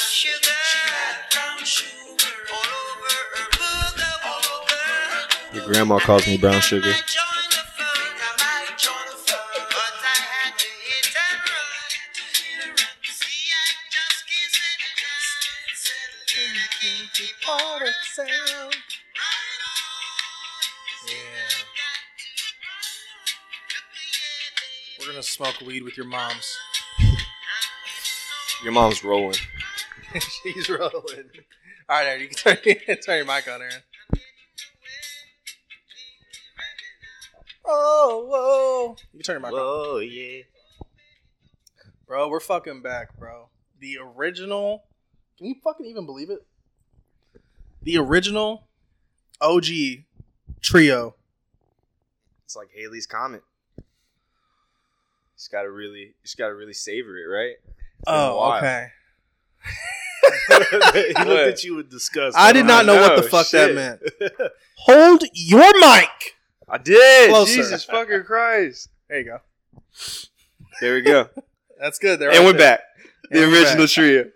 sugar. She got brown sugar all over her booger wooger. Your grandma calls me brown sugar. I joined the fun, I might join the fun, but I had to hit and run. See, I just can't settle down. And I can't keep all that sound. Right on. Yeah. We're gonna smoke weed with your mom's. Your mom's rolling. She's rolling. All right, Aaron, you can turn, turn your mic on, Aaron. Oh, whoa! You can turn your mic on, Oh yeah. bro. We're fucking back, bro. The original. Can you fucking even believe it? The original OG trio. It's like Haley's Comet. You just gotta really, you just gotta really savor it, right? It's been a Oh, while. okay. he looked What? at you with disgust. I did not know what the know, fuck shit. that meant. Hold your mic. I did. Closer. Jesus fucking Christ! There you go. There we go, That's good. There, and we're back. The And we're original back. trio.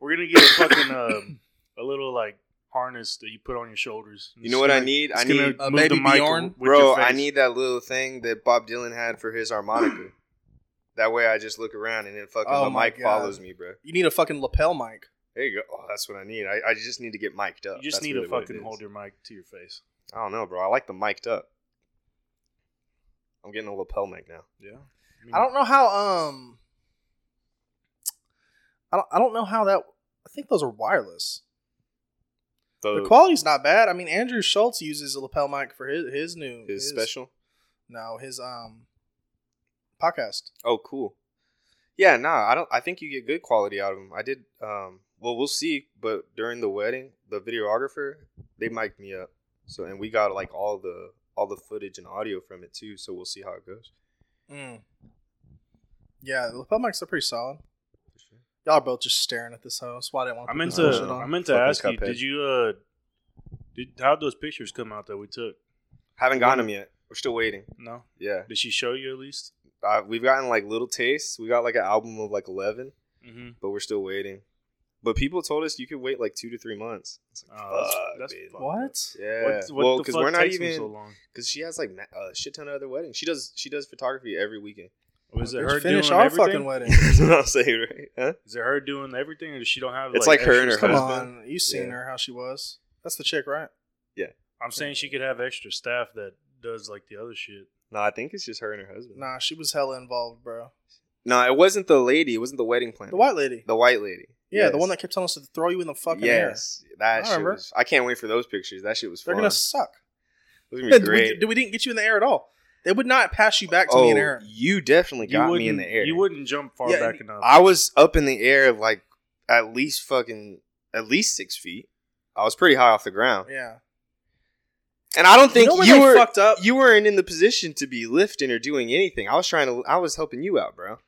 We're gonna get a fucking um, a little like harness that you put on your shoulders. You know what I need? I need, A Uh, baby Bjorn? bro. I need that little thing that Bob Dylan had for his harmonica. that way, I just look around and then fucking Oh the my mic God. follows me, bro. You need a fucking lapel mic. There you go. Oh, that's what I need. I, I just need to get mic'd up. You just That's need really to what it fucking is. hold your mic to your face. I don't know, bro. I like the mic'd up. I'm getting a lapel mic now. Yeah. mean, I don't know how. Um, I don't. I don't know how that. I think those are wireless. The The, quality's not bad. I mean, Andrew Schultz uses a lapel mic for his his new is special. No, his um podcast. Oh, cool. Yeah, nah. I don't. I think you get good quality out of them. I did. Um. Well, we'll see. But during the wedding, the videographer they mic'd me up. So and we got like all the all the footage and audio from it too. So we'll see how it goes. Mm. Yeah, the lapel mics are pretty solid. Y'all are both just staring at this hoe. That's why I didn't want. I put meant this bullshit to. on. I meant to Fucking ask you. Cuphead. Did you? uh did, How'd those pictures come out that we took? Haven't gotten them yet. We're still waiting. No. Yeah. Did she show you at least? Uh, we've gotten like little tastes. We got like an album of like eleven, Mm-hmm. but we're still waiting. But people told us you could wait like two to three months. It's like, Oh, that's- fuck, that's man. fucked up. What? Yeah. What, what well, the because fuck we're not takes them even so long. because she has like ma- a shit ton of other weddings. She does she does photography every weekend. Was it Bitch, her finish doing our everything? fucking wedding? That's what I'm saying, right? Huh? Is it her doing everything, or does she don't have? It's like her extra and her staff? Come husband? on, you seen Yeah. her how she was. That's the chick, right? I'm saying she could have extra staff that does like the other shit. No, I think it's just her and her husband. Nah, she was hella involved, bro. No, it wasn't the lady. It wasn't the wedding planner. The white lady. The white lady. Yeah, the Yes. one that kept telling us to throw you in the fucking air. Yes, that I shit remember. was. I can't wait for those pictures. That shit was They're fun. gonna suck. Those are Yeah, gonna be we, great. d- we didn't get you in the air at all. They would not pass you back to oh, me in air. you definitely got me in the wouldn't- air. You wouldn't jump far Yeah, back you- enough. I was up in the air like at least fucking at least six feet. I was pretty high off the ground, Yeah. and I don't You think know you, where they were fucked up? you weren't in the position to be lifting or doing anything. I was trying to. I was helping you out, bro.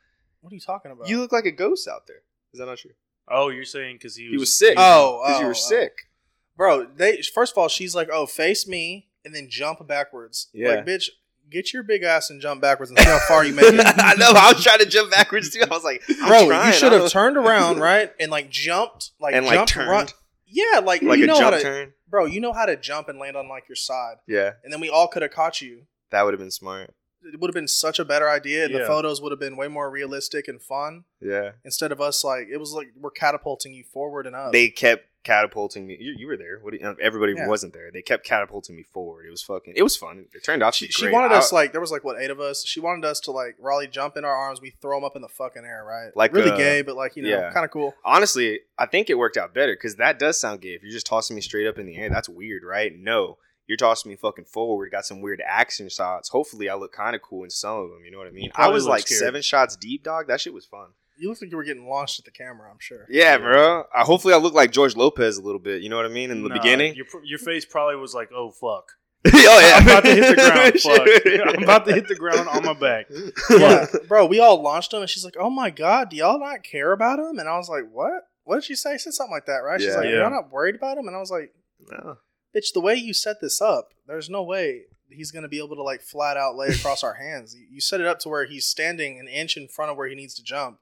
What are you talking about? You look like a ghost out there. Is that not true? oh, you're saying because he was, He was sick. Oh, because oh, you oh. were sick. bro, they first of all, she's like, Oh, face me and then jump backwards. Yeah. Like, bitch, get your big ass and jump backwards and see how far you make it. I know. I was trying to jump backwards too. I was like, I'm Bro, trying, you should I don't- have turned around, right? And like jumped, like and like jumped turned run- Yeah, like, like you a know how jump to turn. bro, you know how to jump and land on like your side. Yeah, And then we all could have caught you. that would have been smart. It would have been such a better idea. and The Yeah. photos would have been way more realistic and fun. Yeah, Instead of us like it was like we're catapulting you forward and Oh. up. they kept catapulting me. You, you were there. What do you, uh, everybody Yeah. wasn't there. They kept catapulting me forward. It was fucking. It was fun. It turned out she, to be she great. wanted I- us like there was like what eight of us. She wanted us to like Raleigh jump in our arms. We throw them up in the fucking air, right? Like, really uh, gay, but like you know, yeah. kind of cool. honestly, I think it worked out better because that does sound gay. If you're just tossing me straight up in the air, that's weird, right? No, you're tossing me fucking forward. Got some weird action shots. Hopefully, I look kind of cool in some of them. You know what I mean? I probably was look like scared. seven shots deep, dog. That shit was fun. You looked like you were getting launched at the camera. I'm sure. Yeah, bro. I, hopefully, I look like George Lopez a little bit. You know what I mean? In the Nah, beginning. Your, your face probably was like, "Oh fuck, oh yeah, I'm about to hit the ground. fuck, I'm about to hit the ground on my back." Yeah, bro. We all launched him, and she's like, "Oh my god, do y'all not care about him?" And I was like, "What? What did she say?" She said something like that, right? She's Yeah. like, Yeah. "Y'all not worried about him?" And I was like, No. "Bitch, the way you set this up, there's no way he's gonna be able to like flat out lay across our hands. You- You set it up to where he's standing an inch in front of where he needs to jump."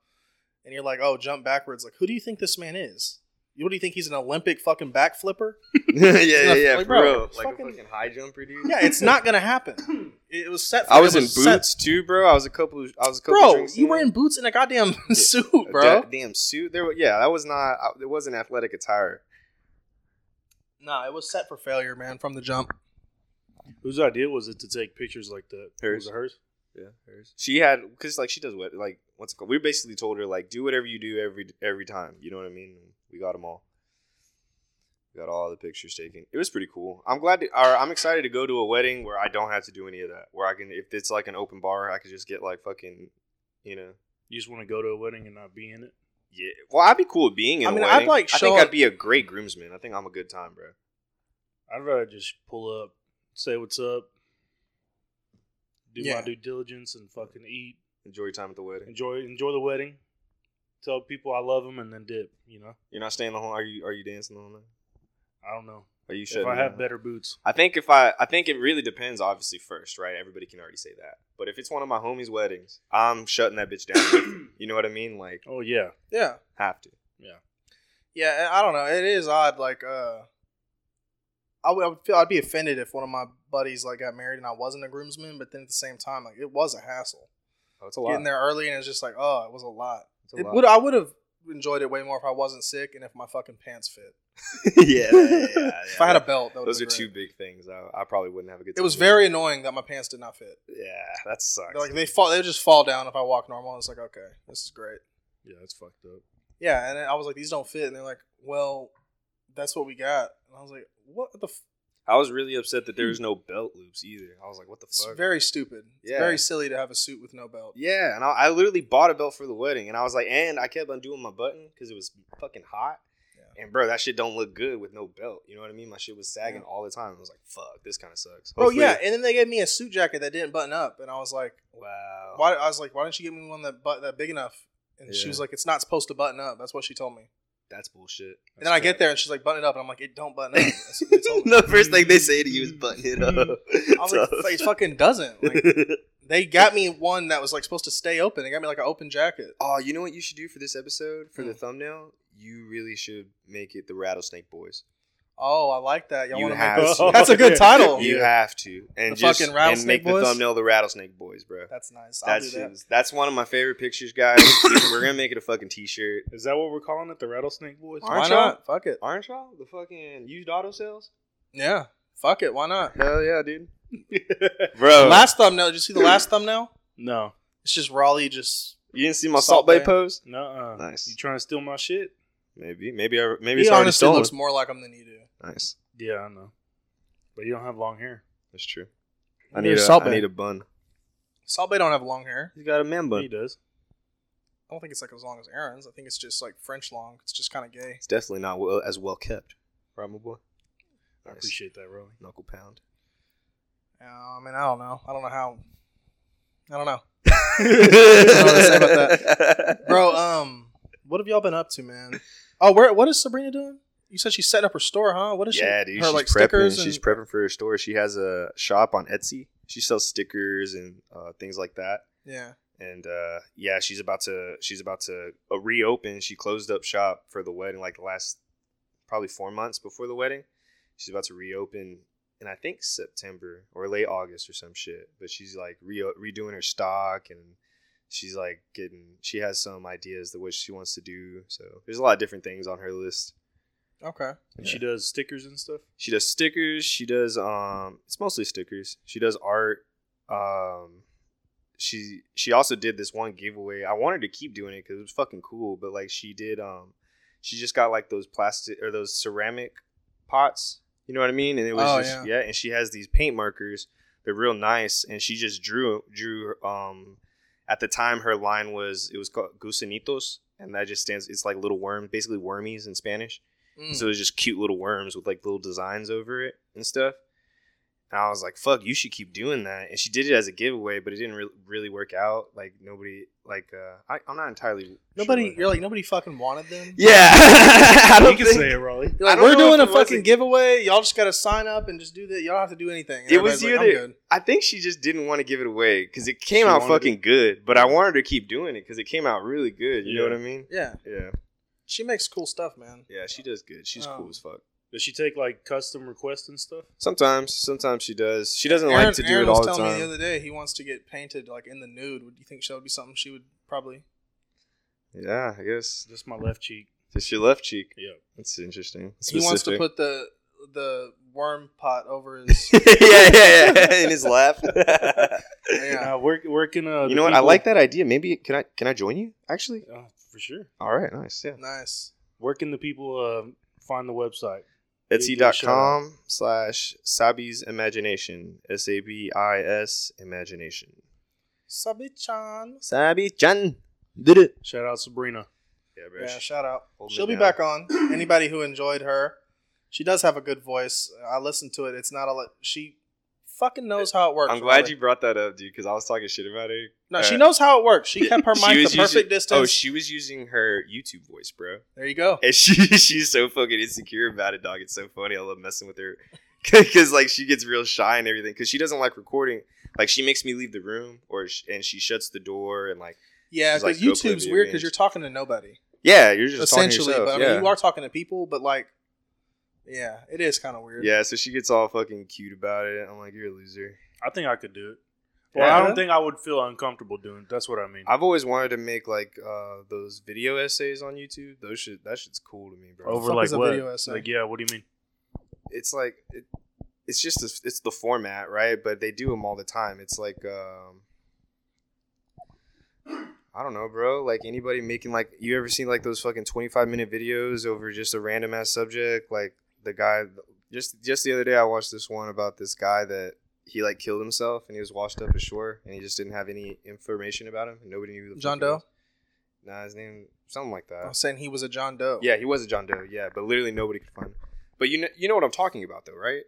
and you're like, oh, jump backwards. Like, who do you think this man is? You- What do you think he's an Olympic fucking back flipper? yeah, yeah, yeah, for Like, bro, real. it's Like fucking- a fucking high jumper, dude. Yeah, it's not gonna happen. It was set. For, I was it in set- boots too, bro. I was a couple. Of, I was a couple. bro. drinks You were in. in boots and a goddamn suit, A bro. da- damn suit. There, wa- yeah, that was not. I- It wasn't athletic attire. Nah, it was set for failure, man, from the jump. Whose idea was it to take pictures like that? Hers. Was it hers? Yeah, hers. She had because like she does what like what's it called? We basically told her like do whatever you do every every time. You know what I mean? We got them all. We got all the pictures taken. It was pretty cool. I'm glad. To, or I'm excited to go to a wedding where I don't have to do any of that. Where I can, if it's like an open bar, I could just get like fucking, you know. You just want to go to a wedding and not be in it? Yeah. Well, I'd be cool with being in. I a mean, I'd wedding. like I think show- I'd be a great groomsman. I think I'm a good time, bro. I'd rather just pull up, say what's up, do Yeah. my due diligence, and fucking eat, Enjoy your time at the wedding. enjoy enjoy the wedding, tell people I love them, and then dip. You know, You're not staying the whole. Are you? Are you dancing the whole night? I don't know Are you shutting if I down? have better boots. I think if I, I think it really depends. Obviously, first, right? Everybody can already say that. But if it's one of my homies' weddings, I'm shutting that bitch down. with you. you know what I mean? Like, Oh yeah, Yeah, have to. yeah. and I don't know. It is odd. Like, uh, I would, I would feel I'd be offended if one of my buddies like got married and I wasn't a groomsman. But then at the same time, like, it was a hassle Oh, it's a getting there early, and it's just like, oh, it was a lot. It's a It lot. would I would have enjoyed it way more if I wasn't sick and if my fucking pants fit. yeah, yeah, yeah, yeah. If I had a belt, that would Those are have been two big great. things. I, I probably wouldn't have a good. It time was doing very that. annoying that my pants did not fit. Yeah, that sucks. Like they fall, they just fall down if I walk normal. And it's like, okay, this is great. yeah, that's fucked up. Yeah, and then I was like, these don't fit, and they're like, well, that's what we got. And I was like, what the? F-? I was really upset that there was no belt loops either. I was like, what the It's fuck? very stupid. It's Yeah. very silly to have a suit with no belt. Yeah, and I, I literally bought a belt for the wedding, and I was like, and I kept undoing my button because it was fucking hot. Yeah. And bro, that shit don't look good with no belt. You know what I mean? My shit was sagging all the time. I was like, fuck, this kind of sucks. Bro, Hopefully- yeah, and then they gave me a suit jacket that didn't button up, and I was like, Oh. Wow. why? I was like, why didn't you give me one that but that big enough? And she Yeah. was like, it's not supposed to button up. That's what she told me. That's bullshit. and then I get there, and she's like, button it up, and I'm like, it don't button up. That's what they told me. the first thing they say to you is button it up. I was like, it fucking doesn't. Like, they got me one that was like supposed to stay open. They got me like an open jacket. oh, you know what you should do for this episode for the Hmm. thumbnail? You really should make it the Rattlesnake Boys. Oh, I like that. Y'all You want to have make to. That's a good title. You have to, and Oh, The just fucking and Rattlesnake make the Boys? thumbnail the Rattlesnake Boys, bro. That's nice. I'll That's do that. that's one of my favorite pictures, guys. We're gonna make it a fucking t-shirt. Is that what we're calling it? The rattlesnake boys? Aren't Why y'all? not? Fuck it. Aren't y'all the fucking used auto sales? Yeah. Fuck it. Why not? Hell yeah, dude, bro. Last thumbnail. Did you see the last thumbnail? no, It's just Raleigh. Just you didn't see my Salt Salt Bay Bae. pose? no. Nice. You trying to steal my shit? Maybe, maybe, I, maybe he it's already honestly stolen. looks more like him than you do. Nice, Yeah, I know. But you don't have long hair. that's true. You I need need a a, Salt I Bae. need a bun. Salt Bay don't have long hair. He's got a man he bun. does. I don't think it's like as long as Aaron's. I think it's just like French long. It's just kind of gay. It's definitely not well, as well kept. Right, my boy. I Nice. appreciate that, Raleigh. Knuckle pound. Uh, I mean, I don't know. I don't know how. I don't know, say about bro. Um, what have y'all been up to, man? Oh, where? What is Sabrina doing? You said she's setting up her store, huh? What is she? yeah, dude. Her she's like prepping. stickers and She's prepping for her store. She has a shop on Etsy. She sells stickers and uh, things like that. yeah. And uh, yeah, she's about to she's about to uh, reopen. She closed up shop for the wedding like the last probably four months before the wedding. She's about to reopen in I think September or late August or some shit. But she's like re- redoing her stock and she's like getting she has some ideas the what she wants to do. So there's a lot of different things on her list. Okay. And she does stickers and stuff. She does stickers. She does um it's mostly stickers. She does art. Um she she also did this one giveaway. I wanted to keep doing it cuz it was fucking cool, but like she did um she just got like those plastic or those ceramic pots, you know what I mean? And it was Oh, just yeah. and she has these paint markers. They're real nice and she just drew drew um at the time her line was it was called gusanitos and that just stands it's like little worm, basically wormies in Spanish. Mm. So it was just cute little worms with like little designs over it and stuff. And I was like, "Fuck, you should keep doing that." And she did it as a giveaway, but it didn't re- really work out. Like nobody, like uh, I, I'm not entirely sure Nobody, what you're like nobody fucking wanted them. Yeah, I You don't can think say it, Raleigh. You're like, I don't we're know doing if a it was fucking a- giveaway. Y'all just gotta sign up and just do that. Y'all don't have to do anything. And It was everybody's either- I'm good. I think she just didn't want to give it away because it came She out wanted fucking good. But I wanted her to keep doing it because it came out really good. You know Yeah. what I mean? Yeah, Yeah, she makes cool stuff, man. yeah. She does good. She's Um, cool as fuck. Does she take like custom requests and stuff? Sometimes, sometimes she does. She doesn't Aaron, like to do Aaron it all was the telling me time. the other day he wants to get painted like in the nude. Would you think that would be something she would probably? yeah, I guess Just my left cheek. it's your left cheek. Yeah. That's interesting. He wants to Specific. put the the worm pot over his. yeah, yeah, yeah, in his lap. yeah. Uh, work working. Uh, you know what? I like that idea. Maybe can I can I join you? Actually, Uh, for sure. all right, nice. Yeah, Nice. Working the people. Uh, find the website. Give you a shout out. Etsy.com slash Sabi's Imagination. S A B I S Imagination. Sabi-chan. Sabi Chan did it. Shout out Sabrina. Yeah, bro. Yeah, shout out. Hold me She'll be down. back on. Anybody who enjoyed her, she does have a good voice. I listened to it. It's not a lot. She fucking knows how it works. I'm glad really. you brought that up, dude, because I was talking shit about her. No, uh, she knows how it works. She kept her She mic was the using- perfect distance. Oh, she was using her YouTube voice, bro. there you go. And she she's so fucking insecure about it, dog. It's so funny. I love messing with her because like she gets real shy and everything because she doesn't like recording. Like she makes me leave the room or sh- and she shuts the door and like Yeah, She's because like, go play YouTube's video weird because games. you're talking to nobody yeah, you're just essentially. Talking to but I yourself. mean, yeah. you are talking to people, but like, yeah, it is kind of weird. Yeah, so she gets all fucking cute about it. I'm like, you're a loser. I think I could do it. Well, I Yeah. don't think I would feel uncomfortable doing. it. That's what I mean. I've always wanted to make like uh, those video essays on YouTube. Those shit, that shit's cool to me, bro. Over fuck like is a what? video essay? Like yeah. What do you mean? It's like it, it's just the- it's the format, right? But they do them all the time. It's like um, I don't know, bro. Like anybody making like you ever seen like those fucking 25 minute videos over just a random ass subject? Like the guy just just the other day I watched this one about this guy that he like killed himself and he was washed up ashore and he just didn't have any information about him and nobody knew who the John fuck he Doe? Oh, was. Nah, his name something like I that. was saying he was a John Doe. Yeah, he was a John Doe. Yeah, but literally nobody could find. Him. But you know, you know what I'm talking about though, right?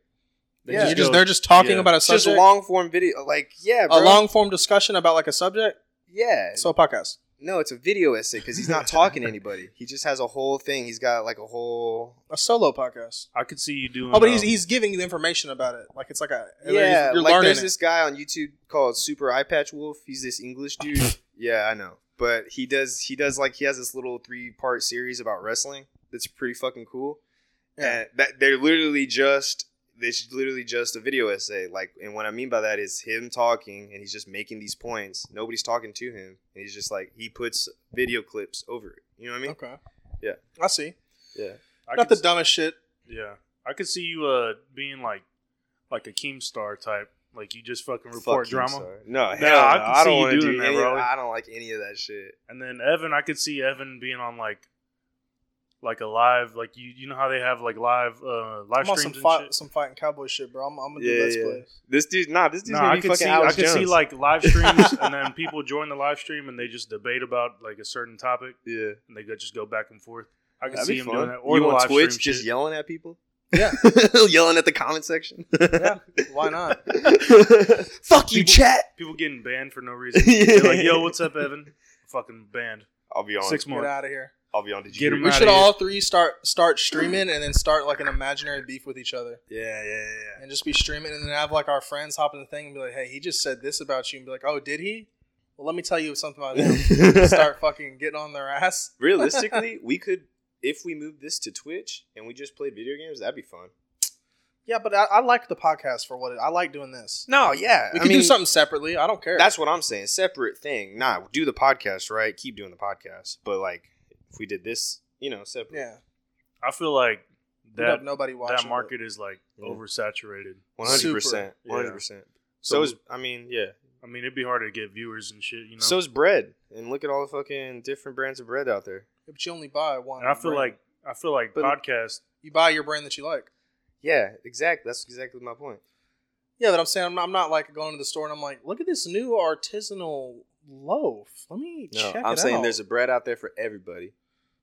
They yeah. just You're just, go- they're just talking yeah. about a It's just subject, long form video. Like yeah, bro. a long form discussion about like a subject. yeah. So a podcast. no, it's a video essay because he's not talking to anybody. He just has a whole thing. He's got like a whole. a solo podcast. I could see you doing. Oh, but he's um, he's giving you information about it. Like it's like a Yeah, You're like learning there's it. this guy on YouTube called Super Eye Patch Wolf. He's this English dude. yeah, I know, but he does he does like he has this little three part series about wrestling that's pretty fucking cool. Yeah. And that they're literally just it's literally just a video essay. Like, and what I mean by that is him talking, and he's just making these points. Nobody's talking to him, and he's just like he puts video clips over it. You know what I mean? Okay. Yeah. I see. Yeah. I Not could the s- dumbest shit. Yeah, I could see you uh being like like a Keemstar type. Like you just fucking Fuck report you, drama. sorry. No, hell no, I I, can see don't you want to doing do that, any, bro. I don't like any of that shit. And then Evan, I could see Evan being on like like a live like you you know how they have like live uh live I'm on streams some and fight, shit. some fighting cowboy shit, bro. I'm, I'm gonna Yeah, do let's yeah. play. This dude, nah, this dude's No, gonna I be could fucking see Alex I could see Jones. like live streams and then people join the live stream and they just debate about like a certain topic yeah. and they go, just go back and forth. I could That'd see be him fun. doing that or you the on live Twitch stream just shit. yelling at people? Yeah. yelling at the comment section. Yeah. Why not? Fuck you, chat. People getting banned for no reason. They're like, yo, what's up, Evan? Fucking banned. I'll be on. Six Get more. out of here. I'll be on. Did Get you? him hear- We outta should here. all three start start streaming and then start like an imaginary beef with each other Yeah, yeah, yeah, yeah. and just be streaming and then have like our friends hop in the thing and be like, hey, he just said this about you and be like, oh, did he? Well, let me tell you something about him. start fucking getting on their ass. Realistically, we could if we moved this to Twitch and we just played video games. That'd be fun. Yeah, but I, I like the podcast for what it. I like doing this. No, yeah, We I can mean, do something separately. I don't care. That's what I'm saying. Separate thing. Nah, do the podcast, right? Keep doing the podcast. But like, if we did this, you know, separate. yeah. I feel like We'd have that nobody watching. that but- market is like Yeah. oversaturated. One hundred percent. Super. Yeah. One hundred percent. So, So is I mean, yeah. I mean, it'd be hard to get viewers and shit. You know. So is bread. And look at all the fucking different brands of bread out there. But you only buy one. and I feel brand. like I feel like But- podcast. you buy your brand that you like. Yeah, exactly. That's exactly my point. Yeah, but I'm saying I'm not, I'm not like going to the store and I'm like, look at this new artisanal loaf. Let me No, check I'm it saying out. there's a bread out there for everybody.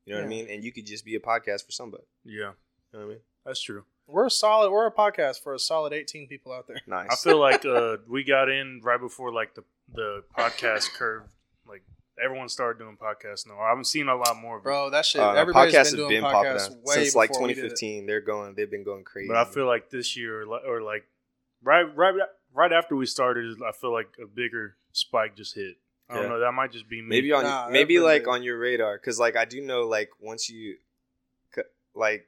You know what Yeah. I mean? And you could just be a podcast for somebody. Yeah, You know what I mean? that's true. We're a solid. We're a podcast for a solid eighteen people out there. Nice. I feel like uh, we got in right before like the the podcast curve. Like everyone started doing podcasts now. I've been seeing a lot more of it, Bro, that shit. Uh, everybody's podcasts been have doing been popping podcasts up way since like before we did it. 2015. They're going. They've been going crazy. but I feel like this year li- or like right right right after we started, I feel like a bigger spike just hit. I don't Yeah. know. That might just be me. maybe on Nah, maybe everybody- like on your radar because like I do know like once you c- like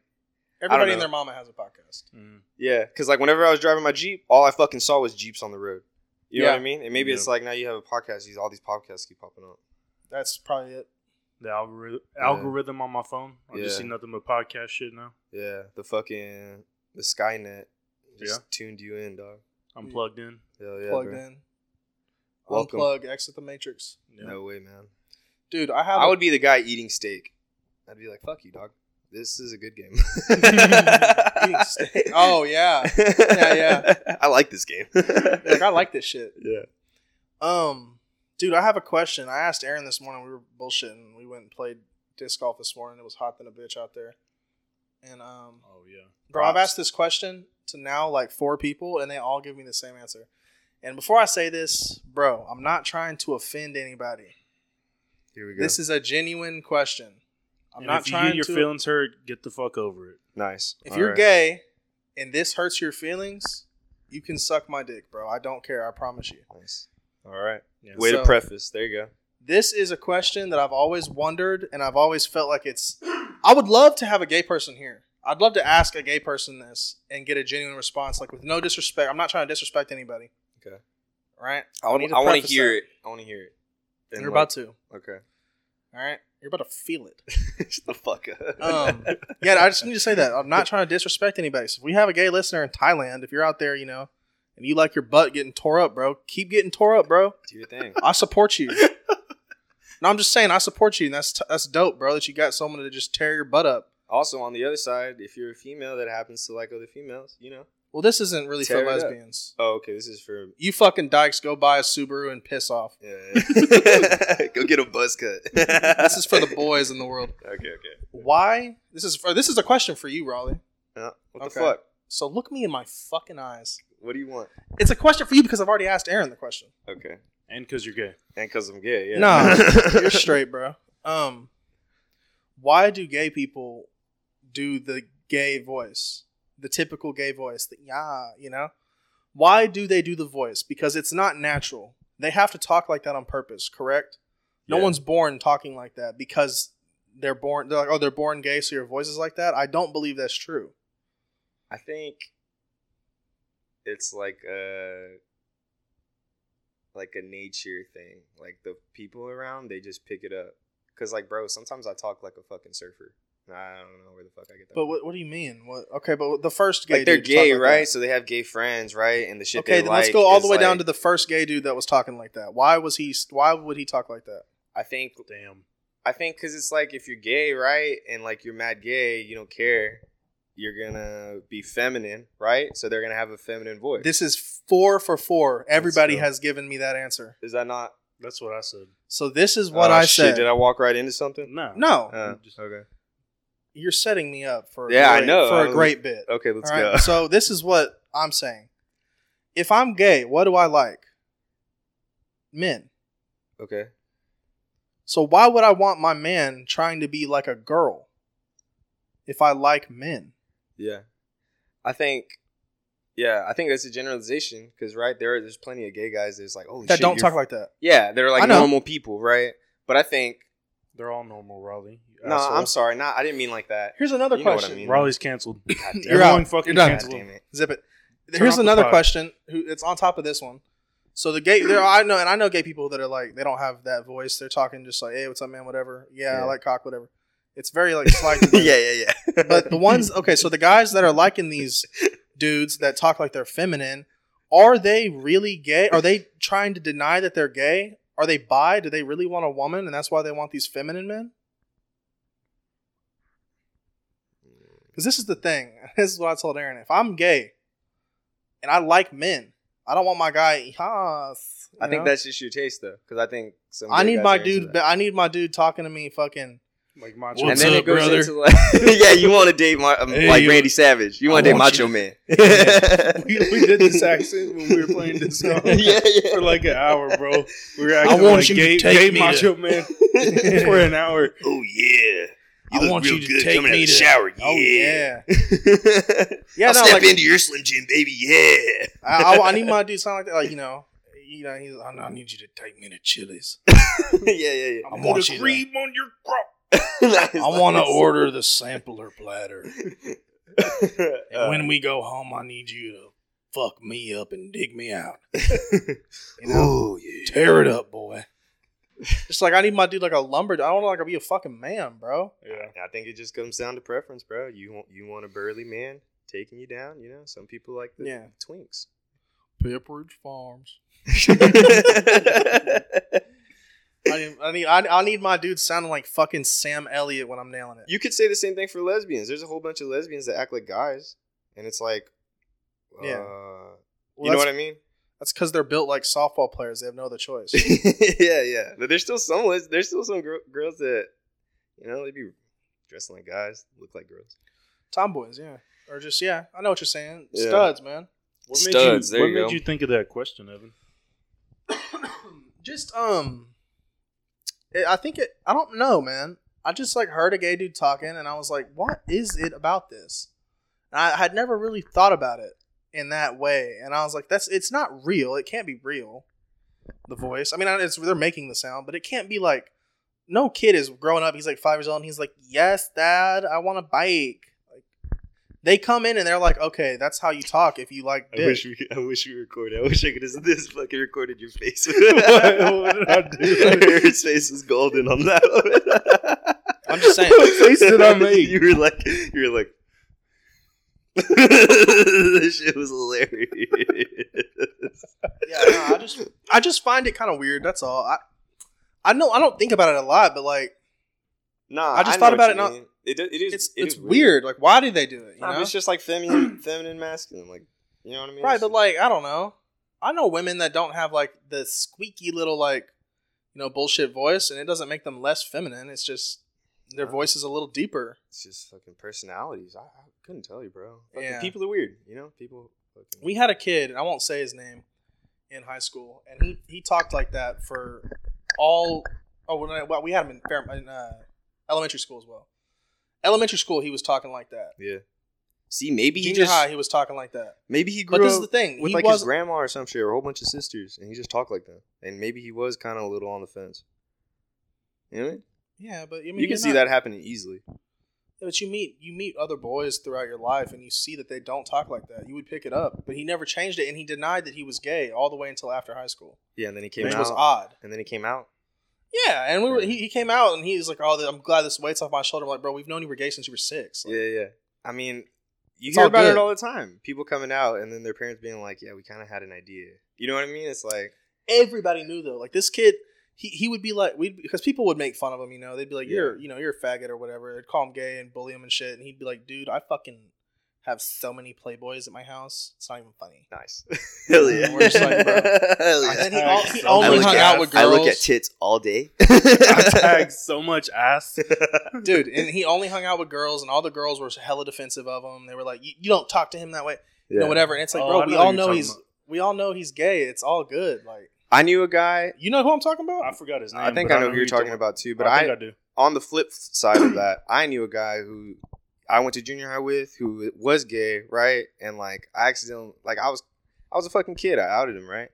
Everybody and know. their mama has a podcast. Mm. yeah because like whenever I was driving my jeep, all I fucking saw was jeeps on the road. You know Yeah. what I mean? And maybe it's Yeah. like now you have a podcast. These all these podcasts keep popping up. That's probably it. the algorithm Yeah. algorithm on my phone. I just Yeah. see nothing but podcast shit now. Yeah, the fucking the Skynet just Yeah. tuned you in, dog. I'm Yeah. plugged in. Hell yeah, Plugged bro. in. Welcome. Unplug. Exit the matrix. Yeah. No way, man. Dude, I have. I a- would be the guy eating steak. I'd be like, "Fuck you, dog. This is a good game." Eating steak. Oh yeah. Yeah, I like this game. Like I like this shit. yeah. Um, dude, I have a question. I asked Aaron this morning. We were bullshitting. We went and played disc golf this morning. It was hot than a bitch out there. And um, Oh yeah. bro, I've Props. asked this question to now like four people, and they all give me the same answer. And before I say this, bro, I'm not trying to offend anybody. Here we go. This is a genuine question. I'm And not if you trying get your to. feelings hurt, get the fuck over it. nice. if All you're right. gay and this hurts your feelings, you can suck my dick, bro. I don't care. I promise you. Nice. All right. Yeah. Way So- to preface. There you go. this is a question that I've always wondered, and I've always felt like it's. I would love to have a gay person here. I'd love to ask a gay person this and get a genuine response, like with no disrespect. I'm not trying to disrespect anybody. Okay. Right? I want. need to I want to preface hear that. it. I want to hear it. And You're like- about to. Okay. All right. You're about to feel it. Shut the fuck up. Um, yeah, I just need to say that I'm not trying to disrespect anybody. So if we have a gay listener in Thailand, if you're out there, you know, and you like your butt getting tore up, bro, keep getting tore up, bro. Do your thing. I support you. No, I'm just saying I support you, and that's that's dope, bro. That you got someone to just tear your butt up. Also, on the other side, if you're a female that happens to like other females, you know. Well, this isn't really Tear for it up. lesbians. Oh, okay. This is for. You fucking dykes, go buy a Subaru and piss off. Yeah. uh, go get a buzz cut. This is for the boys in the world. Okay. Okay. Why? This is for, this is a question for you, Raleigh. Uh, what Okay. the fuck? So look me in my fucking eyes. What do you want? It's a question for you because I've already asked Aaron the question. Okay. And because you're gay. And because I'm gay. Yeah. Nah, you're straight, bro. Um, why do gay people do the gay voice, the typical gay voice? The yeah, you know, why do they do the voice? Because it's not natural. They have to talk like that on purpose, correct? No Yeah. one's born talking like that because they're born. They're like, oh, they're born gay, so your voice is like that. I don't believe that's true. I think it's like a like a nature thing. Like the people around, they just pick it up. Cause like, bro, sometimes I talk like a fucking surfer. And I don't know where the fuck I get that. But from. what, what do you mean? What? Okay, but the first gay like they're dude was talking gay, like right? that. So they have gay friends, right? And the shit. Okay, they then like let's go all the is, way down like- to the first gay dude that was talking like that. Why was he? Why would he talk like that? I think Damn. I think because it's like if you're gay, right, and like you're mad gay, you don't care. You're gonna be feminine, right? So they're gonna have a feminine voice. This is four for four. Everybody go. has given me that answer. is that not That's what I said. So this is what Oh, I shit, said. Did I walk right into something? No. no, Uh, Just- okay. you're setting me up for a Yeah, I great- know. I for a was- great bit. Okay, let's All right, go. So this is what I'm saying. If I'm gay, what do I like? Men. Okay. So why would I want my man trying to be like a girl? If I like men, Yeah. I think yeah, I think that's a generalization because right there there's plenty of gay guys that's like, oh that don't talk like that. Yeah, they're I like know. normal people, right? But I think They're all normal, Raleigh. You no, asshole. I'm sorry, not I didn't mean like that. Here's another You know what I question. mean. Raleigh's canceled. God damn, You're Everyone out. fucking You're done. God canceled. damn it. Zip it. Turn Here's off the another pod. question. Who it's on top of this one. So the gay there I know and I know gay people that are like they don't have that voice. They're talking just like, hey, what's up, man? Whatever. Yeah, I Yeah. like cock, whatever. It's very like slight. to them. yeah, yeah. But the ones okay, so the guys that are liking these dudes that talk like they're feminine, are they really gay? Are they trying to deny that they're gay? Are they bi? Do they really want a woman and that's why they want these feminine men? Because this is the thing. This is what I told Aaron. If I'm gay and I like men, I don't want my guy. Yes, I you think know? that's just your taste though, because I think some. I gay need guys my are into dude. that. I need my dude talking to me. Fucking Like Macho. and Man. What's then up, it goes brother? into like, yeah, you want to date my, um, Hey, like yo. Randy Savage. You I want to date want Macho you. Man. we, we did this accent when we were playing this song yeah, yeah. for like an hour, bro. We were acting want like you to gay, take gay me to- Macho Man for an hour. oh yeah. I want you to take me to- Oh yeah, yeah. I'll no, step like into your Slim Jim, baby. Yeah. I, I, I need my dude to sound like that. Like you know, you know, he's. I, know, I need you to take me to Chili's. yeah, yeah, I I want want you to- cream on your crop. yeah. I want to order the sampler platter. order. And when we go home, I need you to fuck me up and dig me out. You know, oh yeah. tear it up, boy. It's like I need my dude like a lumberjack. I don't want to like be a fucking man, bro. Yeah. I think it just comes down to preference, bro. You want you want a burly man taking you down. You know, some people like the Yeah. twinks. Pepperidge Farms. I need, I need, I, I need my dude sounding like fucking Sam Elliott when I'm nailing it. you could say the same thing for lesbians. There's a whole bunch of lesbians that act like guys, and it's like, uh, Yeah. you know what I mean? That's because they're built like softball players. They have no other choice. yeah, yeah. But there's still some les- there's still some gir- girls that you know they be dressing like guys, look like girls. Tomboys, yeah, or just yeah. I know what you're saying. Yeah. Studs, man. What made, Studs, you, there what you made go. you think of that question, Evan? just um it, i think it i don't know man i just like heard a gay dude talking and i was like what is it about this and i had never really thought about it in that way and i was like that's it's not real it can't be real the voice i mean I- it's they're making the sound but it can't be like no kid is growing up he's like five years old and he's like yes dad i want a bike like they come in and they're like okay that's how you talk if you like dick. we I wish we recorded. I wish I could have this fucking recorded your face. What did I do? Your face was golden on that one. i'm just saying What face did I make? You were like, you were like. this shit was hilarious. yeah, no, I just I just find it kind of weird. That's all. I I know I don't think about it a lot, but like Nah, I know just thought what you about it, not- mean. It, it is. it's it it's is weird. Like why do they do it? You Nah, but know? it's just like feminine, feminine, masculine. Like, you know what I mean? right, It's but like I don't know. I know women that don't have like the squeaky little like you know bullshit voice, and it doesn't make them less feminine. It's just their voice is a little deeper. it's just fucking personalities. I, I couldn't tell you, bro. Fucking Yeah. People are weird. You know, people. Fucking, We had a kid, and I won't say his name, in high school, and he he talked like that for all. Oh, when I- well, we had him in, Fair- in uh, elementary school as well. Elementary school, he was talking like that. see maybe he Junior just high, he was talking like that. maybe he grew But this is up the thing. with he like his was grandma or some shit, or a whole bunch of sisters, and he just talked like that. And maybe he was kind of a little on the fence. You know what I mean? yeah, but I mean, you can you're see not- that happening easily. But you meet you meet other boys throughout your life, and you see that they don't talk like that. You would pick it up, but he never changed it, and he denied that he was gay all the way until after high school, Yeah, and then he came which out. was odd. and then he came out. Yeah, and we were, Yeah. he, he came out, and he was like, "Oh, I'm glad this weight's off my shoulder." I'm like, bro, we've known you were gay since you were six. Like, yeah, yeah. I mean, you It's hear all about good. it all the time. People coming out and then their parents being like, "Yeah, we kind of had an idea." You know what I mean? It's like, Everybody knew though. Like this kid, he, he would be like, we because people would make fun of him. You know, they'd be like, Yeah. "You're you know you're a faggot" or whatever. They'd call him gay and bully him and shit, and he'd be like, "Dude, I fucking." Have so many playboys at my house. It's not even funny. nice. Hell yeah. We're just like, bro. Hell And then he, I all, look he at- only hung out with girls. tits all day. I tag so much ass. dude and he only hung out with girls and all the girls were hella defensive of him they were like you, you don't talk to him that way you know whatever and it's like Oh, bro I we know who all you're know talking he's about. we all know he's gay it's all good like I knew a guy. you know who i'm talking about I forgot his name. I think but I know who you're talking about too. But I, think I do. on the flip side of that, I knew a guy who I went to junior high with who was gay, right? And like I accidentally, like I was, I was a fucking kid. I outed him, right?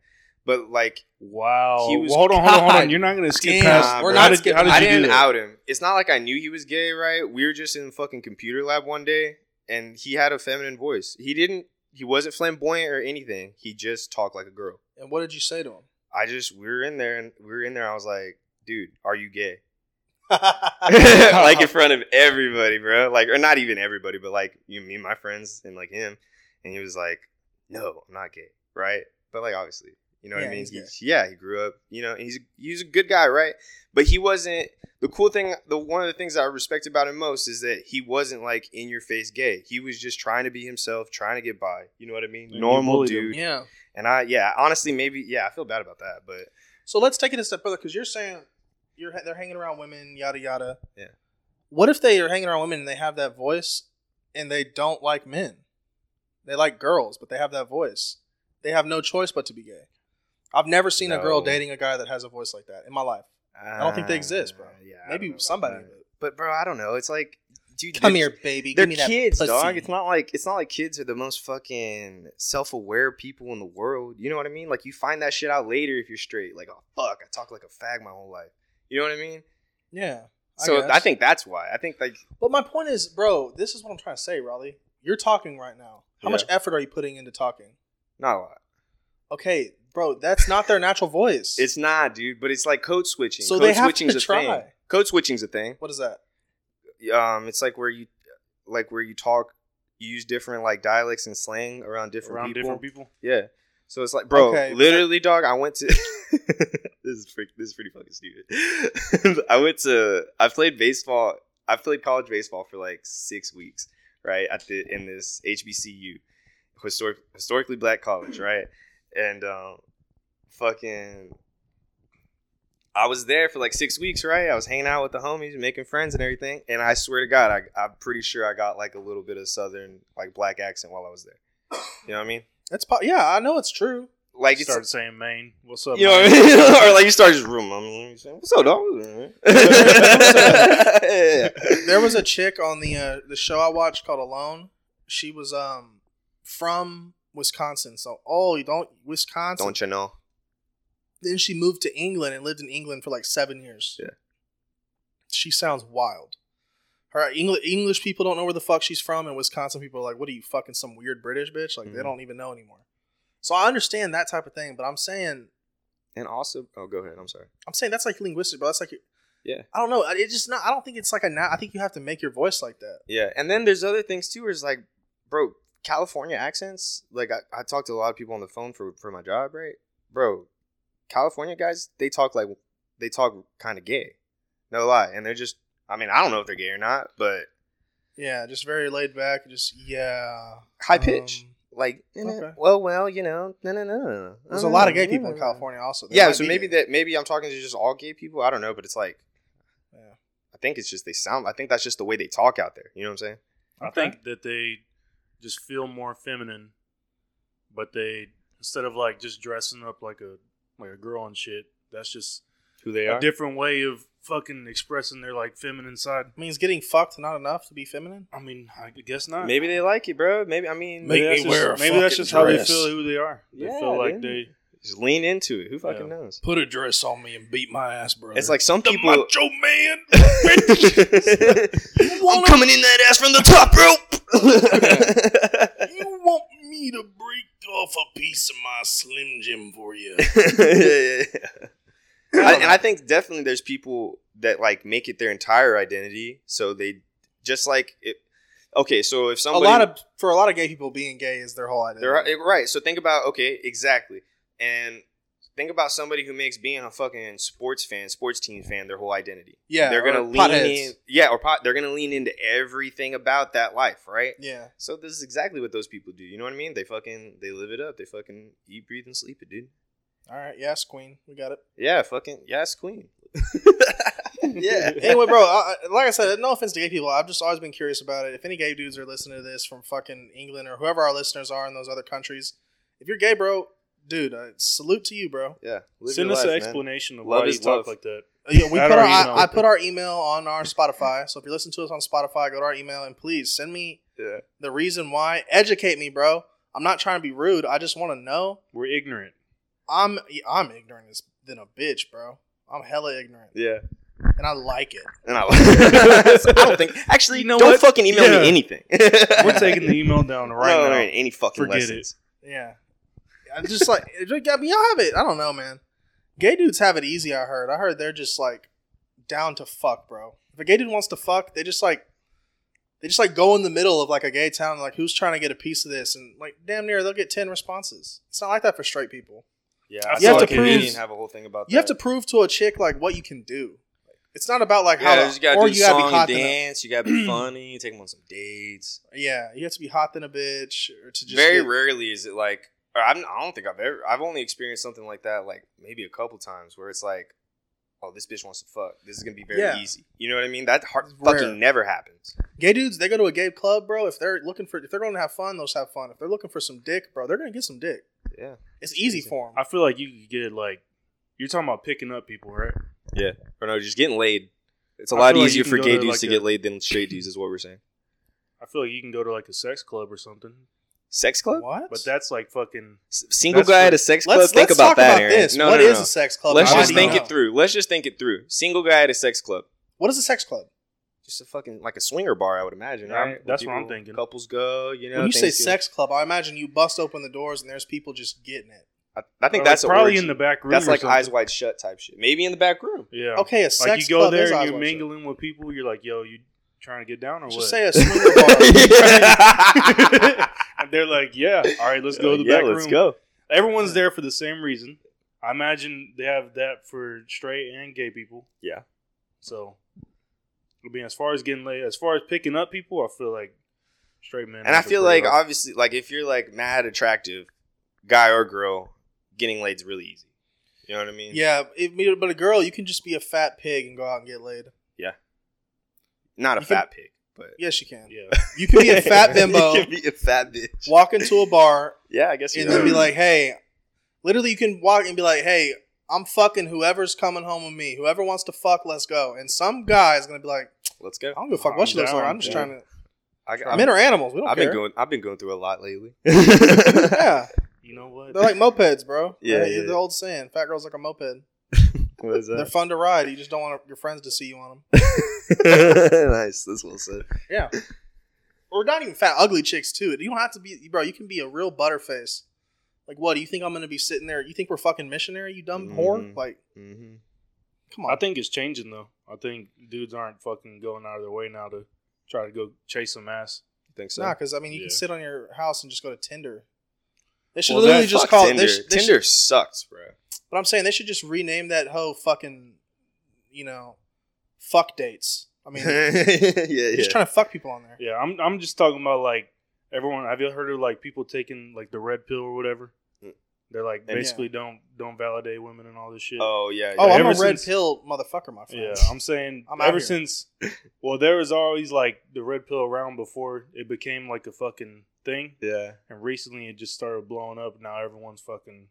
But like Wow. He was- Well, hold on, hold on, hold God on. You're not going to skip damn, past. we're how not did, skipping- How did I you do didn't that? out him. It's not like I knew he was gay, right? We were just in fucking computer lab one day, and he had a feminine voice. He didn't. He wasn't flamboyant or anything. He just talked like a girl. and what did you say to him I just we were in there, and we were in there. I was like, dude, are you gay? like in front of everybody, bro. Like, or not even everybody, but like you, me, and my friends, and like him. And he was like, "No, I'm not gay, right?" But like, obviously, you know what Yeah, I mean. he's He- yeah, he grew up, you know. And he's he's a good guy, right? But he wasn't. The cool thing, the one of the things I respect about him most is that he wasn't like in your face gay. He was just trying to be himself, trying to get by. You know what I mean? And you Normal bullied him. dude. yeah And I, yeah, honestly, maybe, yeah, I feel bad about that, but so let's take it a step further because you're saying you're they're hanging around women yada yada Yeah. What if they are hanging around women and they have that voice and they don't like men? They like girls, but they have that voice. They have no choice but to be gay. I've never seen a girl No. dating a guy that has a voice like that in my life. I don't think they exist, bro. Yeah, I don't Maybe know about somebody. that. But bro, I don't know. It's like, dude, Come they're- here, baby. They're Give me that kids, pussy. dog. It's not like it's not like kids are the most fucking self-aware people in the world. You know what I mean? Like you find that shit out later if you're straight. Like, oh fuck, I talk like a fag my whole life. You know what I mean? yeah. so guess. I think that's why. I think like But my point is, bro, this is what I'm trying to say, Raleigh. You're talking right now. How much effort are you putting into talking? not a lot. Okay, bro, that's not their natural voice. It's not, dude. But it's like code switching. So code they have switching's to a thing. try. Code switching's a thing. what is that? Um, it's like where you, like where you talk, you use different like dialects and slang around different around people. different people. Yeah. So it's like, bro, Okay, but- literally, dog. I went to this is freak, this is pretty fucking stupid. I went to I played baseball. I played college baseball for like six weeks, right? At the in this HBCU, historic, historically black college, right? And um, fucking, I was there for like six weeks, right? I was hanging out with the homies, making friends and everything. And I swear to God, I, I'm pretty sure I got like a little bit of southern, like black accent while I was there. You know what I mean? That's po- yeah, I know it's true. Like it's Started saying Maine. What's up? you know what I Maine? mean? or like you start just room. I mean, you say, what's up, dog? yeah. There was a chick on the uh, the show I watched called Alone. She was um from Wisconsin. So oh, you don't Wisconsin. Don't you know? Then she moved to England and lived in England for like seven years. Yeah. She sounds wild. Her English English people don't know where the fuck she's from, and Wisconsin people are like, "What are you fucking some weird British bitch?" Like they Mhm. don't even know anymore. So I understand that type of thing, but I'm saying, And also, oh, go ahead. I'm sorry. I'm saying that's like linguistic, bro. That's like, Yeah. I don't know. I- It's just not. I don't think it's like a. na- I think you have to make your voice like that. Yeah, and then there's other things too. Where it's like, bro, California accents. Like I, I talked to a lot of people on the phone for for my job, right? Bro, California guys, they talk like they talk kind of gay. No lie, and they're just. I mean, I don't know if they're gay or not, but Yeah, just very laid back. Just yeah, High pitch. Um, like, nah, nah, Okay. well, well, you know, no, no, no. there's a lot of gay people in California, also. They yeah, might so be maybe gay. that maybe I'm talking to just all gay people. I don't know, but it's like Yeah. I think it's just they sound. I think that's just the way they talk out there. You know what I'm saying? I think that they just feel more feminine, but they instead of like just dressing up like a like a girl and shit, that's just Who they a different way of fucking expressing their like feminine side. means getting fucked not enough to be feminine. I mean, I guess not. Maybe they like it, bro. Maybe I mean, Make me Maybe that's wear a just, maybe that's fucking just how they dress. feel who they are. They Yeah, feel like dude. they just lean into it. Who fucking Yeah. knows? Put a dress on me and beat my ass, brother. It's like some the people. macho man. I'm coming in that ass from the top rope. you want me to break off a piece of my slim jim for you? I, and I think definitely there's people that like make it their entire identity, so they just like it. Okay, so if somebody a lot of for a lot of gay people, being gay is their whole identity. They're eh, right. So think about okay, exactly, and think about somebody who makes being a fucking sports fan, sports team fan, their whole identity. yeah, they're gonna or lean potheads. in, yeah, or pot, they're gonna lean into everything about that life, right? Yeah, So this is exactly what those people do. You know what I mean? They fucking they live it up. They fucking eat, breathe, and sleep it, dude. all right. Yes, Queen, we got it. Yeah, fucking yes, queen. yeah. anyway, bro, I, I- like I said, no offense to gay people. I've just always been curious about it. If any gay dudes are listening to this from fucking England or whoever our listeners are in those other countries, if you're gay, bro, dude, uh, salute to you, bro. Yeah. Live send your us life, an man. explanation of Love why you is love. talk like that. Uh, yeah, we At put our, our email. I, I put our email on our Spotify. So if you listen to us on Spotify, go to our email and please send me Yeah. the reason why. Educate me, bro. I'm not trying to be rude. I just want to know. We're ignorant. I'm I'm ignorant as than a bitch, bro. I'm hella ignorant, Yeah. and I like it. And I, I don't think actually. You know don't what? fucking email Yeah. me anything. We're taking the email down right no, now. learn any fucking Forget lessons. Yeah. I just like it just got me y'all have it. I don't know, man. Gay dudes have it easy, I heard. I heard they're just like down to fuck, bro. If a gay dude wants to fuck, they just like they just like go in the middle of like a gay town, like who's trying to get a piece of this, and like damn near they'll get ten responses. It's not like that for straight people. Yeah, I I You saw have a to comedian prove- have a whole thing about You have that. to prove to a chick like what you can do. It's not about like yeah, how you gotta or do you gotta be song hot and than a, dance. You gotta be funny. Take them on some dates. yeah. You have to be hot than a bitch or to just Very get- rarely is it like. Or I'm, I don't think I've ever. I've only experienced something like that, like maybe a couple times, where it's like oh, this bitch wants to fuck. This is gonna be very Yeah. easy. You know what I mean? That hard, It's rare. fucking never happens. Gay dudes, they go to a gay club, bro. If they're looking for, if they're going to have fun, they'll just have fun. If they're looking for some dick, bro, they're gonna get some dick. Yeah. It's easy Easy. for them. I feel like you could get like you're talking about picking up people, right? Or no, just getting laid. It's a I lot feel like easier you can for go gay to, dudes like, to a- get laid than straight dudes, is what we're saying. I feel like you can go to like a sex club or something, Sex club? What? but that's like fucking. S- Single That's guy for- at a sex club? let's think let's about talk that, about Aaron. this. No, What no, is no, no. a sex club? Let's Why just do you think know? it through. Let's just think it through. Single guy at a sex club. What is a sex club? Just a fucking like a swinger bar, I would imagine. Yeah, right? I'm- Where that's what I'm people- thinking. Couples go, you know. when you say things do- sex club, I imagine you bust open the doors and there's people just getting it. I, I think or, like, that's a probably orgy. in the back room. That's or like something. eyes wide shut type shit. Maybe in the back room. Yeah. Okay, a Like sex you go club there is and eyes you're wide shut. mingling with people. You're like, yo, you trying to get down or what? Just say a swinger bar. And they're like, yeah. All right, let's go to the yeah, back let's room. go. Everyone's there for the same reason. I imagine they have that for straight and gay people. Yeah. So, I mean, as far as getting laid, as far as picking up people, I feel like straight men. And I have it feel pretty like rough. obviously, like if you're like mad attractive, guy or girl, getting laid's really easy. You know what I mean? yeah, it, but a girl, you can just be a fat pig and go out and get laid. Not a You can- fat pig, but Yes, you can. yeah. You can be a fat bimbo, you can be a fat bitch. walk into a bar, Yeah, I guess. and you're then be right. like, "Hey," literally, you can walk and be like, "Hey, I'm fucking whoever's coming home with me. Whoever wants to fuck, let's go." And some guy is gonna be like, let's "I go. don't give a fuck what she looks like. I'm just trying to." I, I, Men are animals. We don't I've care. been going. I've been going through a lot lately. yeah, You know what? they're like mopeds, bro. Yeah, Yeah, yeah. the old saying, "Fat girls like a moped." what is They're that? fun to ride. You just don't want your friends to see you on them. nice. That's well said. or not even fat, ugly chicks too. You don't have to be, bro. You can be a real butterface. Like, what do you think I'm gonna be sitting there? You think we're fucking missionary? You dumb whore! Mhm. Like, Mm-hmm. come on. I think it's changing though. I think dudes aren't fucking going out of their way now to try to go chase some ass. Think so. nah, because I mean, you can Yeah. sit on your house and just go to Tinder. They should Well, literally that- just fuck call Tinder. It, they sh- they should- Tinder sucks, bro. but I'm saying they should just rename that hoe fucking, you know, fuck dates. I mean, you're yeah, yeah. just trying to fuck people on there. Yeah, I'm. I'm just talking about like everyone. Have you heard of like people taking like the red pill or whatever? Mm. They're like Yeah. basically don't don't validate women and all this shit. oh yeah. Oh, yeah. I'm Ever a red since- pill motherfucker, my friend. Yeah, I'm saying I'm out ever here. since, well, there was always like the red pill around before it became like a fucking thing, yeah. and recently it just started blowing up. Now everyone's fucking,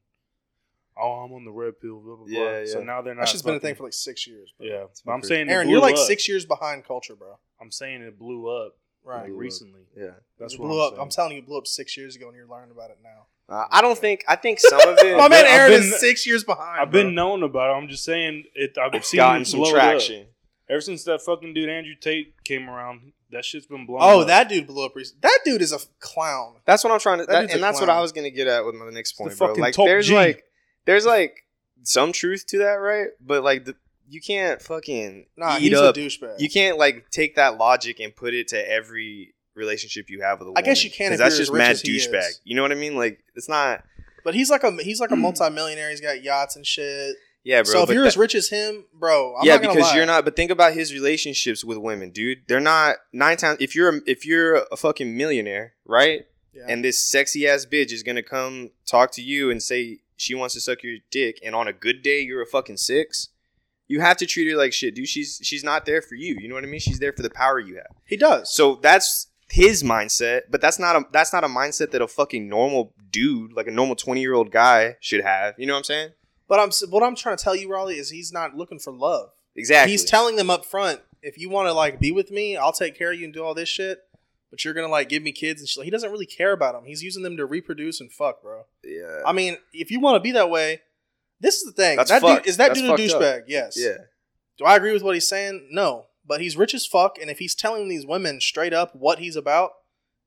oh, I'm on the red pill, blah blah blah. Yeah, So yeah. now they're not. That shit's been a thing fucking- for like six years. Bro. yeah, It's but been I'm for- saying it Aaron, blew you're like up. six years behind culture, bro. I'm saying it blew up Right. like, Blew up. recently. Yeah. That's It what blew I'm up. saying. I'm telling you, it blew up six years ago, and you're learning about it now. Uh, I don't think. I think some of it. My man been- I've Aaron been- is six years behind. I've been known about it. I'm just saying it. I've it's seen gotten it some blow traction. Up. traction. Ever since that fucking dude Andrew Tate came around, that shit's been blown. Oh, up. that dude blew up. Recently. That dude is a f- clown. That's what I'm trying to. That That, dude's and a that's what clown. I was gonna get at with my next point, bro. fucking Like, top there's G. like, there's like some truth to that, right? But like, the, you can't fucking Nah, eat he's up. a douchebag. You can't like take that logic and put it to every relationship you have with a woman. I guess you can 'cause if That's you're as just rich mad as he is. douchebag. You know what I mean? Like, it's not. But he's like a he's like a multimillionaire. He's got yachts and shit. Yeah, bro. so if but you're that- as rich as him, bro, I'm yeah, not gonna because lie. you're not. But think about his relationships with women, dude. They're not nine times. If you're a, if you're a fucking millionaire, right? Yeah. And this sexy ass bitch is gonna come talk to you and say she wants to suck your dick, and on a good day you're a fucking six. You have to treat her like shit, dude. She's she's not there for you. You know what I mean? She's there for the power you have. he does. So that's his mindset, but that's not a that's not a mindset that a fucking normal dude, like a normal twenty year old guy, should have. You know what I'm saying? but I'm s- what I'm trying to tell you, Raleigh, is he's not looking for love. Exactly. He's telling them up front, if you want to like be with me, I'll take care of you and do all this shit. But you're gonna like give me kids and shit. He doesn't really care about them. He's using them to reproduce and fuck, bro. yeah. I mean, if you want to be that way, this is the thing. That's that dude, fucked. is that That's dude a fucked up. douchebag? Yes. yeah. Do I agree with what he's saying? No. But he's rich as fuck, and if he's telling these women straight up what he's about,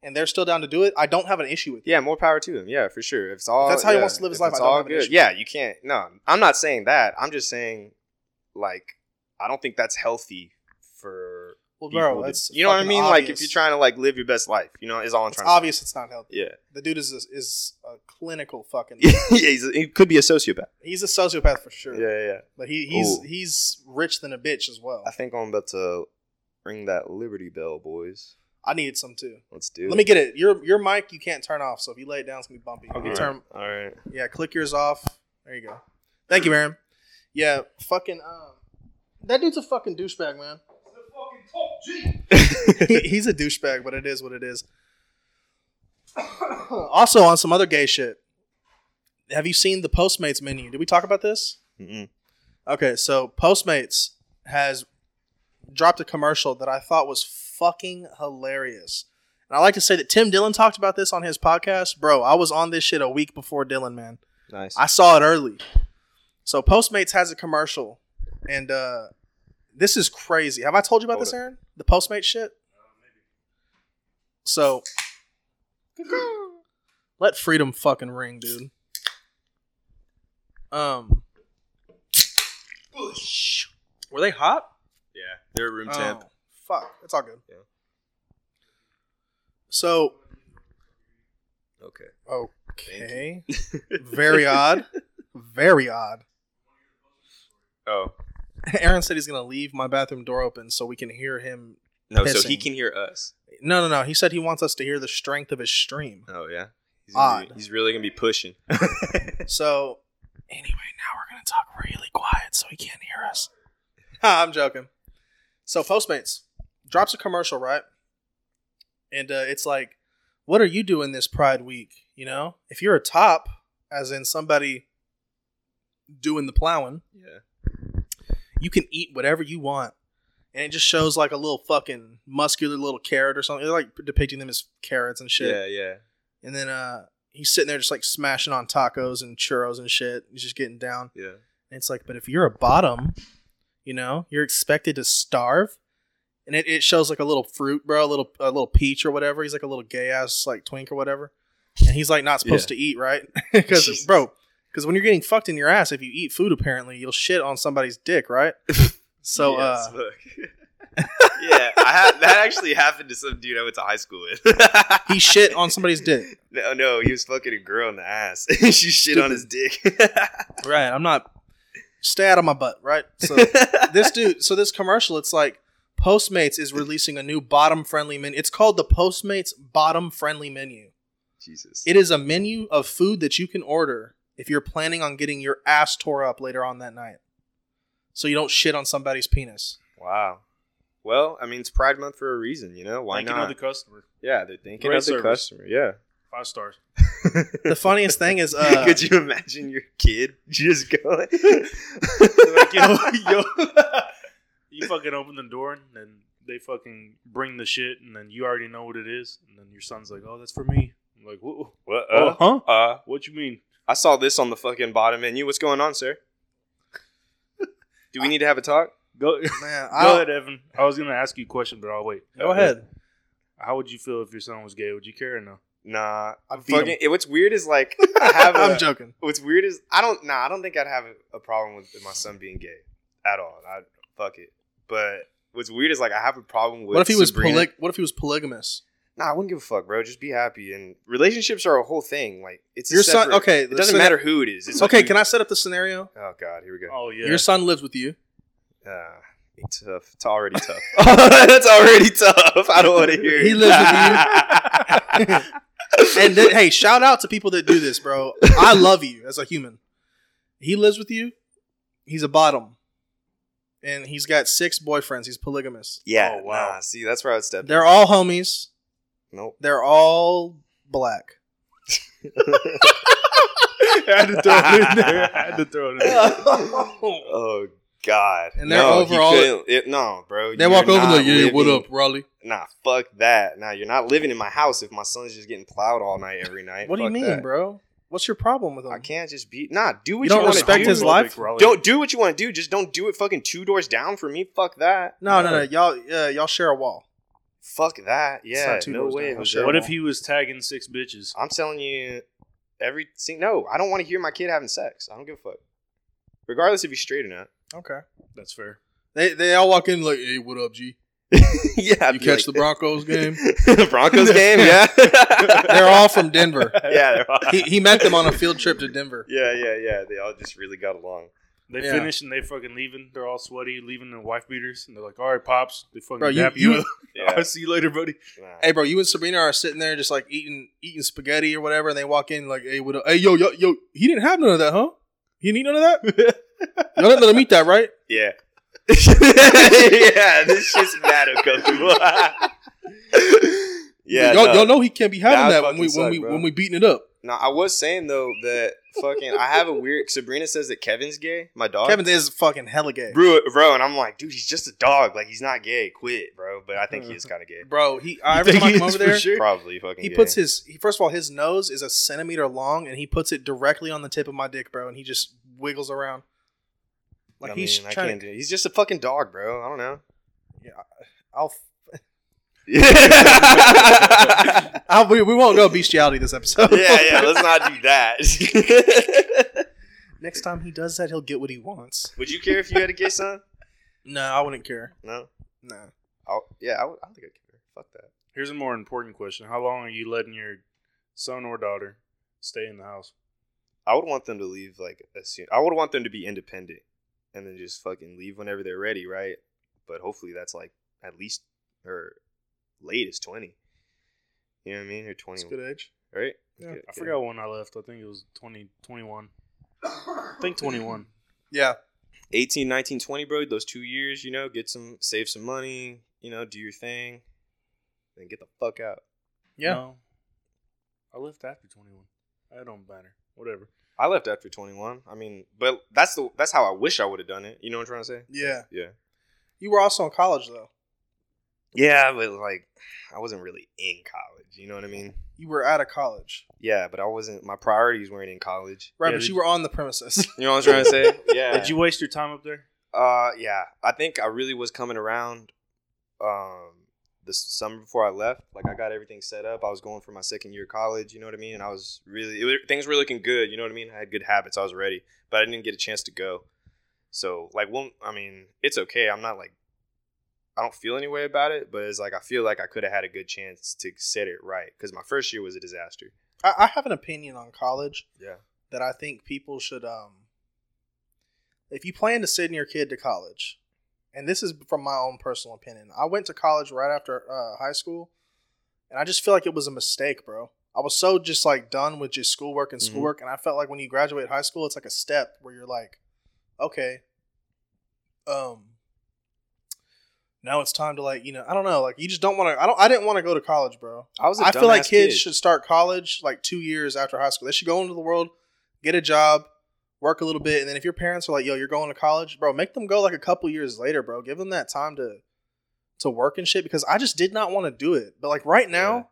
and they're still down to do it, I don't have an issue with it. Yeah, more power to him. Yeah, for sure. If it's all that's how he yeah, wants to live his if life, it's I don't all have an good. issue. Yeah, you can't. No, I'm not saying that. I'm just saying, like, I don't think that's healthy for Well, people bro, to- that's you know what I fucking mean. Like, if obvious. you're trying to like live your best life, you know, is all I'm it's trying. obvious it's not To healthy. say. The dude is a, is a clinical fucking. Yeah, yeah. He's a, he could be a sociopath. he's a sociopath for sure. Yeah, yeah. yeah. But he he's Ooh. he's rich than a bitch as well. I think I'm about to ring that Liberty Bell, boys. I needed some too. Let's do. it. Let me get it. Your your mic you can't turn off, so if you lay it down, it's gonna be bumpy. Okay. You turn, All right. Yeah, click yours off. There you go. Thank you, Aaron. Yeah, fucking um That dude's a fucking douchebag, man. He- He's a douchebag, but it is what it is. also, on some other gay shit, have you seen the Postmates menu? Did we talk about this? Mm-mm. Okay, so Postmates has dropped a commercial that I thought was fucking hilarious. And I like to say that Tim Dillon talked about this on his podcast. Bro, I was on this shit a week before Dillon, man. Nice. I saw it early. So Postmates has a commercial, and uh, this is crazy. Have I told you about Hold this, it. Aaron? The Postmates shit. So let freedom fucking ring, dude. Um, were they hot? yeah, they're room temp. Oh, fuck, it's all good. Yeah. So Okay. okay, very odd, very odd. Oh Aaron said he's gonna leave my bathroom door open so we can hear him. no, so Pissing. he can hear us. No, no, no. He said he wants us to hear the strength of his stream. Oh yeah. He's gonna be- Odd. he's really gonna be pushing. So, anyway, now we're gonna talk really quiet so he can't hear us. Ha, I'm joking. So Postmates drops a commercial, right? And uh, it's like, what are you doing this Pride Week? You know, if you're a top, as in somebody doing the plowing, yeah. you can eat whatever you want. And it just shows like a little fucking muscular little carrot or something. They're like depicting them as carrots and shit. Yeah. Yeah. And then uh he's sitting there just like smashing on tacos and churros and shit. He's just getting down. Yeah. And it's like, but if you're a bottom, you know, you're expected to starve. And it, it shows like a little fruit, bro, a little a little peach or whatever. He's like a little gay ass like twink or whatever. And he's like not supposed to eat, right? Because Jesus. bro, because when you're getting fucked in your ass, if you eat food, apparently you'll shit on somebody's dick, right? So Yes, uh, look. yeah, I had that actually happened to some dude I went to high school with. he shit on somebody's dick. No, no, he was fucking a girl in the ass. she shit on his dick. Right. I'm not stay out of my butt, right? So this dude, so this commercial, it's like Postmates is releasing a new bottom friendly menu. It's called the Postmates Bottom Friendly Menu. Jesus. It is a menu of food that you can order if you're planning on getting your ass tore up later on that night. So you don't shit on somebody's penis. wow. Well, I mean, it's Pride Month for a reason, you know? Why Thinking not? of the customer. yeah, they're thinking Great of the service. customer. Yeah. Five stars. The funniest thing is uh Could you imagine your kid just going? like, yo, yo. you fucking open the door and then they fucking bring the shit and then you already know what it is. And then your son's like, oh, that's for me. I'm like, whoa, what? oh, Uh, huh? uh, What you mean? I saw this on the fucking bottom menu. What's going on, sir? Do we need to have a talk? Go, man, go I ahead, Evan. I was going to ask you a question, but I'll wait. Go ahead. How would you feel if your son was gay? Would you care or no? Nah. I beat Fucking, him. it, what's weird is like, I have a, I'm joking. What's weird is I don't nah I don't think I'd have a, a problem with my son being gay at all. I fuck it. But what's weird is like I have a problem with. What if he was Sabrina. poly- what if he was polygamous? Nah, I wouldn't give a fuck, bro. Just be happy. And relationships are a whole thing. Like it's a Your son separate- okay, It doesn't matter who it is. It's Okay, can I set up the scenario? Oh god, here we go. Oh, yeah. Your son lives with you. Oh. Uh, it's tough. It's already tough. That's already tough. I don't want to hear. He it. lives and then, hey, shout out to people that do this, bro. I love you as a human. He lives with you. He's a bottom, and he's got six boyfriends. He's polygamous. yeah. Oh, wow. Nah, see, that's where I would step. in. They're all homies. Nope. They're all black. I had to throw it in there. I had to throw it in there. Oh God! And they're no, overall- he couldn't- it, no, bro. They walk you're over not like, yeah, what living- up, Raleigh? Nah, fuck that. Nah, you're not living in my house if my son's just getting plowed all night every night. What do you Fuck mean, that. bro? What's your problem with him? I can't just be. Nah, do what You you, don't want to respect do. his life? Don't do what you want to do. Just don't do it. Fucking two doors down for me. Fuck that. No, no, no. Y'all, uh, y'all share a wall. Fuck that. It's Yeah, not two no doors way. down. Jose. Sure. What if he was tagging six bitches? I'm telling you, every sing- no, I don't want to hear my kid having sex. I don't give a fuck. Regardless if he's straight or not. Okay. That's fair. They they all walk in like, hey, what up, G? yeah, I'd You be catch the like- Broncos game? Broncos game. Yeah, They're all from Denver. yeah, they're all- He, he met them on a field trip to Denver. yeah, yeah, yeah. They all just really got along. They Yeah. finish and they fucking leaving. They're all sweaty, leaving in wife beaters, and they're like, "All right, pops." They fucking Bro, you- dap you. you- up. Yeah. I'll see you later, buddy. nah. Hey, bro, you and Sabrina are sitting there just like eating eating spaghetti or whatever, and they walk in like, "Hey, what? Up? Hey, yo, yo, yo, he didn't have none of that, huh? He didn't eat none of that. Y'all didn't let him eat that, right? Yeah. yeah, this shit's mad uncomfortable. yeah, y'all, no. y'all know he can't be having That that when fucking we when suck, we bro. when we beating it up. Now I was saying though that fucking I have a weird. Sabrina says that Kevin's gay. My dog. Kevin is fucking hella gay. Bro, bro, and I'm like, dude, he's just a dog. Like, he's not gay. Quit, bro. But I think he is kind of gay. Bro, he I- every time I come over there, Probably fucking. he gay. puts his he, first of all his nose is a centimeter long and he puts it directly on the tip of my dick, bro, and he just wiggles around. Like I he's mean, I trying can't to. do- He's just a fucking dog, bro. I don't know. I'll, yeah, I'll we, we won't go bestiality this episode. yeah. Let's not do that. Next time he does that, he'll get what he wants. Would you care if you had a gay son? No, I wouldn't care. No. No. I'll, yeah, I, would, I don't think I care. Fuck that. Here's a more important question: How long are you letting your son or daughter stay in the house? I would want them to leave like as soon. I would want them to be independent, and then just fucking leave whenever they're ready, right? But hopefully that's like at least or late is twenty. You know what I mean? Or twenty, It's a good age. right? Yeah. I forgot when I left. I think it was 20, 21. I think 21. Yeah. 18, 19, 20, bro. Those two years, you know, get some, save some money, you know, do your thing, then get the fuck out. Yeah. No. I left after 21. I don't matter. Whatever. I left after twenty one. I mean, but that's the that's how I wish I would have done it. You know what I'm trying to say? Yeah. Yeah. You were also in college though. Yeah, but like, I wasn't really in college. You know what I mean? You were out of college. Yeah, but I wasn't. My priorities weren't in college. Right, Yeah, but did you you- were on the premises. You know what I'm trying to say? yeah. Did you waste your time up there? Uh, yeah. I think I really was coming around. Um, the s- summer before I left, like I got everything set up. I was going for my second year of college. You know what I mean? And I was really it, was- things were looking good. You know what I mean? I had good habits. I was ready, but I didn't get a chance to go. So like, one, I mean, it's okay. I'm not like. I don't feel any way about it, but it's like I feel like I could have had a good chance to set it right because my first year was a disaster. I, I have an opinion on college. Yeah. That I think people should um if you plan to send your kid to college, and this is from my own personal opinion. I went to college right after uh, high school, and I just feel like it was a mistake, bro. I was so just like done with just schoolwork and Mhm. schoolwork, and I felt like when you graduate high school, it's like a step where you're like, okay, um, now it's time to like you know I don't know like you just don't want to I don't I didn't want to go to college, bro. I was. a I feel like dumbass kids kid. should start college like two years after high school. They should go into the world, get a job, work a little bit, and then if your parents are like, "Yo, you're going to college, bro," make them go like a couple years later, bro. Give them that time to to work and shit. Because I just did not want to do it. But like right now,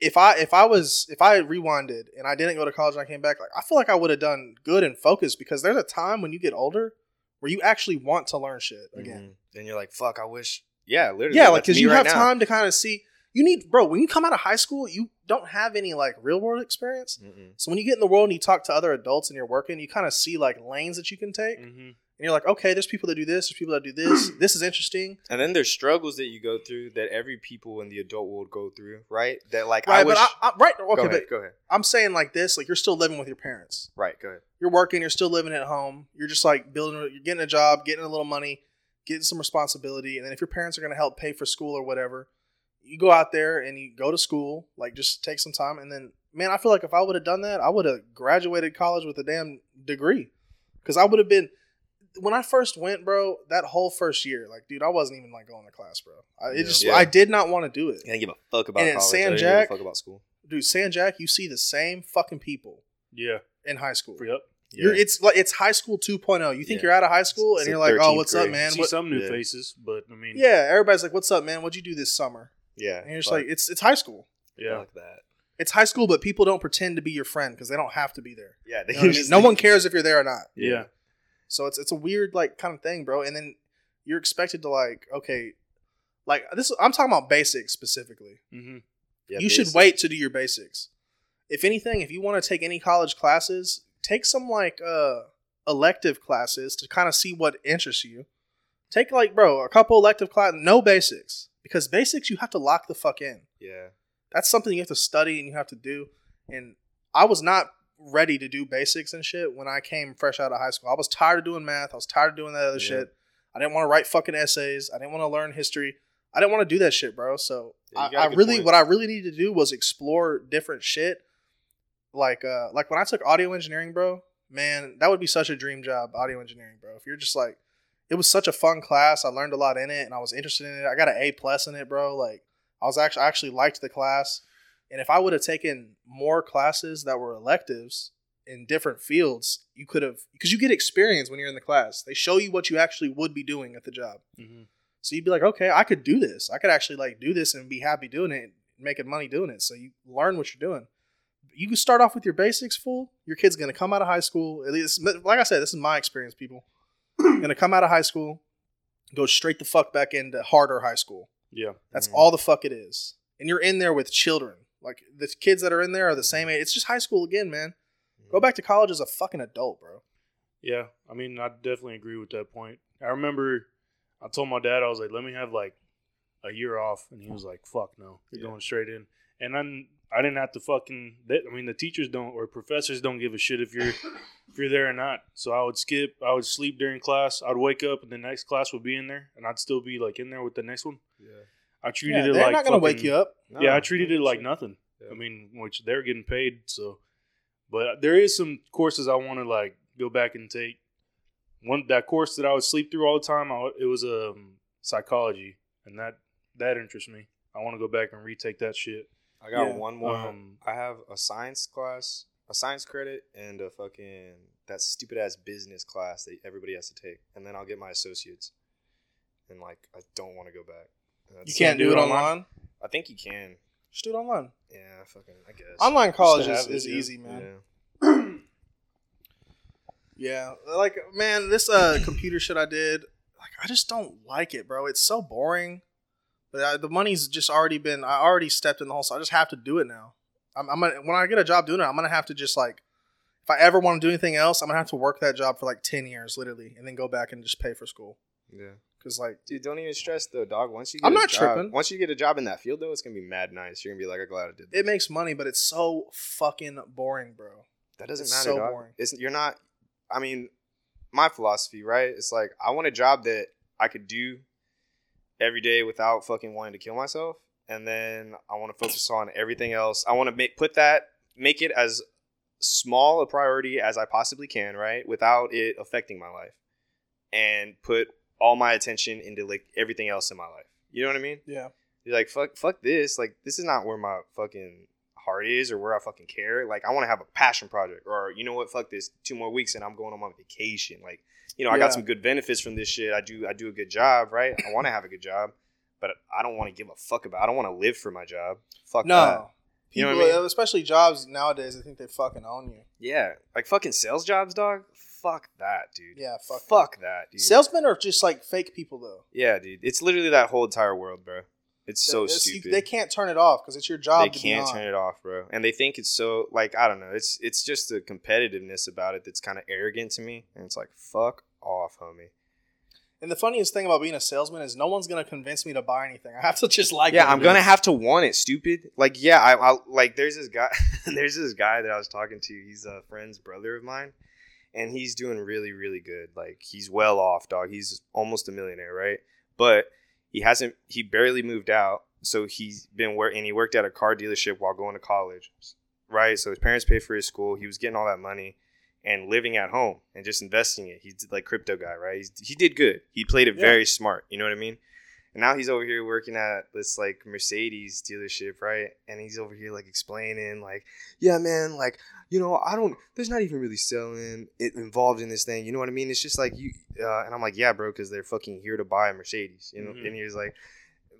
if I if I was if I rewinded and I didn't go to college and I came back, like I feel like I would have done good and focused. Because there's a time when you get older where you actually want to learn shit again. Mhm. And you're like, fuck, I wish. Yeah, literally. Yeah, like that's because me you right have now. time to kind of see. You need, bro. When you come out of high school, you don't have any like real world experience. Mm-mm. So when you get in the world and you talk to other adults and you're working, you kind of see like lanes that you can take, Mm. and Mm-hmm. you're like, okay, there's people that do this, there's people that do this. this is interesting, And then there's struggles that you go through that every people in the adult world go through, right? That like right? I wish. but I, I, right, go okay, but ahead. Go ahead. I'm saying like this, like you're still living with your parents. Right. Go ahead. You're working, you're still living at home. You're just like building, you're getting a job, getting a little money, getting some responsibility, and then if your parents are going to help pay for school or whatever, you go out there and you go to school, like just take some time, and then man, I feel like if I would have done that, I would have graduated college with a damn degree, because I would have been. When I first went, bro, that whole first year, like, dude, I wasn't even like going to class, bro. I, it Yeah. just, Yeah. I did not want to do it, I didn't give a fuck about And at college. San I didn't Jack- give a fuck about school. dude. San Jack, you see the same fucking people Yeah. in high school. Yep. You're, it's like it's high school 2.0. You think Yeah. you're out of high school and It's you're the like, oh, 13th what's up, grade. man? see What- some new yeah. faces, but I mean, yeah, everybody's like, what's up, man? What'd you do this summer? yeah. And you're just fuck, like, it's it's high school. yeah. fuck that. It's high school, but people don't pretend to be your friend because they don't have to be there. Yeah. You know what I mean? just No think- one cares if you're there or not. Yeah. Yeah. So it's it's a weird like kind of thing, bro. And then you're expected to like, okay, like this. I'm talking about basics specifically. Mm-hmm. Yeah, you should basic. wait to do your basics. If anything, if you want to take any college classes, take some like uh elective classes to kind of see what interests you. Take like bro, a couple elective class, no basics because basics you have to lock the fuck in. Yeah. That's something you have to study and you have to do. And I was not ready to do basics and shit when I came fresh out of high school. I was tired of doing math. I was tired of doing that other Yeah. shit. I didn't want to write fucking essays. I didn't want to learn history. I didn't want to do that shit, bro. So Yeah, you I, got a I good really, point. what I really needed to do was explore different shit. Like, uh, like when I took audio engineering, bro, man, that would be such a dream job, audio engineering, bro. If you're just like, it it was such a fun class. I learned a lot in it, and I was interested in it. I got an A plus in it, bro. Like I was actually I actually liked the class, and if I would have taken more classes that were electives in different fields, you could have because you get experience when you're in the class. They show you what you actually would be doing at the job. Mm-hmm. So you'd be like, okay, I could do this. I could actually like do this and be happy doing it, making money doing it. So you learn what you're doing. You can start off with your basics, fool. Your kid's gonna come out of high school. At least, like I said, this is my experience, people. gonna come out of high school, go straight the fuck back into harder high school. Yeah, That's all the fuck it is. And you're in there with children. Like the kids that are in there are the same age. It's just high school again, man. Go back to college as a fucking adult, bro. Yeah, I mean, I definitely agree with that point. I remember I told my dad I was like, "Let me have like a year off," and he was like, "Fuck no, you're going straight in." And then I didn't have to fucking. They, I mean, the teachers don't or professors don't give a shit if you're if you're there or not. So I would skip. I would sleep during class. I'd wake up and the next class would be in there, and I'd still be like in there with the next one. Yeah. I treated Yeah, it they're like not gonna wake fucking- you up. yeah, I treated it like nothing. Yeah. I mean, which they're getting paid, so. But there is some courses I want to like go back and take. One that course that I would sleep through all the time, I, would- it was um psychology, and that that interests me. I want to go back and retake that shit. I got Yeah. one more. Um, I have a science class, a science credit, and a fucking that stupid ass business class that everybody has to take, and then I'll get my associates. And like, I don't want to go back. And You that's- can't do it online. I think you can. Just do it online. Yeah, fucking. I guess. Online college is, have it, is yeah. easy, man. Yeah. Yeah, like man, this uh computer shit I did, like I just don't like it, bro. It's so boring. But I, the money's just already been. I already stepped in the hole, so I just have to do it now. I'm, I'm gonna when I get a job doing it, I'm gonna have to just like, if I ever want to do anything else, I'm gonna have to work that job for like ten years, literally, and then go back and just pay for school. Yeah. Cause like, Dude, don't even stress though, dog. Once you get I'm a not job- tripping. Once you get a job in that field though, it's gonna be mad nice. You're gonna be like, I'm glad I did. This. it makes money, but it's so fucking boring, bro. that doesn't it's matter, so dog. boring. It's you're not. I mean, my philosophy, right? It's like I want a job that I could do every day without fucking wanting to kill myself, and then I want to focus on everything else. I want to make put that make it as small a priority as I possibly can, right? Without it affecting my life, and put all my attention into like everything else in my life. You know what I mean? Yeah, You're like, fuck, fuck this. Like, this is not where my fucking heart is or where I fucking care. Like, I want to have a passion project, or you know what? Fuck this. Two more weeks and I'm going on my vacation. Like, you know, I Yeah. got some good benefits from this shit. I do, I do a good job, right? I want to have a good job, but I don't want to give a fuck about. I don't want to live for my job. Fuck no, that. You know people, what I mean? especially jobs nowadays, I think they fucking own you. Yeah, like fucking sales jobs, dog. Fuck that, dude. Yeah, fuck that. fuck that, dude. Salesmen are just like fake people, though. Yeah, dude. It's literally that whole entire world, bro. It's so It's- you- stupid. they can't turn it off because it's your job. they can't turn it off, bro. And they think it's so like I don't know. It's it's just the competitiveness about it that's kind of arrogant to me. And it's like fuck off, homie. And the funniest thing about being a salesman is no one's gonna convince me to buy anything. I have to just like. yeah, what I'm it gonna is. have to want it, stupid. Like yeah, I, I like there's this guy. there's this guy that I was talking to. He's a friend's brother of mine, and he's doing really really good. Like he's well off, dog. He's almost a millionaire, right? But he hasn't. He barely moved out, so he's been where and he worked at a car dealership while going to college, right? So his parents paid for his school. He was getting all that money. And living at home and just investing it. He's like crypto guy, right? He's, he did good. He played it Yeah. very smart. You know what I mean? And now he's over here working at this like Mercedes dealership, right? And he's over here like explaining, like, yeah, man, like, you know, I don't, there's not even really selling it involved in this thing. You know what I mean? It's just like you, uh, and I'm like, yeah, bro, because they're fucking here to buy a Mercedes, you know? Mhm. And he was like,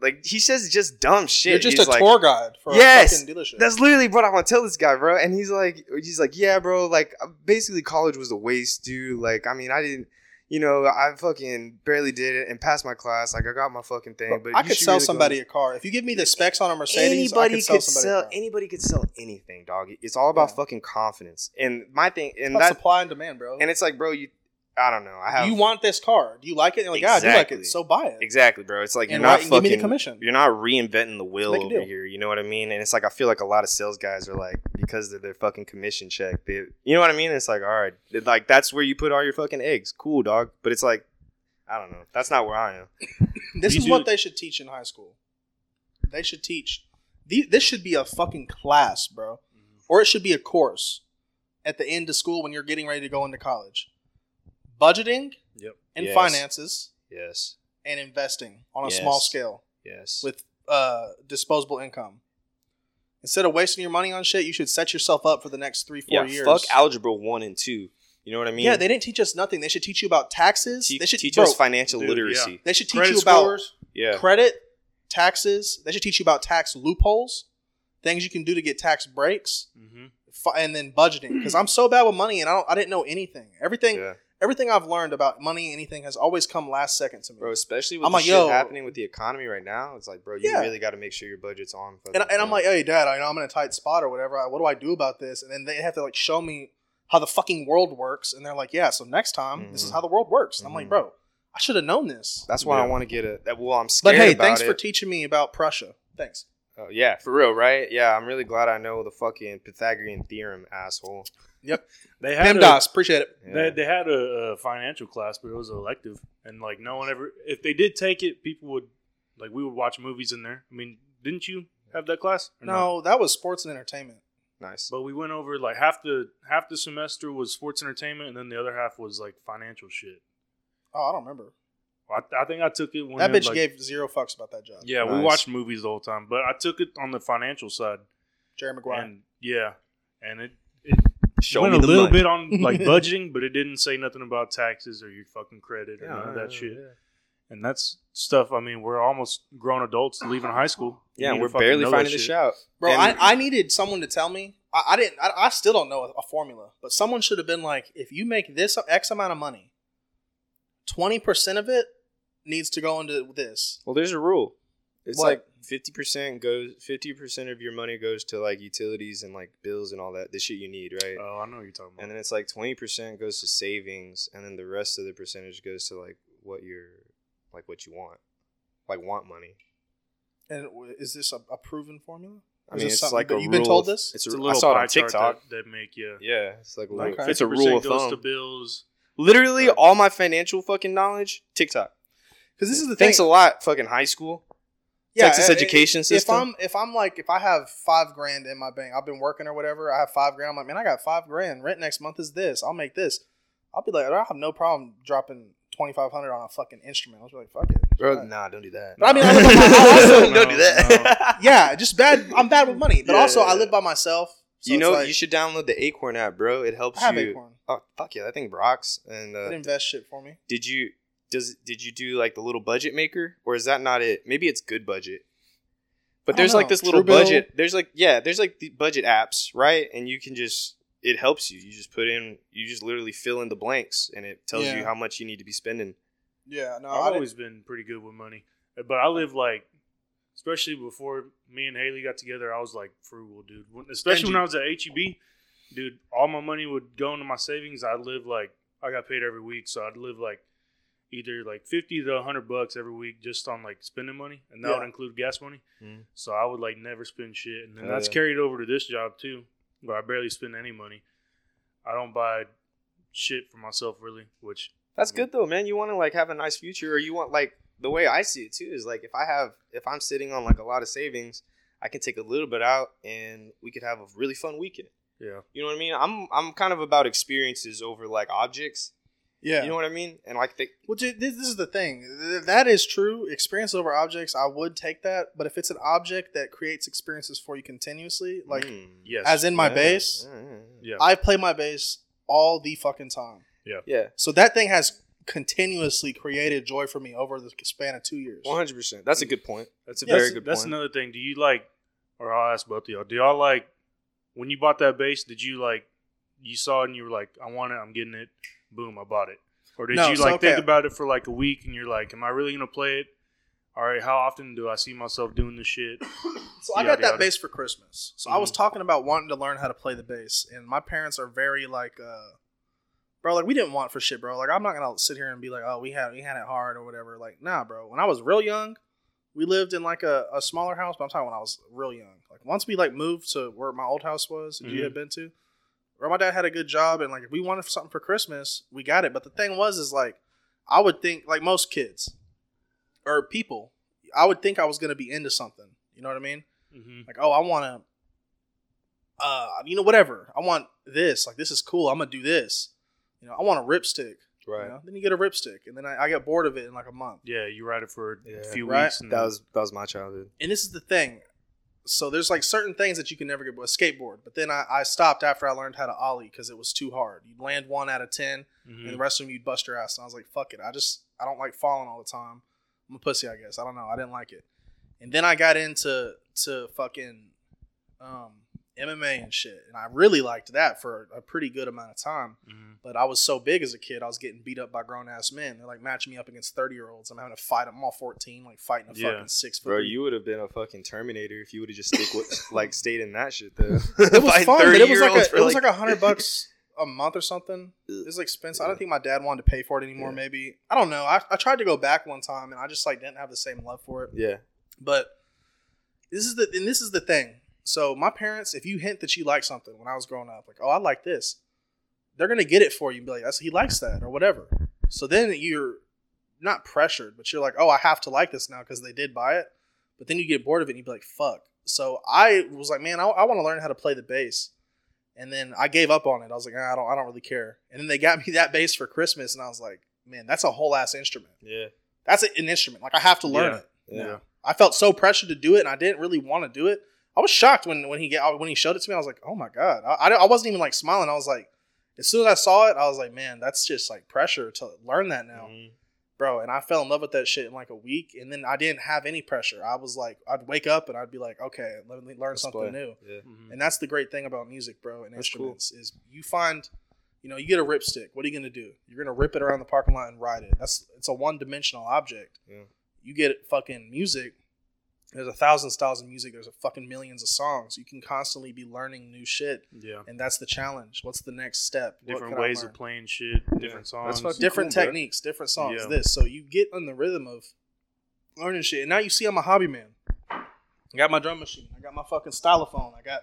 like, he says just dumb shit. Mm-hmm. You're just He's a like, tour guide for Yes, a fucking dealership. that's literally what I want to tell this guy, bro. And he's like, he's like, yeah, bro. Like, uh, basically, college was a waste, dude. Like, I mean, I didn't, you know, I fucking barely did it and passed my class. Like, I got my fucking thing. But, I you could should sell really go- somebody a car if you give me the specs on a Mercedes. I anybody could sell could somebody. sell. a car. Anybody could sell anything, dog. It's all about Yeah. fucking confidence. And my thing, and About that, supply and demand, bro. and it's like, bro, you, I don't know. I have you want this car? Do you like it? And you're like, yeah, I do like Exactly. it. So buy it. exactly, bro. It's like And you're write- not and fucking. give me the commission. You're not reinventing the wheel Make a over deal. here. You know what I mean? And it's like I feel like a lot of sales guys are like because of their fucking commission check. They, you know what I mean? It's like all right, it- like that's where you put all your fucking eggs. Cool, dog. But it's like I don't know. That's not where I am. This You is do- what they should teach in high school. They should teach. the- This should be a fucking class, bro, Mm-hmm. or it should be a course at the end of school when you're getting ready to go into college. budgeting Yep. and Yes. finances Yes. and investing on a Yes. small scale Yes. with uh, disposable income. Instead of wasting your money on shit, you should set yourself up for the next three, yeah, four years. fuck algebra one and two. You know what I mean? yeah, they didn't teach us nothing. They should teach you about taxes. Te- they should teach bro, us financial Dude, literacy. They should teach Credit you about scores? Yeah. credit, taxes. They should teach you about tax loopholes, things you can do to get tax breaks, Mhm. fi- and then budgeting. Because I'm so bad with money, and I don't, I didn't know anything. Everything, Yeah. everything I've learned about money, anything has always come last second to me. Bro, especially with I'm the like, shit yo. happening with the economy right now, it's like, bro, you Yeah. really got to make sure your budget's on. fucking and, and I'm point. like, hey, dad, I know I'm in a tight spot or whatever. I- What do I do about this? And then they have to like show me how the fucking world works. And they're like, yeah, so next time, this is Mhm. how the world works. And I'm like, Mhm. bro, I should have known this. that's why I Yeah. want to get a. That, well, I'm But scared. hey, about thanks it. for teaching me about Prussia. Thanks. Oh, yeah, for real, right? Yeah, I'm really glad I know the fucking Pythagorean theorem, asshole. They had a, PEMDAS, appreciate it. Yeah. they, they had a, a financial class, but it was elective, and like no one ever. If they did take it, people would like we would watch movies in there. I mean, didn't you have that class? Or No, that was sports and entertainment. nice. But we went over like half the half the semester was sports entertainment, and then the other half was like financial shit. Oh, I don't remember. I, I think I took it when that it, bitch like- gave zero fucks about that job. Yeah, we Nice. watched movies the whole time, but I took it on the financial side, Jerry Maguire. and yeah, and it it Show went me a the little money. bit on like budgeting, but it didn't say nothing about taxes or your fucking credit or Yeah, none of yeah, that yeah, shit. yeah. And that's stuff. I mean, we're almost grown adults leaving high school. You Yeah, need to we're fucking barely know that finding the shit. shout. Bro, And- I, I needed someone to tell me. I, I didn't. I, I still don't know a, a formula, but someone should have been like, if you make this X amount of money, twenty percent of it needs to go into this. Well, there's a rule. It's What? like fifty percent goes. Fifty percent of your money goes to like utilities and like bills and all that. The shit you need, right? Oh, I know what you're talking and about. then it's like twenty percent goes to savings, and then the rest of the percentage goes to like what you're, like what you want, like want money. And w- is this a, a proven formula? I Is mean, this it's something like that a you've been rule told of- this? It's, It's a, a I little saw it on pie chart TikTok. that, that make you. Yeah, it's like a Like rule. Okay. It's a rule of goes thumb. to bills. Literally, Right. all my financial fucking knowledge, TikTok. Because this is the Thanks thing. a uh, lot, fucking high school. Texas education If system. I'm if I'm like if I have five grand in my bank, I've been working or whatever. I have five grand. I'm like, man, I got five grand. Rent next month is this. I'll make this. I'll be like, I have no problem dropping twenty five hundred on a fucking instrument. I was like, fuck it. Bro, Right. nah, don't do that. But I mean, I live by my- I also- don't do No, that. yeah, just bad. I'm bad with money, but Yeah, also yeah, I yeah. live by myself. So you it's know, like, you should download the Acorn app, bro. It helps I have you. Acorn. Oh fuck yeah, that thing rocks. And It uh, invests shit for me. did you does did you do like the little budget maker, or is that not it? Maybe it's good budget. But I don't there's like know. this little Truebill? budget. There's like yeah, there's like the budget apps, right? And you can just it helps you. You just put in, you just literally fill in the blanks, and it tells Yeah. you how much you need to be spending. Yeah, no, Oh, I I've always. always been pretty good with money, uh, but I live like, especially before me and Haley got together, I was like frugal, dude. When- Especially when I was at HEB, dude. All my money would go into my savings. I'd live like I got paid every week, so I'd live like either like fifty to hundred bucks every week just on like spending money, and that Yeah. Mm-hmm. would include gas money. Mhm. So I would like never spend shit, and then Oh, that's yeah. carried over to this job too, where I barely spend any money. I don't buy shit for myself really, which That's Mm-hmm. Mhm. good though, man. You want to like have a nice future, or you want like the way I see it too is like if I have if I'm sitting on like a lot of savings, I can take a little bit out and we could have a really fun weekend. yeah, You know what I mean? I'm I'm kind of about experiences over like objects. Yeah. You know what I mean? And like the Well, dude, this, this is the thing. Th- That is true. Experience over objects, I would take that. But if it's an object that creates experiences for you continuously, like Mm. yes, as in my Yeah. bass, Yeah, yeah, yeah. yeah. I play my bass all the fucking time. Yeah, So that thing has continuously created joy for me over the span of two years. one hundred percent. That's a good point. That's a Yeah, very that's- good. that's That's another thing. Do you like, or I'll ask both of y'all. Do y'all like when you bought that bass? Did you like you saw it and you were like, I want it. I'm getting it. Boom, I bought it. Or did No, you so, like okay. think about it for like a week and you're like, Am I really gonna play it? All right, how often do I see myself doing this shit? So I Yada, got that yada. Mm-hmm. bass for Christmas. So I was talking about wanting to learn how to play the bass, and my parents are very like, uh, bro, like we didn't want for shit, bro. Like I'm not gonna sit here and be like, oh, we had we had it hard or whatever. Like nah, bro. When I was real young, we lived in like a, a smaller house, but I'm talking when I was real young. Like once we like moved to where my old house was, that you Mhm. had been to, where my dad had a good job, and like if we wanted something for Christmas, we got it. But the thing was, is like I would think like most kids or people, I would think I was gonna be into something. You know what I mean? Mm-hmm. like oh i want to uh you know whatever i want this like this is cool i'm gonna do this you know i want a ripstick Right. You know? Then you get a ripstick, and then I, I got bored of it in like a month. Yeah, you ride it for Yeah. a few Right. weeks. And That was that was my childhood. And this is the thing. So there's like certain things that you can never get. A skateboard, but then I, I stopped after I learned how to ollie because it was too hard. You'd land one out of 10 Mhm. Mm-hmm. and the rest of them you'd bust your ass. And I was like, fuck it. I just I don't like falling all the time. I'm a pussy, I guess. I don't know. I didn't like it. And then I got into to fucking um, MMA and shit, and I really liked that for a pretty good amount of time. Mhm. But I was so big as a kid, I was getting beat up by grown ass men. They're like matching me up against thirty year olds. I'm having to fight them all fourteen, like fighting a Yeah. fucking six foot. Bro, three- you would have been a fucking Terminator if you would have just stick with like stayed in that shit though. it was fun, but it was like a, it was like a a hundred bucks a month or something. It was expensive. I don't think my dad wanted to pay for it anymore. Yeah. Maybe I don't know. I, I tried to go back one time, and I just like didn't have the same love for it. yeah. But this is the and this is the thing. So my parents, if you hint that you like something when I was growing up, like oh I like this, they're gonna get it for you and be like that's he likes that or whatever. So then you're not pressured, but you're like oh I have to like this now because they did buy it. But then you get bored of it and you be like fuck. So I was like man I, I want to learn how to play the bass. And then I gave up on it. I was like, "Ah, I don't, I don't really care. And then they got me that bass for Christmas, and I was like, man, that's a whole ass instrument. Yeah. That's a- an instrument. Like I have to learn Yeah. it. Yeah. Yeah. I felt so pressured to do it, and I didn't really want to do it. I was shocked when when he get, when he showed it to me. I was like, "Oh my god!" I, I, I wasn't even like smiling. I was like, as soon as I saw it, I was like, "Man, that's just like pressure to learn that now, Mhm. bro." And I fell in love with that shit in like a week, and then I didn't have any pressure. I was like, I'd wake up and I'd be like, "Okay, let me learn Let's something play. new." Yeah. Mhm. And that's the great thing about music, bro, and That's cool. instruments is you find, you know, you get a ripstick. What are you gonna do? You're gonna rip it around the parking lot and ride it. That's it's a one dimensional object. Yeah. You get fucking music. There's a thousand styles of music. There's a fucking millions of songs. You can constantly be learning new shit, Yeah. and that's the challenge. What's the next step? What Different can I ways learn? of playing shit, different songs. fucking different cool, bro. techniques, different songs. Yeah. This, so you get in the rhythm of learning shit. And now you see, I'm a hobby man. I got my drum machine. I got my fucking stylophone. I got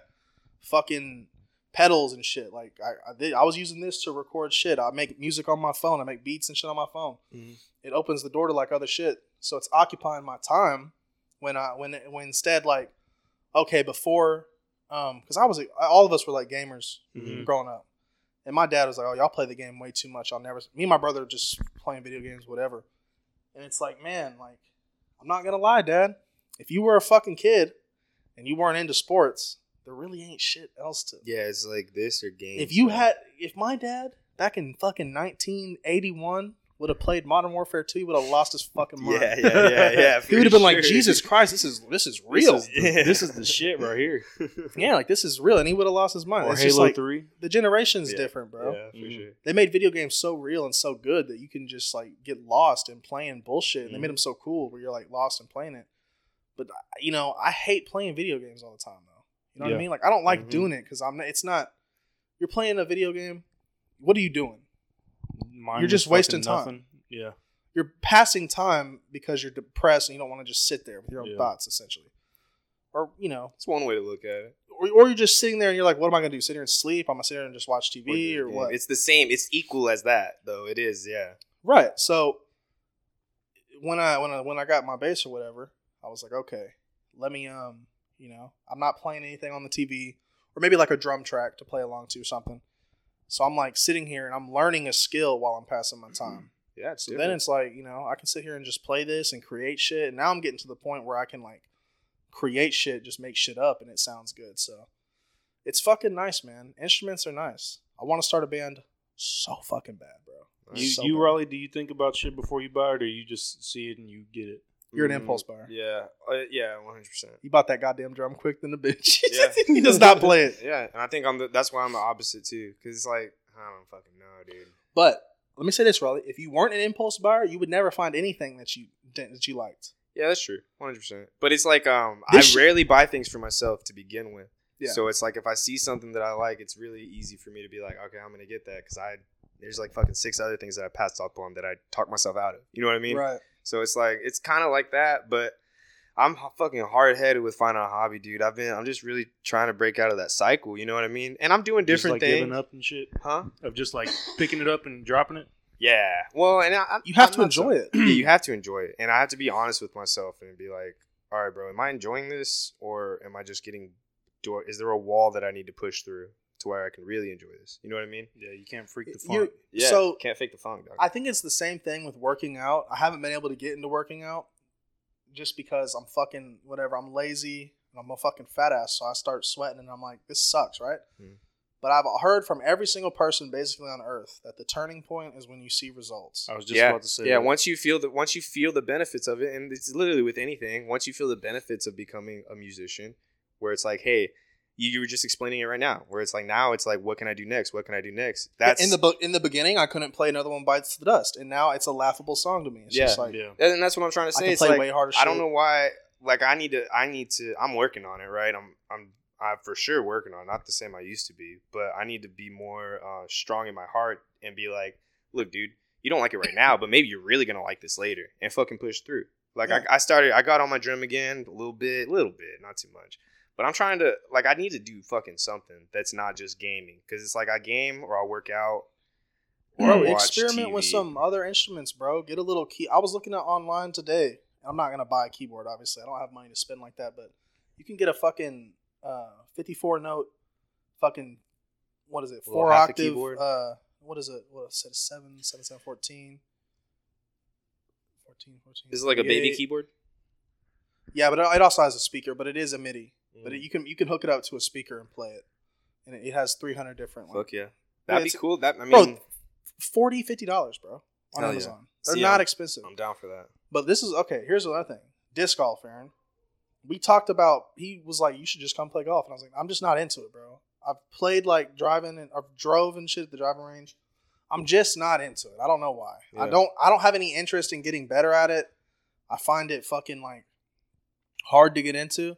fucking pedals and shit. Like I, I did. I was using this to record shit. I make music on my phone. I make beats and shit on my phone. Mhm. It opens the door to like other shit. So it's occupying my time when I when when instead like okay before um because I was a- all of us were like gamers Mhm. growing up. And my dad was like, "Oh, y'all play the game way too much. I'll never." Me and my brother just playing video games, whatever. And it's like, man, like I'm not gonna lie, Dad. If you were a fucking kid and you weren't into sports, there really ain't shit else to. Yeah, it's like this or games. If you bro. had, if my dad back in fucking 1981 would have played Modern Warfare 2, he would have lost his fucking mind. Yeah, yeah, yeah, yeah. he would have been for like, sure. "Jesus Christ, this is this is This real." is the- this is the shit right here. yeah, like this is real, and he would have lost his mind. Or it's just Halo like Three. the generation's Yeah, different, bro. Yeah, for Mhm. sure. they made video games so real and so good that you can just like get lost in playing Mm-hmm. bullshit. And they made them so cool where you're like lost in playing it. But uh, you know, I hate playing video games all the time though. You know what Yeah. I mean? Like I don't like Mhm. doing it because I'm. Not, it's not. You're playing a video game. What are you doing? Mine You're was just fucking wasting time. nothing. Yeah. You're passing time because you're depressed and you don't want to just sit there with your own Yeah. thoughts, essentially. Or you know, It's one way to look at it. or, or you're just sitting there and you're like, what am I gonna do? Sit here and sleep? I'm gonna sit here and just watch Or TV just or game. what? It's the same. It's equal as that, though. It is. Yeah. Right. So when I when I when I got my bass or whatever, I was like, okay, let me um, you know, I'm not playing anything on the TV or maybe like a drum track to play along to or something. So I'm like sitting here and I'm learning a skill while I'm passing my time. Yeah. It's So then it's like, you know, I can sit here and just play this and create shit. And now I'm getting to the point where I can like create shit, just make shit up and it sounds good. So it's fucking nice, man. Instruments are nice. I want to start a band so fucking bad, bro. You, So you bad. Raleigh, do you think about shit before you buy it, or you just see it and you get it? You're an Mhm. impulse buyer. Yeah. Uh, yeah. One hundred percent. He bought that goddamn drum quick than the bitch. Yeah. he does not play it. Yeah, and I think I'm the, that's why I'm the opposite too, because it's like I don't fucking know, dude. But let me say this, Raleigh. If you weren't an impulse buyer, you would never find anything that you didn't, that you liked. Yeah, that's true, 100. percent But it's like um, This I shit- rarely buy things for myself to begin with. Yeah. So it's like if I see something that I like, it's really easy for me to be like, okay, I'm gonna get that because I there's like fucking six other things that I passed up on that I talked myself out of. You know what I mean? right. So it's like it's kind of like that, but I'm h- fucking hard headed with finding a hobby, dude. I've been I'm just really trying to break out of that cycle. You know what I mean? And I'm doing Just, different like giving things, up and shit huh? of just like picking it up and dropping it. Yeah. Well, and I, I, You have I'm to not enjoy it. yeah, you have to enjoy it. And I have to be honest with myself and be like, all right, bro, am I enjoying this or am I just getting, do I, is there a wall that I need to push through to where I can really enjoy this. You know what I mean? Yeah, you can't freak the You- funk. Yeah. So- can't fake the funk, dog. I think it's the same thing with working out. I haven't been able to get into working out just because I'm fucking whatever. I'm lazy and I'm a fucking fat ass, so I start sweating and I'm like, this sucks, right? Mhm. But I've heard from every single person basically on earth that the turning point is when you see results. I was just yeah, about to say. yeah. that. Once you feel the once you feel the benefits of it, and it's literally with anything. Once you feel the benefits of becoming a musician, where it's like, hey, you, you were just explaining it right now. Where it's like now, it's like, what can I do next? What can I do next? That's in the bu- in the beginning, I couldn't play another one bites the dust, and now it's a laughable song to me. It's just Yeah. like yeah. and that's what I'm trying to I say. can It's play like, way harder. I don't shit. know why. Like I need to. I need to. I'm working on it, right? I'm. I'm. I'm for sure working on. it. Not the same I used to be, but I need to be more uh, strong in my heart and be like, look, dude, you don't like it right now, but maybe you're really gonna like this later, and fucking push through. Like Yeah. I, I started. I got on my drum again, a little bit, little bit, not too much. But I'm trying to like I need to do fucking something that's not just gaming because it's like I game or I work out. or I watch Bro, Hmm. experiment with TV. some other instruments, bro. Get a little key. I was looking at online today. I'm not gonna buy a keyboard, obviously. I don't have money to spend like that, but you can get a fucking uh, 54 note, fucking what is it? Little Four half a octave. keyboard? Uh, what is it? What is it? Seven, seven, seven, 14. 14, 14. This is like a baby 48. keyboard. Yeah, but it also has a speaker, but it is a MIDI. But it, Mm. you can you can hook it up to a speaker and play it, and it, it has 300 different. like, Fuck yeah, Yeah, that'd it's- be cool. That I mean, Bro, 40 50 dollars bro Hell on yeah. amazon they're See, not I'm- expensive I'm down for that. but this is okay here's another thing disc golf aaron we talked about he was like you should just come play golf and i was like i'm just not into it bro i've played like driving and i've drove and shit at the driving range i'm just not into it i don't know why i Yeah. don't i don't have any interest in getting better at it i find it fucking like hard to get into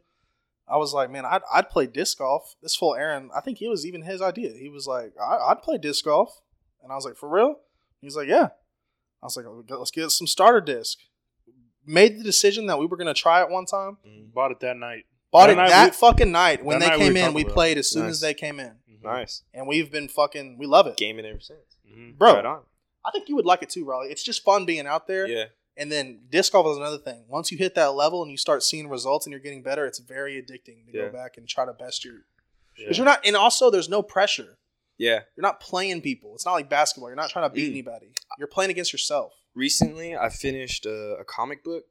I was like, man, I'd, I'd play disc golf. This full Aaron, I think he was even his idea. He was like, I, I'd play disc golf. And I was like, for real? He was like, yeah. I was like, let's get some starter disc. Made the decision that we were going to try it one time. Bought it that night. Bought That it night that we- fucking night. When that they night we came were in, talking we about it. played as soon Nice. as they came in. Mhm. Mm-hmm. Nice And we've been fucking, we love it. gaming ever since, Mhm. Bro, Right on. I think you would like it too, Raleigh. It's just fun being out there. Yeah, And then disc golf is another thing. Once you hit that level and you start seeing results and you're getting better, it's very addicting to Yeah. go back and try to best your Yeah. Because you're not, and also there's no pressure. yeah. You're not playing people. It's not like basketball. You're not trying to beat Mm. anybody. You're playing against yourself. Recently, I finished uh, a, a comic book,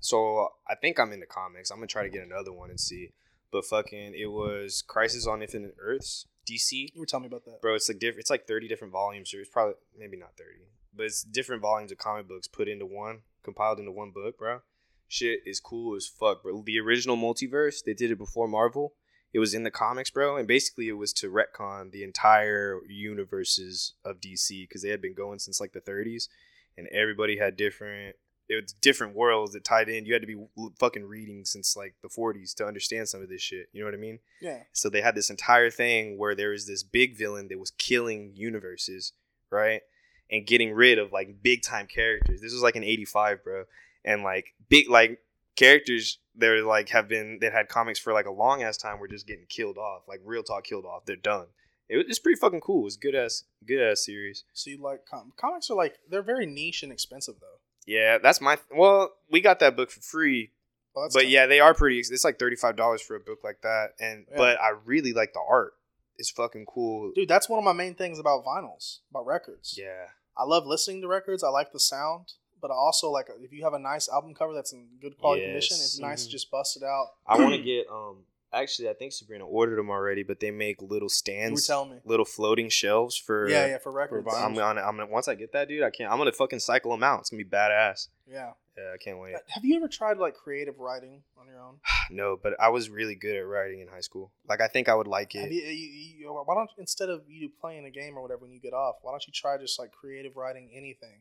so I think I'm into comics. I'm gonna try to get another one and see. But fucking, it was Crisis on Infinite Earths, DC. You were telling me about that. Bro, it's like diff- It's like thirty different volumes, or it's probably maybe not thirty, but it's different volumes of comic books put into one, compiled into one book, bro. Shit is cool as fuck, bro. The original multiverse, they did it before Marvel. It was in the comics, bro, and basically it was to retcon the entire universes of DC because they had been going since like the 30s, and everybody had different. It was different worlds that tied in. You had to be l- fucking reading since like the 40s to understand some of this shit. You know what I mean? Yeah. So they had this entire thing where there was this big villain that was killing universes, right? And getting rid of like big time characters. This was like an 85, bro. And like big like characters that are like have been that had comics for like a long ass time were just getting killed off, like real talk killed off. They're done. It was it's pretty fucking cool. It was good ass good ass series. So you like com- comics are like they're very niche and expensive though. Yeah, that's my well, we got that book for free Well, that's but tough. yeah, they are pretty. It's like thirty five dollars for a book like that, and Yeah. but I really like the art. It's fucking cool. dude, that's one of my main things about vinyls, about records. Yeah, I love listening to records. I like the sound, but I also like if you have a nice album cover that's in good quality condition, Yes. mm-hmm. it's nice Mhm. to just bust it out. I want to get. Um, actually, I think Sabrina ordered them already, but they make little You were stands, telling me. little floating shelves for. yeah, yeah, for records. I'm gonna, I'm gonna, once I get that, dude, I can't. I'm gonna fucking cycle them out. It's gonna be badass. yeah. Yeah, I can't wait. Have you ever tried like creative writing on your own? No, but I was really good at writing in high school. Like I think I would like Have it. you, you, you, why don't instead of you playing a game or whatever when you get off, why don't you try just like creative writing anything?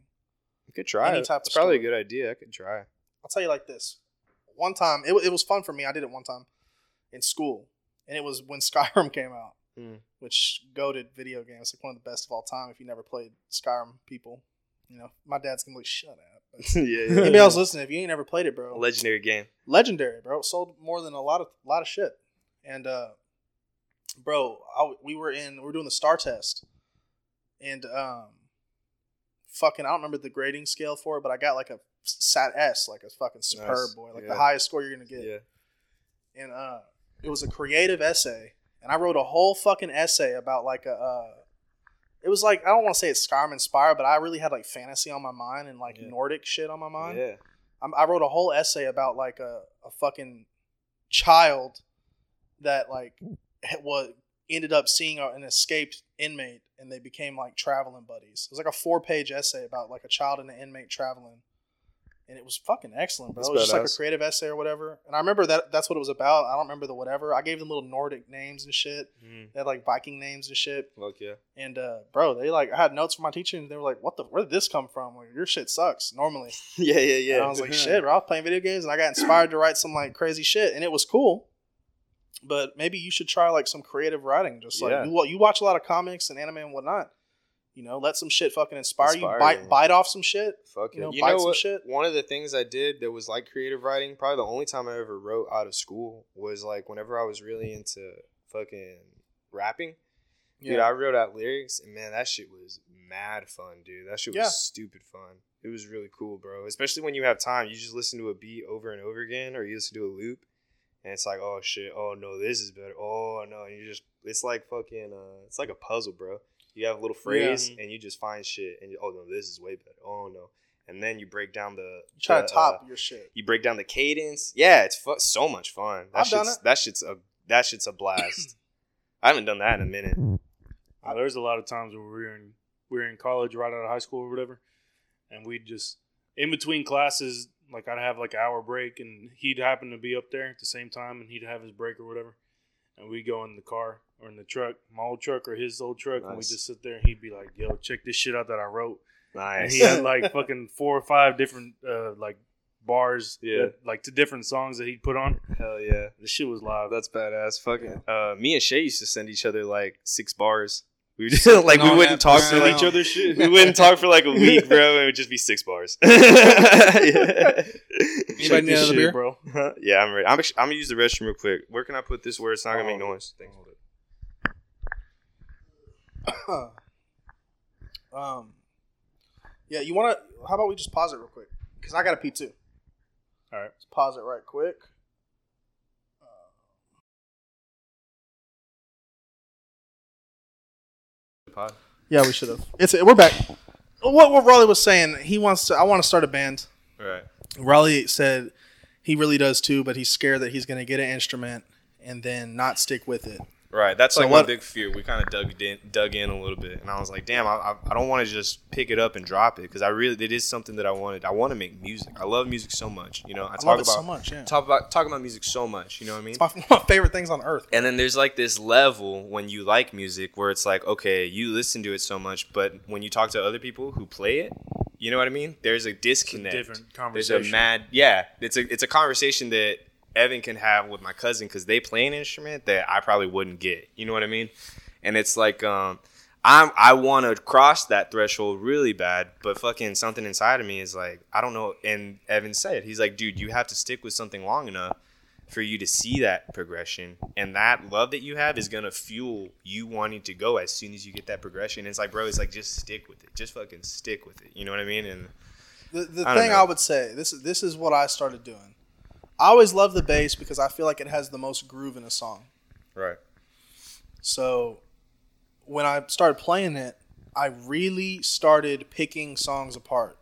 I could try. any it. type of it's probably a story. good idea. I could try. I'll tell you like this: one time, it, wa- it was fun for me. I did it one time in school, and it was when Skyrim came out, Mm. which goaded video games like one of the best of all time. If you never played Skyrim, people, you know, my dad's gonna be like, shut up. But yeah, Anybody else listening? If you ain't never played it, bro, Legendary game. legendary, bro. It sold more than a lot of lot of shit. And uh, bro, I, we were in we were doing the star test, and um, fucking I don't remember the grading scale for it, but I got like a sat S, like a fucking superb Nice. boy, like Yeah. the highest score you're gonna get. Yeah. And uh, it was a creative essay and I wrote a whole fucking essay about like a. Uh, it was like I don't want to say it's Skyrim inspired, but I really had like fantasy on my mind and like Yeah. Nordic shit on my mind. Yeah. I'm, I wrote a whole essay about like a, a fucking child that like ha- was ended up seeing a, an escaped inmate and they became like traveling buddies. It was like a four page essay about like a child and an inmate traveling. And it was fucking excellent, bro. That's it was just like a badass. creative essay or whatever. And I remember that that's what it was about. I don't remember the whatever. I gave them little Nordic names and shit. Mm. They had like Viking names and shit. Fuck yeah. And uh, bro, they like I had notes from my teacher and they were like, What the where did this come from? Like your shit sucks normally. Yeah, yeah, yeah. And I was like, shit, bro, I was playing video games and I got inspired to write some like crazy shit and it was cool. But maybe you should try like some creative writing. Just like Yeah. you, wa- you watch a lot of comics and anime and whatnot. You know, let some shit fucking inspire, you. Inspire Bite you. bite off some shit. Fuck You yeah. know, You bite know some what? shit. One of the things I did that was like creative writing, probably the only time I ever wrote out of school was like whenever I was really into fucking rapping. Dude, I wrote out lyrics, and man, that shit was mad fun, dude. That shit was Yeah. stupid fun. It was really cool, bro. Especially when you have time, you just listen to a beat over and over again, or you listen to a loop, and it's like, oh shit, oh no, this is better. Oh no, and you just, it's like fucking, uh, it's like a puzzle, bro. You have a little phrase, and you just find shit, and you, oh no, this is way better. Oh no, and then you break down the You try the, to uh, top your shit. you break down the cadence. Yeah, it's fu- so much fun. That I've shit's done it. that shit's a that shit's a blast. I haven't done that in a minute. Now, there's a lot of times where we were in we were in college right out of high school or whatever, and we'd just in between classes, like I'd have like an hour break and he'd happen to be up there at the same time and he'd have his break or whatever. And we'd go in the car or in the truck, my old truck or his old truck, and we'd Nice. just sit there and he'd be like, Yo, check this shit out that I wrote. And Nice. he had like fucking four or five different uh like bars Yeah. that- like to different songs that he'd put on. Hell yeah. The shit was live. That's badass. Fucking uh me and Shay used to send each other like six bars. We would just like we on wouldn't that talk for brown. like each other shit. we wouldn't talk for like a week, bro. and It would just be six bars. yeah. Anybody need this another shit, beer? bro. Yeah, I'm ready. I'm, actu- I'm gonna use the restroom real quick. Where can I put this where it's not gonna make noise? Thanks. um, yeah, you want to? How about we just pause it real quick? Because I got a pee too. All right. Let's pause it right quick. Yeah, we should have. It's we're back. What what Raleigh was saying, he wants to. I want to start a band. Right. Raleigh said he really does too, but he's scared that he's going to get an instrument and then not stick with it. Right. That's So like what- my big fear. We kind of dug in, dug in a little bit, and I was like, damn, I, I, I don't want to just pick it up and drop it because I really it is something that I wanted. I want to make music. I love music so much. You know, I, I talk love it about so much. Yeah, talk about talk about music so much. You know what I mean? it's my, one of my favorite things on earth. And then there's like this level when you like music where it's like, okay, you listen to it so much, but when you talk to other people who play it, you know what I mean? There's a disconnect. different There's a conversation. mad, yeah. It's a it's a conversation that Evan can have with my cousin because they play an instrument that I probably wouldn't get. You know what I mean? And it's like, um, I'm I want to cross that threshold really bad, but fucking something inside of me is like, I don't know. And Evan said, he's like, dude, you have to stick with something long enough for you to see that progression and that love that you have is gonna fuel you wanting to go as soon as you get that progression. It's like, bro, it's like just stick with it, just fucking stick with it. You know what I mean? And The, the I don't thing know. I would say this is this is what I started doing. I always love the bass because I feel like it has the most groove in a song. right, So when I started playing it, I really started picking songs apart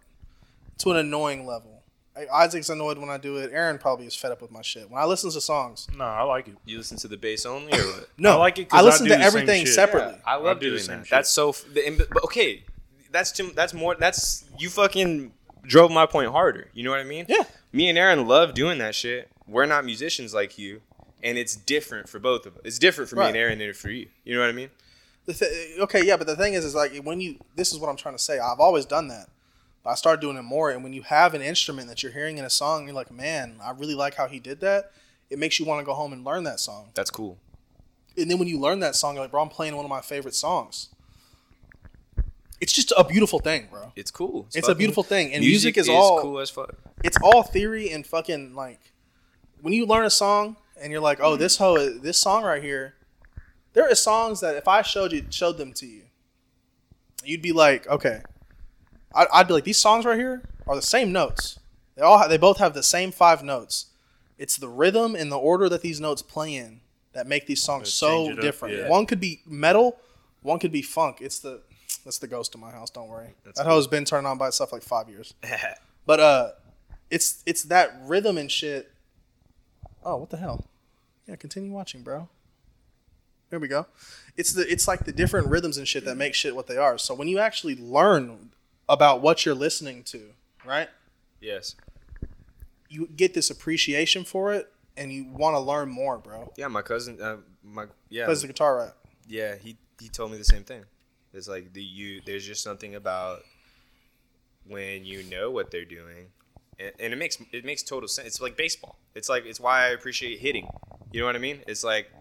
to an annoying level. I- Isaac's annoyed when I do it. Aaron probably is fed up with my shit. When I listen to songs, No, I like it. you listen to the bass only, or what? no, I like it 'cause I I listen do to the same everything shit. separately. I love I do the doing same that. shit. That's so. f- The, and- but okay, that's too, that's more. That's you fucking drove my point harder. You know what I mean? Yeah. Me and Aaron love doing that shit. We're not musicians like you, and it's different for both of us. It's different for me Right. and Aaron than it for you. You know what I mean? The th- okay, yeah, but the thing is, is like when you. This is what I'm trying to say. I've always done that. But I started doing it more, and when you have an instrument that you're hearing in a song, you're like, man, I really like how he did that. It makes you want to go home and learn that song. That's cool. And then when you learn that song, you're like, bro, I'm playing one of my favorite songs. It's just a beautiful thing, bro. It's cool. It's a fucking- beautiful thing, and music, is, all cool as fuck. it's all theory and fucking like when you learn a song and you're like, oh, this ho, this song right here. There are songs that if I showed you showed them to you, you'd be like, okay, I'd, I'd be like, these songs right here are the same notes. They all ha- they both have the same five notes. It's the rhythm and the order that these notes play in that make these songs That so change it up, different. yeah. One could be metal, one could be funk. It's the that's the ghost in my house. Don't worry, That's that cool. hoe's been turned on by itself like five years. But uh, it's it's that rhythm and shit. Oh, what the hell? Yeah, continue watching, bro. There we go. It's the it's like the different rhythms and shit that make shit what they are. So when you actually learn about what you're listening to, right? yes. You get this appreciation for it, and you want to learn more, bro. Yeah, my cousin. Uh, my yeah, Plays the guitar right. yeah. He he told me the same thing. It's like the you. There's just something about when you know what they're doing, and, and it makes it makes total sense. It's like baseball. It's like it's why I appreciate hitting. You know what I mean? It's like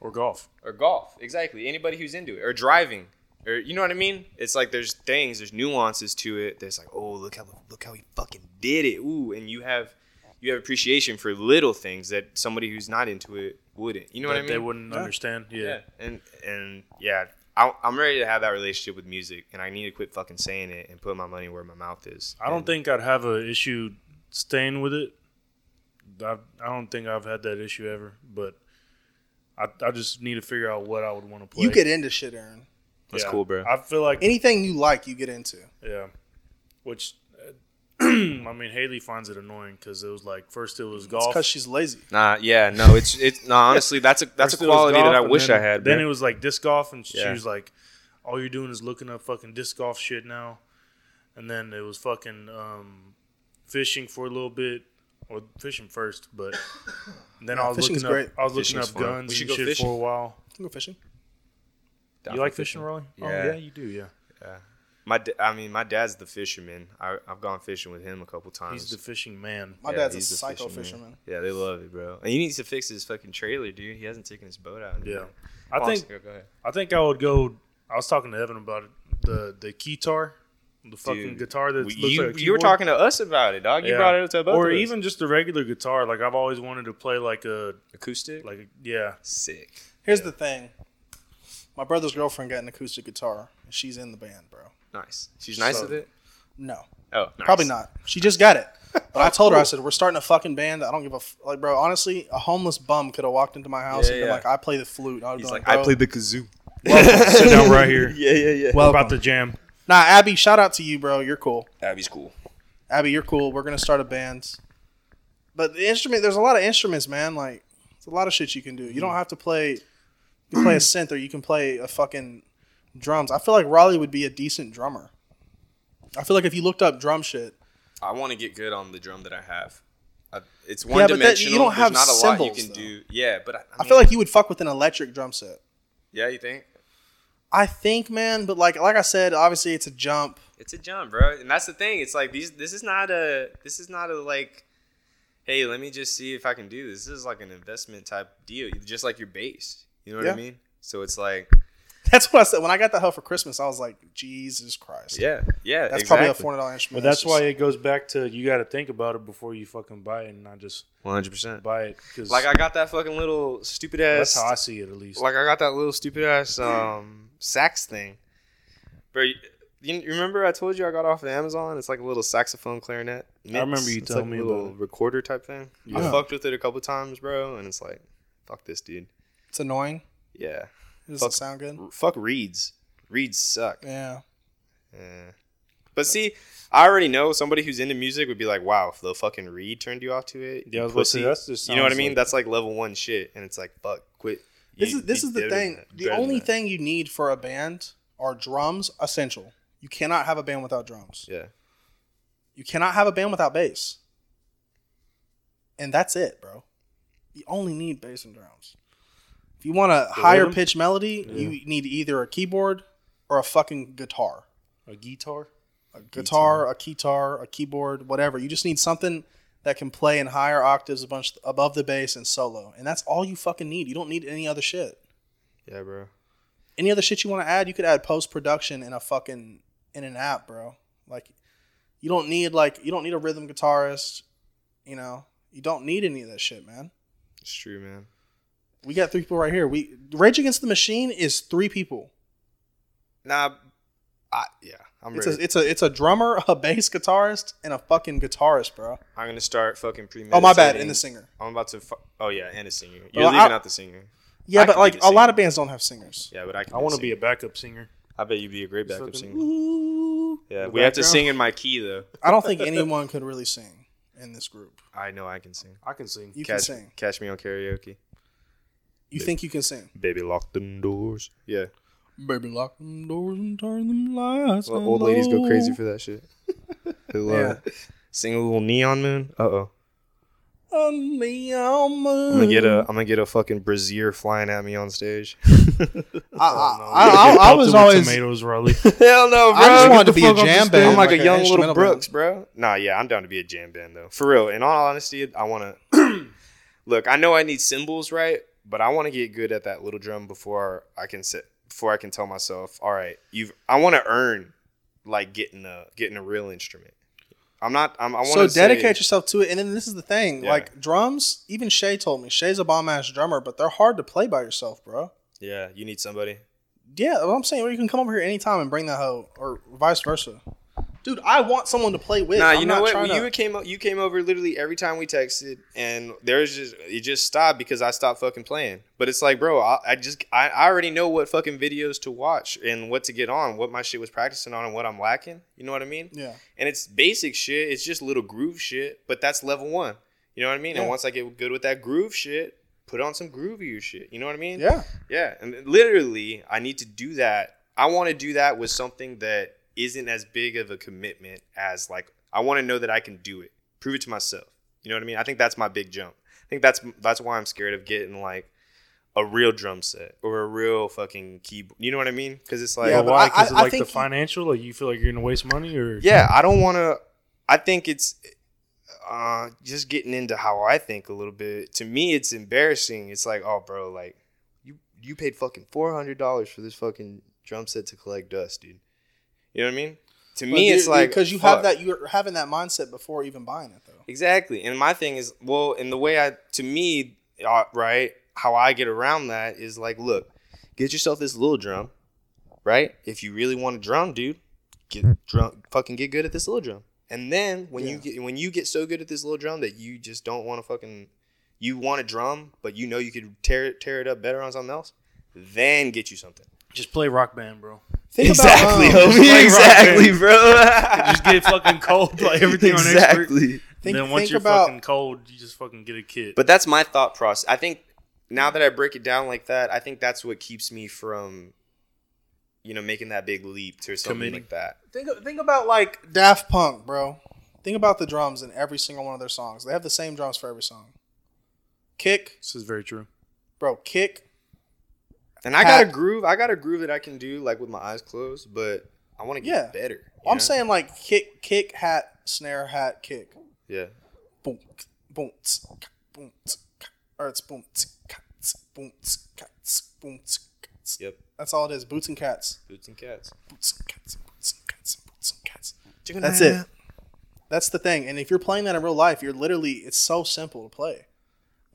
or golf. or golf exactly anybody who's into it or driving or you know what i mean it's like there's things there's nuances to it there's like oh look how look how he fucking did it ooh and you have you have appreciation for little things that somebody who's not into it wouldn't you know that what i mean They wouldn't Yeah. understand. Yeah. yeah and and yeah I, i'm ready to have that relationship with music and i need to quit fucking saying it and put my money where my mouth is I don't And- think I'd have a issue staying with it. I, I don't think I've had that issue ever, but I, I just need to figure out what I would want to play. You get into shit, Aaron. that's Yeah. cool bro I feel like Anything you like, you get into. Yeah, which uh, I mean, Haley finds it annoying because it was like first it was golf. because she's lazy. Nah, yeah, no, it's it's no. Honestly, that's a that's a First it was quality that golf, I and wish then- I had. Then bro. it was like disc golf, and she Yeah. was like, "All you're doing is looking up fucking disc golf shit now." And then it was fucking um, fishing for a little bit, or fishing first, but then I was fishing's looking up. great. I was looking Fishing's up fun. guns We should and go shit fishing. for a while. Can go fishing. you like fishing, Rolly? Yeah. Oh yeah, you do. Yeah, My, da- I mean, my dad's the fisherman. I, I've gone fishing with him a couple times. he's the fishing man. My Yeah, dad's a he's the psycho fisherman. Yeah, they love it, bro. And he needs to fix his fucking trailer, dude. He hasn't taken his boat out. in a Yeah, minute. I Oh, I'm think sorry, go ahead. I think I would go. I was talking to Evan about it. The the guitar, the fucking Dude, guitar that We- looks you, like a you were keyboard. talking to us about it, dog. You Yeah. brought it up to both or of us. even just the regular guitar. Like I've always wanted to play like a acoustic. like a, yeah. sick. Here's the thing. My brother's girlfriend got an acoustic guitar, and she's in the band, bro. Nice. She's nice So- with it. No, Oh, nice. Oh, probably not. She just got it. But I told her, I said, "We're starting a fucking band. I don't give a f-. like, bro. Honestly, a homeless bum could have walked into my house Yeah, and been yeah. like, I play the flute. I would He's be like, like, I bro, play the kazoo. Sit down right here. Yeah, yeah, yeah. We're welcome. About the jam. Nah, Abby, shout out to you, bro. You're cool. Abby's cool. Abby, you're cool. We're gonna start a band. But the instrument, there's a lot of instruments, man. Like, it's a lot of shit you can do. You Mm. don't have to play. You can play a synth, or you can play a fucking drums. I feel like Raleigh would be a decent drummer. I feel like if you looked up drum shit, I want to get good on the drum that I have. I, it's one but that- you dimensional. don't have There's not a lot you cymbals, can though. do. Yeah, but I, I, I feel mean- like you would fuck with an electric drum set. yeah, you think I think, man, but like like I said, obviously it's a jump. It's a jump, bro, and that's the thing. It's like these. This is not a. This is not a like. Hey, let me just see if I can do this. This is like an investment type deal, just like your base. You know what Yeah. I mean? So it's like, That's what I said. When I got that hell for Christmas, I was like, Jesus Christ. yeah, yeah, That's exactly. probably a four hundred dollar instrument. But that's It's why just- it goes back to you got to think about it before you fucking buy it and not just one hundred percent. buy it because Like I got that fucking little stupid ass. that's how I see it at least. Like I got that little stupid ass um sax thing, bro. You, you remember I told you I got off of Amazon? It's like a little saxophone clarinet. mix. remember you It's telling like me a about little it. recorder type thing. I Yeah. fucked with it a couple times, bro, and it's like, fuck this, dude. it's annoying. Yeah. It doesn't Fuck. sound good. R- fuck reeds. Reeds suck. Yeah. Eh. But see, I already know somebody who's into music would be like, wow, if the fucking reed turned you off to it, yeah, I you, was about to say, pussy. that's just you know what I sounds mean? like- That's like level one shit, and it's like, fuck, quit. This You- is this you is the better than thing. that. The Better than only that. thing you need for a band are drums essential. You cannot have a band without drums. Yeah. You cannot have a band without bass. And that's it, bro. You only need bass and drums. If you want a higher rhythm? pitch melody, Yeah. you need either a keyboard or a fucking guitar. a guitar. A guitar, a keytar, a keyboard, whatever. You just need something that can play in higher octaves a bunch above the bass and solo. And that's all you fucking need. You don't need any other shit. Yeah, bro. any other shit you want to add, you could add post production in a fucking in an app, bro. Like you don't need like you don't need a rhythm guitarist, you know. You don't need any of that shit, man. It's true, man. We got three people right here. We Rage Against the Machine is three people. Nah, I, yeah, I'm It's ready. a it's a it's a drummer, a bass guitarist, and a fucking guitarist, bro. I'm gonna start fucking pre. Oh my bad, and the singer. I'm about to. Fu- oh yeah, and a singer. Bro, You're leaving I- out the singer. Yeah, I but could like be the a lot singer. of bands don't have singers. Yeah, but I can. I want to be a backup singer. I bet you'd be a great backup Fucking- singer. Yeah, we have to background. sing in my key though. I don't think anyone could really sing in this group. I know I can sing. I can sing. You catch, can sing. Catch me on karaoke. You think you can sing? Baby, lock them doors. Yeah. Baby, lock them doors and turn them lights. Well, old ladies go crazy for that shit. They love it. Sing a little neon moon. Uh oh. I'm I'm gonna get a. I'm gonna get a fucking brazier flying at me on stage. I, Oh, no. I, You I, get I pelted was with always. tomatoes, Raleigh. Hell no, bro. I just wanted to the be a fuck off the jam stage. band. I'm I'm like, a an young little instrumental band. Brooks, bro. Nah, yeah, I'm down to be a jam band though, for real. In all honesty, I want to look. I know I need cymbals, right? But I want to get good at that little drum before I can sit. Before I can tell myself, all right, you've. I want to earn like getting a getting a real instrument. I'm not. I'm, I want So to dedicate yourself to it. And then this is the thing: Yeah. like drums. Even Shay told me Shay's a bomb ass drummer, but they're hard to play by yourself, bro. Yeah, you need somebody. Yeah, well, I'm saying, or you can come over here anytime and bring that hoe, or vice versa. Dude, I want someone to play with. Nah, I'm you know not what? trying to- You came o- you came over literally every time we texted, and there's just it just stopped because I stopped fucking playing. But it's like, bro, I, I just I, I already know what fucking videos to watch and what to get on, what my shit was practicing on, and what I'm lacking. You know what I mean? yeah, And it's basic shit. It's just little groove shit, but that's level one. You know what I mean? Yeah. And once I get good with that groove shit, put on some groovier shit. You know what I mean? yeah, Yeah, and literally, I need to do that. I want to do that with something that isn't as big of a commitment as like I want to know that I can do it, prove it to myself. You know what I mean? I think that's my big jump. I think that's that's why I'm scared of getting like a real drum set or a real fucking keyboard. You know what I mean? Because it's like, Yeah, But but why? I- Because I- I like the think you- financial, like you feel like you're gonna waste money, or yeah, I don't want to. I think it's uh, just getting into how I think a little bit. To me, it's embarrassing. It's like, oh, bro, like you you paid fucking four hundred dollars for this fucking drum set to collect dust, dude. You know what I mean? To me, it's like because you fuck. have that you're having that mindset before even buying it though. Exactly. And my thing is, well, and the way I, to me, uh, right, how I get around that is like, look, get yourself this little drum, right? If you really want to drum, dude, get drum, fucking get good at this little drum. And then when you get when you get so good at this little drum that you just don't want to fucking, you want to drum, but you know you could tear it tear it up better on something else, then get you something. just play Rock Band, bro. Think um, homie, like rock exactly, bro. Just get fucking cold, like everything on expert. Think- then once think you're about- fucking cold, you just fucking get a kit. But that's my thought process. I think now that I break it down like that, I think that's what keeps me from, you know, making that big leap to something Committing. like that. Think, think about like Daft Punk, bro. Think about the drums in every single one of their songs. They have the same drums for every song. Kick, this is very true. bro, kick. And I got a Pat- groove. I got a groove that I can do like with my eyes closed, but I want to get Yeah. better. you I'm know? saying like kick, kick, hat, snare, hat, kick. yeah. Boom, k- boom, tsk, k- boom, tsk, k- or it's boom, tsk, k- tsk, boom, tsk, k- tsk, boom, tsk, k- tsk. Yep. That's all it is. Boots and cats. Boots and cats. Boots and cats. Boots and cats. Boots and cats. That's it. That's the thing. And if you're playing that in real life, you're literally it's so simple to play.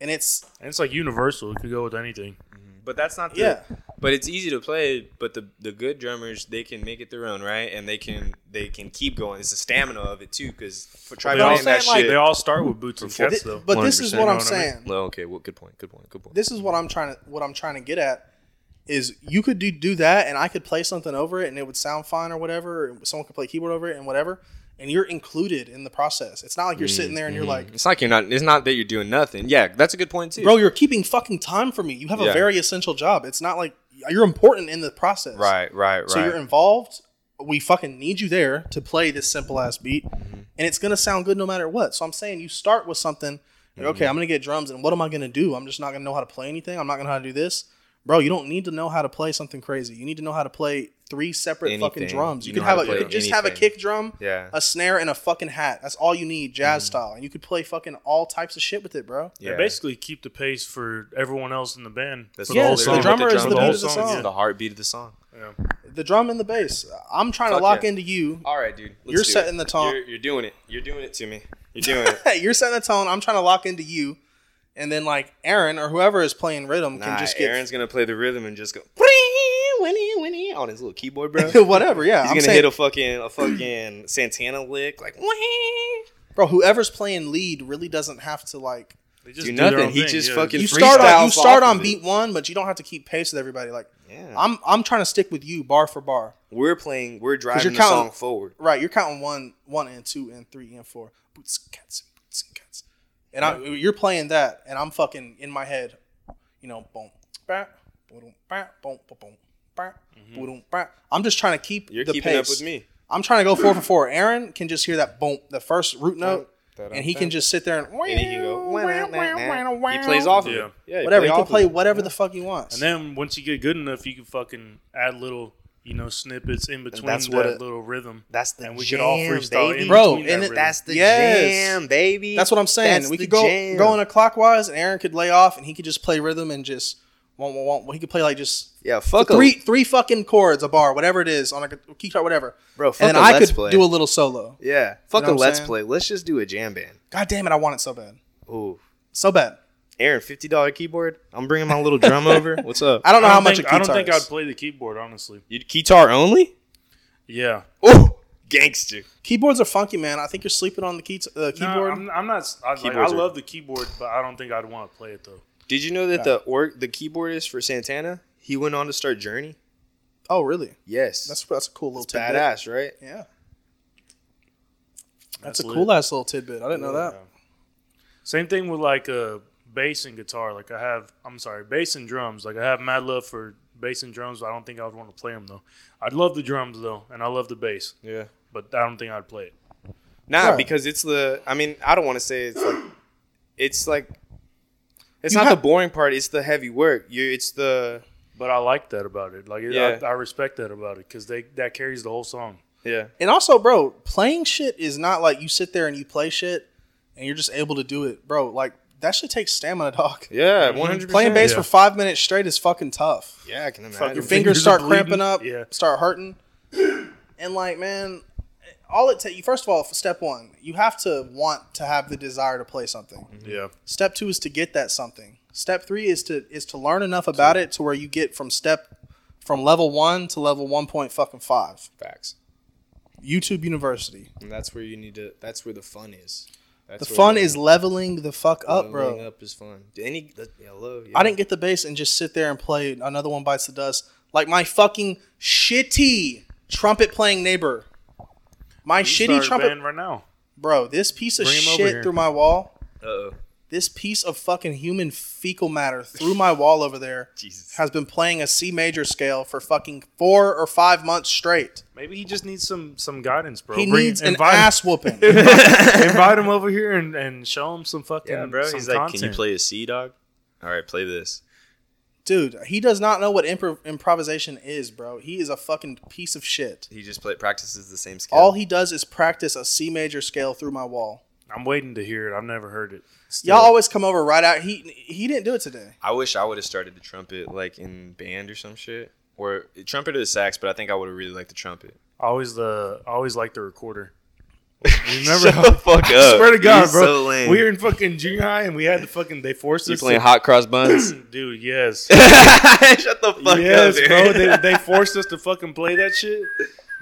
And it's And it's like universal. It could go with anything. But that's not the, yeah. But it's easy to play. But the the good drummers they can make it their own, right? And they can they can keep going. It's the stamina of it too, because for try They all, playing that saying, like- shit. they all start with boots and Before- cats, Thi- though. but this is 100%, what you I'm know what I mean? saying. Well, okay. Well, good point. Good point. Good point. This is what I'm trying to what I'm trying to get at is you could do do that and I could play something over it and it would sound fine or whatever. Or someone could play keyboard over it and whatever. And you're included in the process. It's not like you're sitting there and you're like, It's like you're not. It's not that you're doing nothing. Yeah, that's a good point too. bro, you're keeping fucking time for me. You have a Yeah. very essential job. It's not like you're important in the process. right, right, right. So you're involved. We fucking need you there to play this simple ass beat, Mm-hmm. and it's gonna sound good no matter what. So I'm saying you start with something. Like, okay, Mm-hmm. I'm gonna get drums, and what am I gonna do? I'm just not gonna know how to play anything. I'm not gonna know how to do this, bro. You don't need to know how to play something crazy. You need to know how to play three separate fucking Anything. drums. You, You could know how have a to you play could just have a anything. kick drum, yeah, Mm-hmm. a snare, and a fucking hat. That's all you need, jazz style, and you could play fucking all types of shit with it, bro. They basically keep the pace for everyone else in the band. That's for Yeah, the whole so song. the drummer is the whole beat of the song, song. yeah. the heartbeat of the song. Yeah. The drum and the bass. I'm trying Fuck to lock yeah. into you. All right, dude. You're setting the tone. You're, you're doing it. You're doing it to me. You're doing it. You're setting the tone. I'm trying to lock into you, and then like Aaron or whoever is playing rhythm can nah, just get Aaron's gonna play the rhythm and just go winnie winnie on his little keyboard, bro. He's whatever. Yeah, I'm gonna saying, hit a fucking a fucking Santana lick like. "Wee." bro. Whoever's playing lead really doesn't have to like. They just do their nothing. own He thing, just yeah. fucking You freestyles start on you off start of on it. beat one, but you don't have to keep pace with everybody. Like Yeah, I'm I'm trying to stick with you bar for bar. we're playing. We're driving you're the counting- song forward. Right, you're counting one one and two and three and four. Boots and cats and boots and cats. And I you're playing that and I'm fucking in my head, you know, boom, bah, boom, bah, boom, ba, boom, bah, boom, bah. I'm just trying to keep Mm-hmm. You're the keeping pace. up with me. I'm trying to go four for four. Aaron can just hear that boom, the first root note, and he can just sit there and, and he can go. "Wah, wah, wah, wah." He plays off of Yeah. it. Yeah, he whatever. He off can of play it. whatever the fuck he wants. And then once you get good enough, you can fucking add little, you know, snippets in between that's that what it- little rhythm. That's the and we jam, could all freestyle baby. in Bro, between and that it- rhythm. That's the Yes. jam, baby. That's what I'm saying. That's we the could go jam. go in a clockwise, and Aaron could lay off, and he could just play rhythm and just wah, wah, wah. He could play like just yeah, fuck three three, three fucking chords, a bar, whatever it is, on like a key chart, whatever. bro. Fuck And then a I let's could play. do a little solo. yeah, fuck know a what I'm let's saying? play. Let's just do a jam band. God damn it, I want it so bad, Ooh, so bad. Aaron, fifty dollar keyboard. I'm bringing my little drum over. What's up? I don't know I how don't, much think, a I don't guitar think is. I'd play the keyboard, honestly. You guitar only? Yeah. Ooh, gangster. Keyboards are funky, man. I think you're sleeping on the key uh, Keyboard? keyboard. I'm, I'm not. I, like, I Keyboards are- love the keyboard, but I don't think I'd want to play it though. Did you know that the or the keyboardist for Santana he went on to start Journey? oh, really? Yes, That's that's a cool little It's tidbit. badass, right? Yeah, that's, That's a lit. cool ass little tidbit. I didn't know that. Same thing with like uh, bass and guitar. Like I have, I'm sorry, bass and drums. Like I have mad love for bass and drums. But I don't think I would want to play them though. I'd love the drums though, and I love the bass, Yeah. but I don't think I'd play it. Nah, Right. because it's the. I mean, I don't want to say it's like. It's like. It's You not ha- the boring part. It's the heavy work. You. It's the. But I like that about it. Like it, Yeah. I, I respect that about it because they that carries the whole song. Yeah. And also, bro, playing shit is not like you sit there and you play shit and you're just able to do it, bro. Like that shit takes stamina, dog. Yeah. One hundred. Playing bass Yeah. for five minutes straight is fucking toff. Yeah, I can imagine. Fucking Your Fingers fingers start are bleeding. cramping up, Yeah. start hurting, and like, man, all it takes. You first of all, step one, you have to want to have the desire to play something. Mm-hmm. Yeah. Step two is to get that something. Step three is to is to learn enough about it to where you get from step from level one to level one point fucking five. facts. YouTube University. And that's where you need to. That's where the fun is. That's The where fun the- is leveling the fuck up, bro. leveling Up is fun. Any. the- yeah, love, yeah. I didn't get the bass and just sit there and play another one bites the dust like my fucking shitty trumpet playing neighbor. My shitty trumpet, band right now. bro. This piece of Bring him over shit here. through my wall. Uh-oh. This piece of fucking human fecal matter through my wall over there Jesus. has been playing a C major scale for fucking four or five months straight. Maybe he just needs some some guidance, bro. He Bring- needs an invite him- ass whooping. invite him over here and, and show him some fucking Yeah, bro. Some He's like, content. can you play a C dog? All right, play this. Dude, he does not know what improv- improvisation is, bro. He is a fucking piece of shit. He just play practices the same skill. All he does is practice a C major scale through my wall. I'm waiting to hear it. I've never heard it. Still. Y'all always come over right out. He he didn't do it today. I wish I would have started the trumpet like in band or some shit, or trumpet or the sax. But I think I would have really liked the trumpet. always the I always like the recorder. Shut Remember? the fuck up. I swear to God, You're bro. so lame. We were in fucking junior high and we had the fucking they forced You us. playing to, hot cross buns? dude? Yes, Shut the fuck yes, up, bro. bro. They, they forced us to fucking play that shit,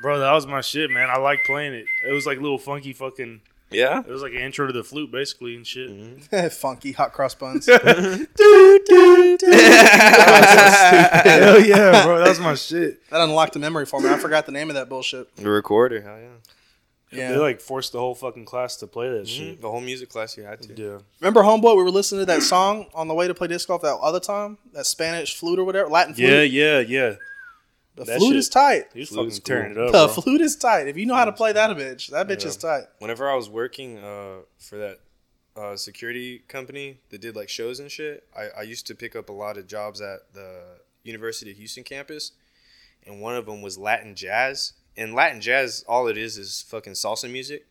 bro. That was my shit, man. I like playing it. It was like little funky fucking. yeah. It was like an intro to the flute, basically, and shit. Funky hot cross buns. the Hell yeah, bro. That was my shit. That unlocked a memory for me. I forgot the name of that bullshit. recorder, hell yeah. They Yeah. like forced the whole fucking class to play that shit. The whole music class you had to. Mm-hmm. Yeah. Remember Homeboy? We were listening to that song on the way to play disc golf that other time. That Spanish flute or whatever, Latin flute. Yeah, yeah, yeah. the that flute shit. is tight. He was Flute fucking is cool. tearing it up. The bro. flute is tight. If you know how to play that bitch, that bitch Yeah. is tight. Whenever I was working uh, for that uh, security company that did like shows and shit, I, I used to pick up a lot of jobs at the University of Houston campus, and one of them was Latin jazz. And Latin jazz, all it is is fucking salsa music.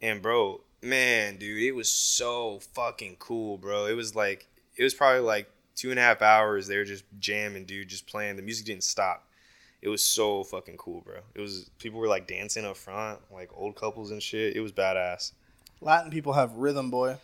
And bro, man, dude, it was so fucking cool, bro. It was like it was probably like two and a half hours. They were just jamming, dude, just playing. The music didn't stop. It was so fucking cool, bro. It was people were like dancing up front, like old couples and shit. It was badass. Latin people have rhythm, boy.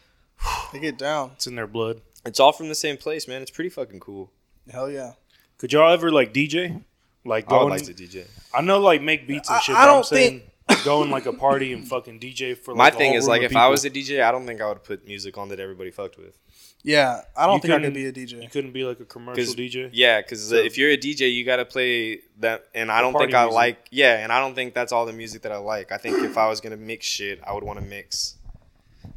They get down. It's in their blood. It's all from the same place, man. It's pretty fucking cool. Hell yeah. Could y'all ever like DJ? Like I go would like in- to DJ. I know like make beats and I- shit. I but I'm don't saying, think- go in like a party and fucking DJ for like My a thing whole is room like of if I people. was a DJ, I don't think I would put music on that everybody fucked with. Yeah, I don't You think I could couldn't- be a you DJ. couldn't be like a commercial 'Cause- DJ. Yeah, because So- if you're a DJ, you gotta play that, and I The don't think party I music. like. Yeah, and I don't think that's all the music that I like. I think if I was gonna mix shit, I would want to mix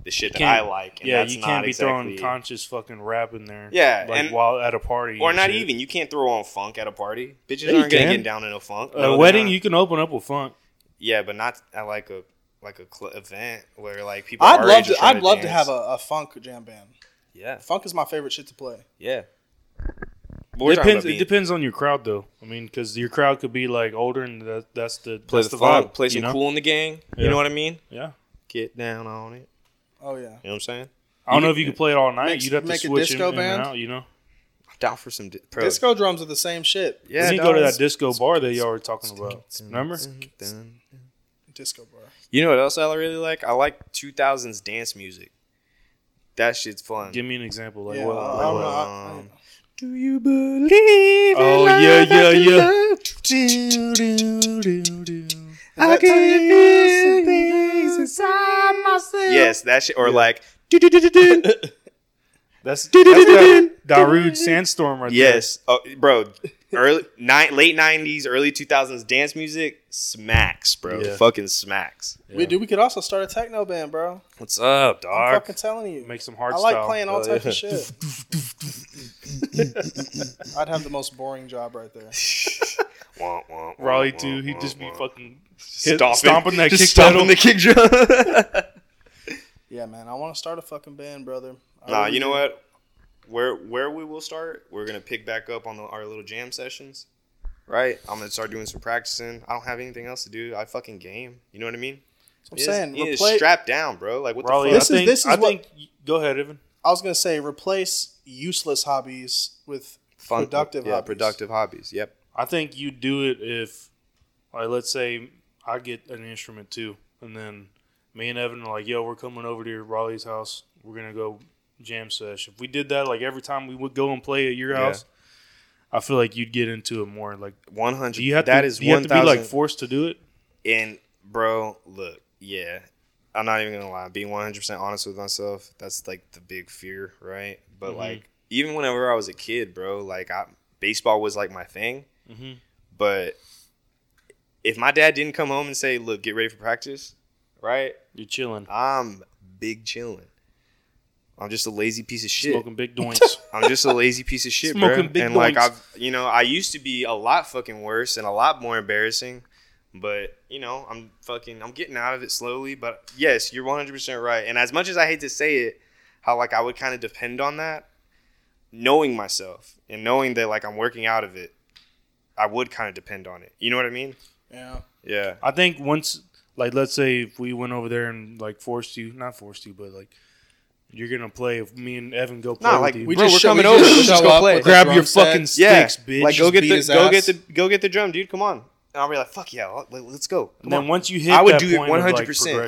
the shit that I can't- like. And yeah, that's you can't not be exactly, throwing conscious fucking rap in there. Yeah, like and- while at a party or and not shit. even. You can't throw on funk at a party. Bitches Yeah, you aren't gonna can. get down in a funk. a No, they're wedding. not. You can open up with funk. yeah, but not at like a like a cl- event where like people. I'd our love age are to. trying I'd love to dance. have a, a funk jam band. yeah Funk is my favorite shit to play. yeah. But we're talking about Depends, it being- depends on your crowd though. I mean, because your crowd could be like older, and that, that's the Play that's the the vibe. funk, play you some know? cool in the gang. You Yeah. know what I mean? Yeah, Get down on it. Oh yeah. You know what I'm saying? I don't know if you could play it all night. Make- You'd have to make a switch disco in, in band? and out. You know, down for some di- bro. Disco drums are the same shit. Yeah, you can go to dog. Mm-hmm. that disco bar that y'all were talking about. Remember? Disco bar. You know what else I really like? I like 2000s dance music. That shit's fun. Give me an example. Like Yeah, what? I- like I'm what? not- Um, Do you believe? in Oh, love yeah, yeah, after yeah. love? Do, do, do, do. I can feel some things inside myself. Yes, that shit, or like. do, do, do, do, do. That's, that's do, that Darude Sandstorm right there. Yes, oh, bro. Early ni- late '90s, early 2000s dance music smacks, bro. Yeah. Fucking smacks. We do. We could also start a techno band, bro. What's up, I'm dog? fucking telling you. Make some hard I like style. playing all Oh, types yeah. of shit. I'd have the most boring job right there. Womp, womp, Raleigh womp, too. womp, He'd just womp, be womp. fucking hit- stomping, stomping that just kick stomping pedal. the kick drum. Yeah, man. I want to start a fucking band, brother. I nah, really you know do. what? Where where we will start, we're gonna pick back up on the, our little jam sessions, right? I'm gonna start doing some practicing. I don't have anything else to do. I fucking game. You know what I mean? I'm It is- saying. it is replace- strapped down, bro. Like what Raleigh, the I fuck? This is- think, this is I what- think. Go ahead, Evan. I was gonna say replace useless hobbies with productive yeah, hobbies. productive hobbies. Yep. I think you do it if, like, let's say I get an instrument too, and then me and Evan are like, "Yo, we're coming over to your Raleigh's house. We're gonna go jam sesh." If we did that, like every time we would go and play at your Yeah. house, I feel like you'd get into it more. Like, One hundred. do you have That to? is do you have one to be like thousand. forced to do it? And bro, look, yeah, I'm not even gonna lie. Being 100 percent honest with myself, that's like the big fear, right? But Mhm. like, even whenever I was a kid, bro, like, I baseball was like my thing. Mm-hmm. But if my dad didn't come home and say, "Look, get ready for practice," right? You're chilling, I'm big chilling. I'm just a lazy piece of shit. smoking big joints. I'm just a lazy piece of shit, Smoking bro. big and like joints. I've, you know, I used to be a lot fucking worse and a lot more embarrassing, but you know, I'm fucking, I'm getting out of it slowly. But yes, you're 100 percent right. And as much as I hate to say it, how like I would kind of depend on that, knowing myself and knowing that like I'm working out of it, I would kind of depend on it. You know what I mean? Yeah. Yeah. I think once, like, let's say if we went over there and like forced you, not forced you, but like. You're gonna play if me and Evan go play Nah, with like, you. we Bro, we're coming over. Let's just go play. with a grab drum your set. fucking Yeah. sticks, bitch. Like go Just get beat the his go get ass. the go get the drum, dude. Come on. And I'll be like, fuck yeah, let- let's go. Come And then on. once you hit, I would that do it point of, 100%. like,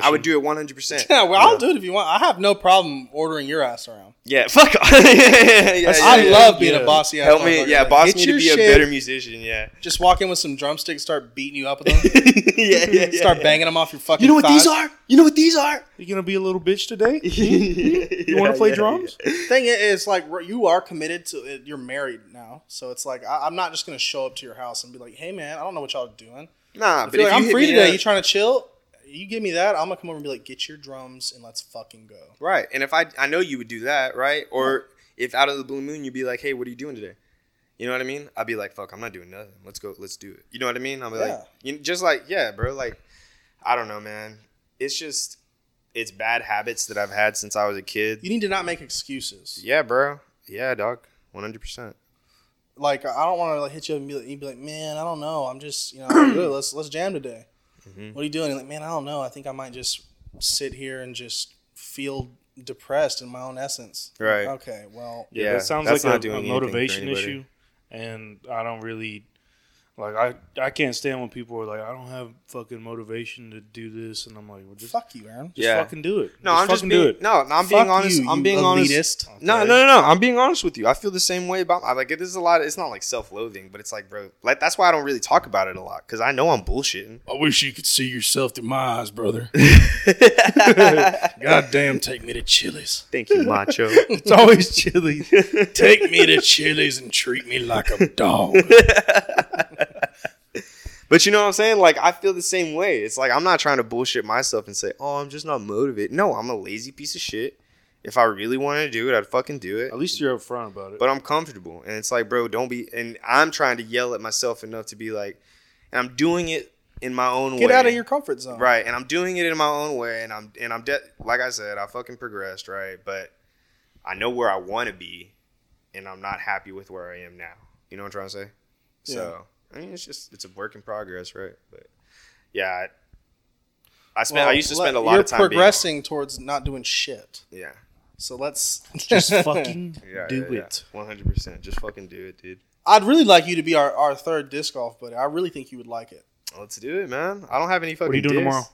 I would progression- do it 100%. Yeah. Well, I'll do it if you want. I have no problem ordering your ass around. Yeah, fuck off. yeah, yeah, yeah, I yeah. love being yeah. a bossy ass. Help me, motherfucker. yeah, Like, boss get me to your be a shit, better musician. Yeah, Just walk in with some drumsticks, start beating you up with them, yeah, yeah, yeah. start banging them off your fucking. You know what thighs. these are? You know what these are? You gonna be a little bitch today? you wanna play drums? Thing is, like you are committed to it. You're married now, so it's like I, I'm not just gonna show up to your house and be like, "Hey, man, I don't know what y'all are doing." Nah, I but feel if like you I'm hit free me today. up- You trying to chill? You give me that, I'm gonna come over and be like, "Get your drums and let's fucking go." right? And if I, I know you would do that, right? Or if out of the blue moon you'd be like, hey, what are you doing today? You know what I mean? I'd be like, fuck, I'm not doing nothing. Let's go, let's do it. You know what I mean? I'm like, Yeah. you, just like, yeah, bro. Like, I don't know, man. It's just, it's bad habits that I've had since I was a kid. You need to not make excuses. Yeah, bro. Yeah, dog. One hundred percent. Like I don't want to like, hit you up and be like, you'd be like, "Man, I don't know. I'm just you know, I'm good. let's let's jam today." Mm-hmm. What are you doing? You're like, man, I don't know. I think I might just sit here and just feel depressed in my own essence. Right. Okay. Well, Yeah, that sounds that's like not a, doing a anything for motivation anybody. issue, and I don't really Like I, I can't stand when people are like, I don't have fucking motivation to do this, and I'm like, well, just, Fuck you, Aaron. just Yeah. fucking do it. No, I'm just fucking being, do it. no, no, I'm being honest. I'm being honest. honest. No, no, Okay. no, no. I'm being honest with you. I feel the same way about. I like it is a lot. It's not like self-loathing, but it's like, bro, like that's why I don't really talk about it a lot because I know I'm bullshitting. I wish you could see yourself through my eyes, brother. Thank Goddamn, take me to Chili's. you, Macho. It's always chilly. Take me to Chili's and treat me like a dog. but you know what I'm saying? Like I feel the same way. It's like I'm not trying to bullshit myself and say, oh, I'm just not motivated. No, I'm a lazy piece of shit. If I really wanted to do it, I'd fucking do it. At least you're upfront about it. but I'm comfortable. And it's like, bro, don't be. And I'm trying to yell at myself enough to be like, and I'm doing it in my own way. Get out of your comfort zone. Right, and I'm doing it in my own way, and I'm and I'm de- like I said, I fucking progressed, right? But I know where I want to be, and I'm not happy with where I am now. You know what I'm trying to say? So I mean, it's just it's a work in progress, right? But yeah, I, I spent I Well, used to let- spend a lot you're of time being- progressing towards not doing shit. yeah, So let's just fucking yeah, do it. one hundred percent. Just fucking do it, dude. I'd really like you to be our, our third disc golf buddy. I really think you would like it. Let's do it, man. I don't have any fucking. What are you doing dicks. tomorrow?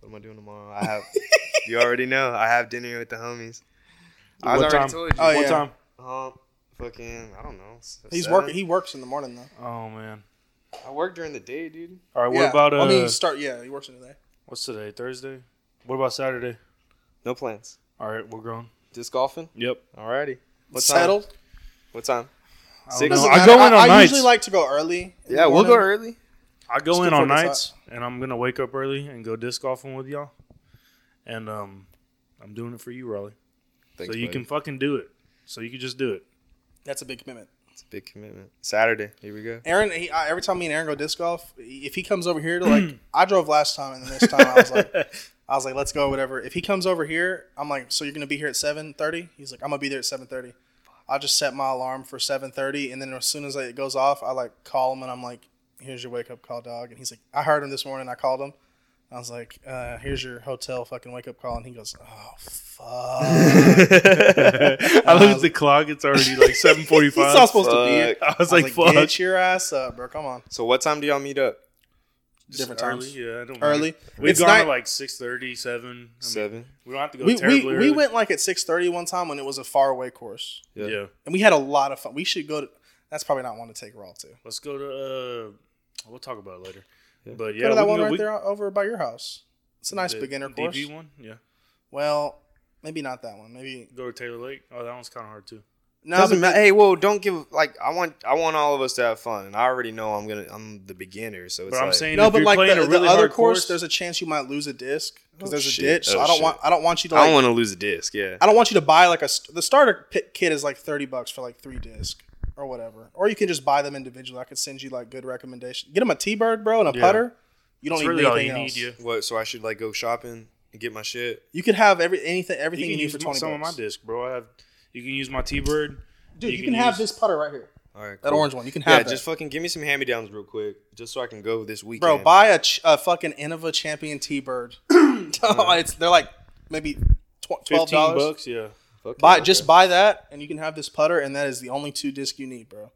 What am I doing tomorrow? I have. you already know. I have dinner with the homies. I What was already time? told you. Oh, What yeah. time? Um, fucking, I don't know. s- He's seven? working. He works in the morning though. Oh man. I work during the day, dude. All right. Yeah. What about uh? I mean, start. Yeah, he works in the day. what's today? Thursday. What about Saturday? No plans. All right, we're going. Just golfing. Yep. Alrighty. What time? Settled. What time? I, Six- don't know. Doesn't I matter. go in on I, I nights. usually like to go early. in Yeah, the we'll go morning. early. I go Just in go on for the nights, and I'm gonna wake up early and go disc golfing with y'all, and um, I'm doing it for you, Raleigh. so you can fucking do it. So you can just do it. That's a big commitment. It's a big commitment. Saturday. Here we go. Aaron, he, I, every time me and Aaron go disc golf, if he comes over here to like, I drove last time, and then this time Oh, I was like, I was like, let's go, whatever. If he comes over here, I'm like, so you're gonna be here at seven thirty? He's like, I'm gonna be there at seven thirty. I just set my alarm for seven thirty, and then as soon as it goes off, I like call him and I'm like, here's your wake up call, dog. And he's like, I heard him this morning. I called him. I was like, uh, here's your hotel fucking wake up call, and he goes, oh fuck. I looked at the clock; it's already like seven He's not forty-five. supposed to be. Here. I I was was like, like, "Fuck." get your ass up, bro. Come on. So what time do y'all meet up? Different early, times. yeah. I don't Early. We've It's gone night- at like six thirty, seven. I mean, Seven. We don't have to go we, we, terribly early. we went like at 6.30 one time when it was a faraway course Yeah. and we had a lot of fun we should go to that's probably not one to take raw to go Let's go to. uh We'll talk about it later. Yeah. But yeah, to that we one can- right we- there over by your house it's a nice the beginner DB course one, yeah. well maybe not that one maybe Go to Taylor Lake. Oh, that one's kind of hard too. no Doesn't but matter. Hey, whoa! Don't give like I want. I want all of us to have fun, and I already know I'm gonna. I'm the beginner, so it's But I'm like- saying no, if but you're like playing the, a really the other hard course, there's a chance you might lose a disc because Oh, there's a shit. ditch. So Oh, I don't shit. want I don't want you to I like don't want to lose a disc. Yeah. I don't want you to buy like a st- the starter pit kit is like thirty bucks for like three disc or whatever, or you can just buy them individually. I could send you like good recommendations. Get them a T Bird, bro, and a Yeah. putter. You don't It's need really all anything you else. need. Yeah. What? So I should like go shopping and get my shit. You could have every anything You everything you, can need use for my- twenty some bucks. of my disc, bro. I have. You can use my T Bird. Dude, you, You can, can have use- this putter right here, All right. that cool. orange one. You can Yeah, have that. just fucking give me some hand me downs real quick, just so I can go this weekend. bro. Buy a, ch- a fucking Innova Champion T Bird. it's they're like maybe tw- twelve Fifteen dollars. bucks. Yeah. Fuck Buy yeah, just bro. buy that, and you can have this putter, and that is the only two disc you need, bro.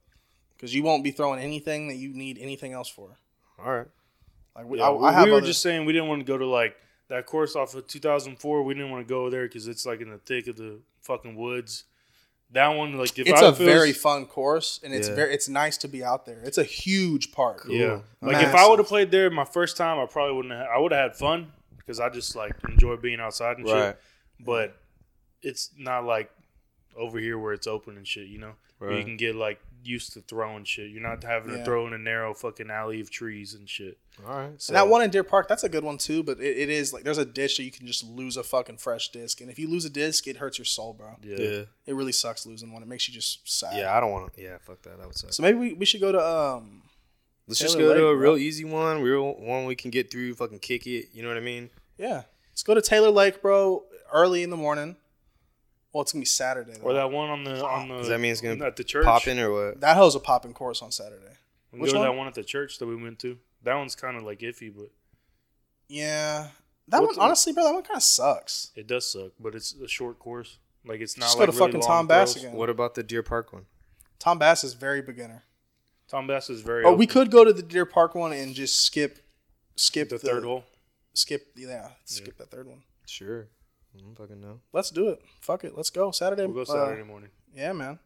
Because you won't be throwing anything that you need anything else for. All right. Like we, Yeah, I, we, I have we were other- just saying we didn't want to go to like that course off of 2004. We didn't want to go there because it's like in the thick of the fucking woods. That one, like, if it's I a feel- very fun course, and it's Yeah. very it's nice to be out there. It's a huge park. yeah. Like if I Massive. would have played there my first time, I probably wouldn't. Have, I would have had fun because I just like enjoy being outside and Right. shit. But it's not like over here where it's open and shit. You know, where you Right. can get like used to throwing shit. You're not having Yeah. to throw in a narrow fucking alley of trees and shit. All right. So And that one in Deer Park, that's a good one too. But it, it is like there's a ditch that you can just lose a fucking fresh disc, and if you lose a disc, it hurts your soul, bro. Yeah. Yeah. It really sucks losing one. It makes you just sad. Yeah, I don't want to. Yeah, fuck that. That would suck. So maybe we, we should go to um. Let's just go Taylor to Lake, a bro. real easy one, real one we can get through. Fucking kick it. You know what I mean? Yeah, let's go to Taylor Lake, bro. Early in the morning. Well, it's gonna be Saturday. Though. Or that one on the on the. Does that mean it's gonna at the church? Pop in or what? that hoe's a popping course on Saturday. We Which go to that one? one at the church that we went to. That one's kind of like iffy, but Yeah, that What's one the- honestly, bro. That one kind of sucks. it does suck. But it's a short course. Like it's not Just like go to really fucking long Tom Bass throws. again. What about the Deer Park one? Tom Bass is very beginner. Tom Bass is very. Or open. Oh, we could go to the Deer Park one and just skip, skip the, third hole. Skip, yeah, skip that third one. Sure. I don't fucking know. Let's do it. Fuck it. Let's go Saturday. We'll go uh, Saturday morning. yeah, man.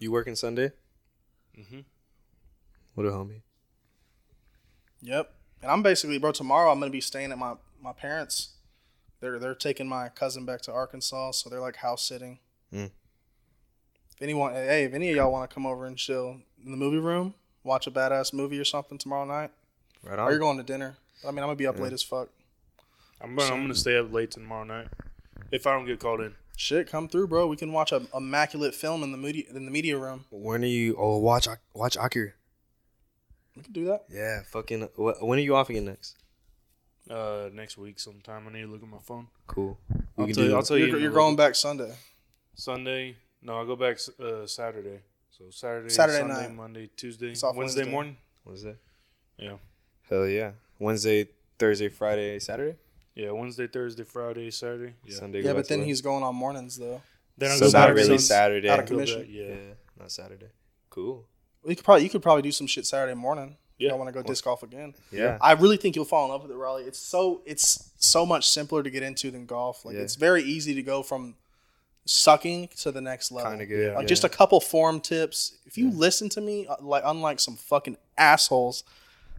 You working Sunday? Mm-hmm. What a homie. Yep. And I'm basically, bro. Tomorrow I'm gonna be staying at my my parents. They're they're taking my cousin back to Arkansas, so they're like house sitting. Mm. If anyone, hey, if any of y'all want to come over and chill in the movie room, watch a badass movie or something tomorrow night, Right or on. you're going to dinner. I mean, I'm gonna be up Yeah. late as fuck. I'm gonna, I'm gonna stay up late tomorrow night if I don't get called in. Shit, come through, bro. We can watch a immaculate film in the media in the media room. when are you? Oh, watch Ak- watch Akir. We can do that. Yeah, fucking. Wh- when are you off again next? Uh, next week sometime. I need to look at my phone. Cool. We I'll can tell, you, do- I'll tell you. You're, in you're a going little back Sunday. bit. Sunday. No, I go back s- uh, Saturday. So Saturday, Saturday Sunday, night. Monday, Tuesday, It's off Wednesday, Wednesday. morning. Wednesday. Yeah. Hell yeah. Wednesday, Thursday, Friday, Saturday, Yeah, Wednesday, Thursday, Friday, Saturday. Yeah. Sunday. Yeah, go but back to then work. he's going on mornings though. Then I so go not back really Sun- Saturday. out of go back- commission. yeah. Yeah. not Saturday. Cool. We could probably you could probably do some shit Saturday morning. Yeah. Yeah, I want to go disc golf again. Yeah. I really think you'll fall in love with it, Raleigh. It's so it's so much simpler to get into than golf. Like Yeah. it's very easy to go from sucking to the next level. Kind of good. Yeah. Like just a couple form tips. If you listen to me, uh, like unlike some fucking assholes,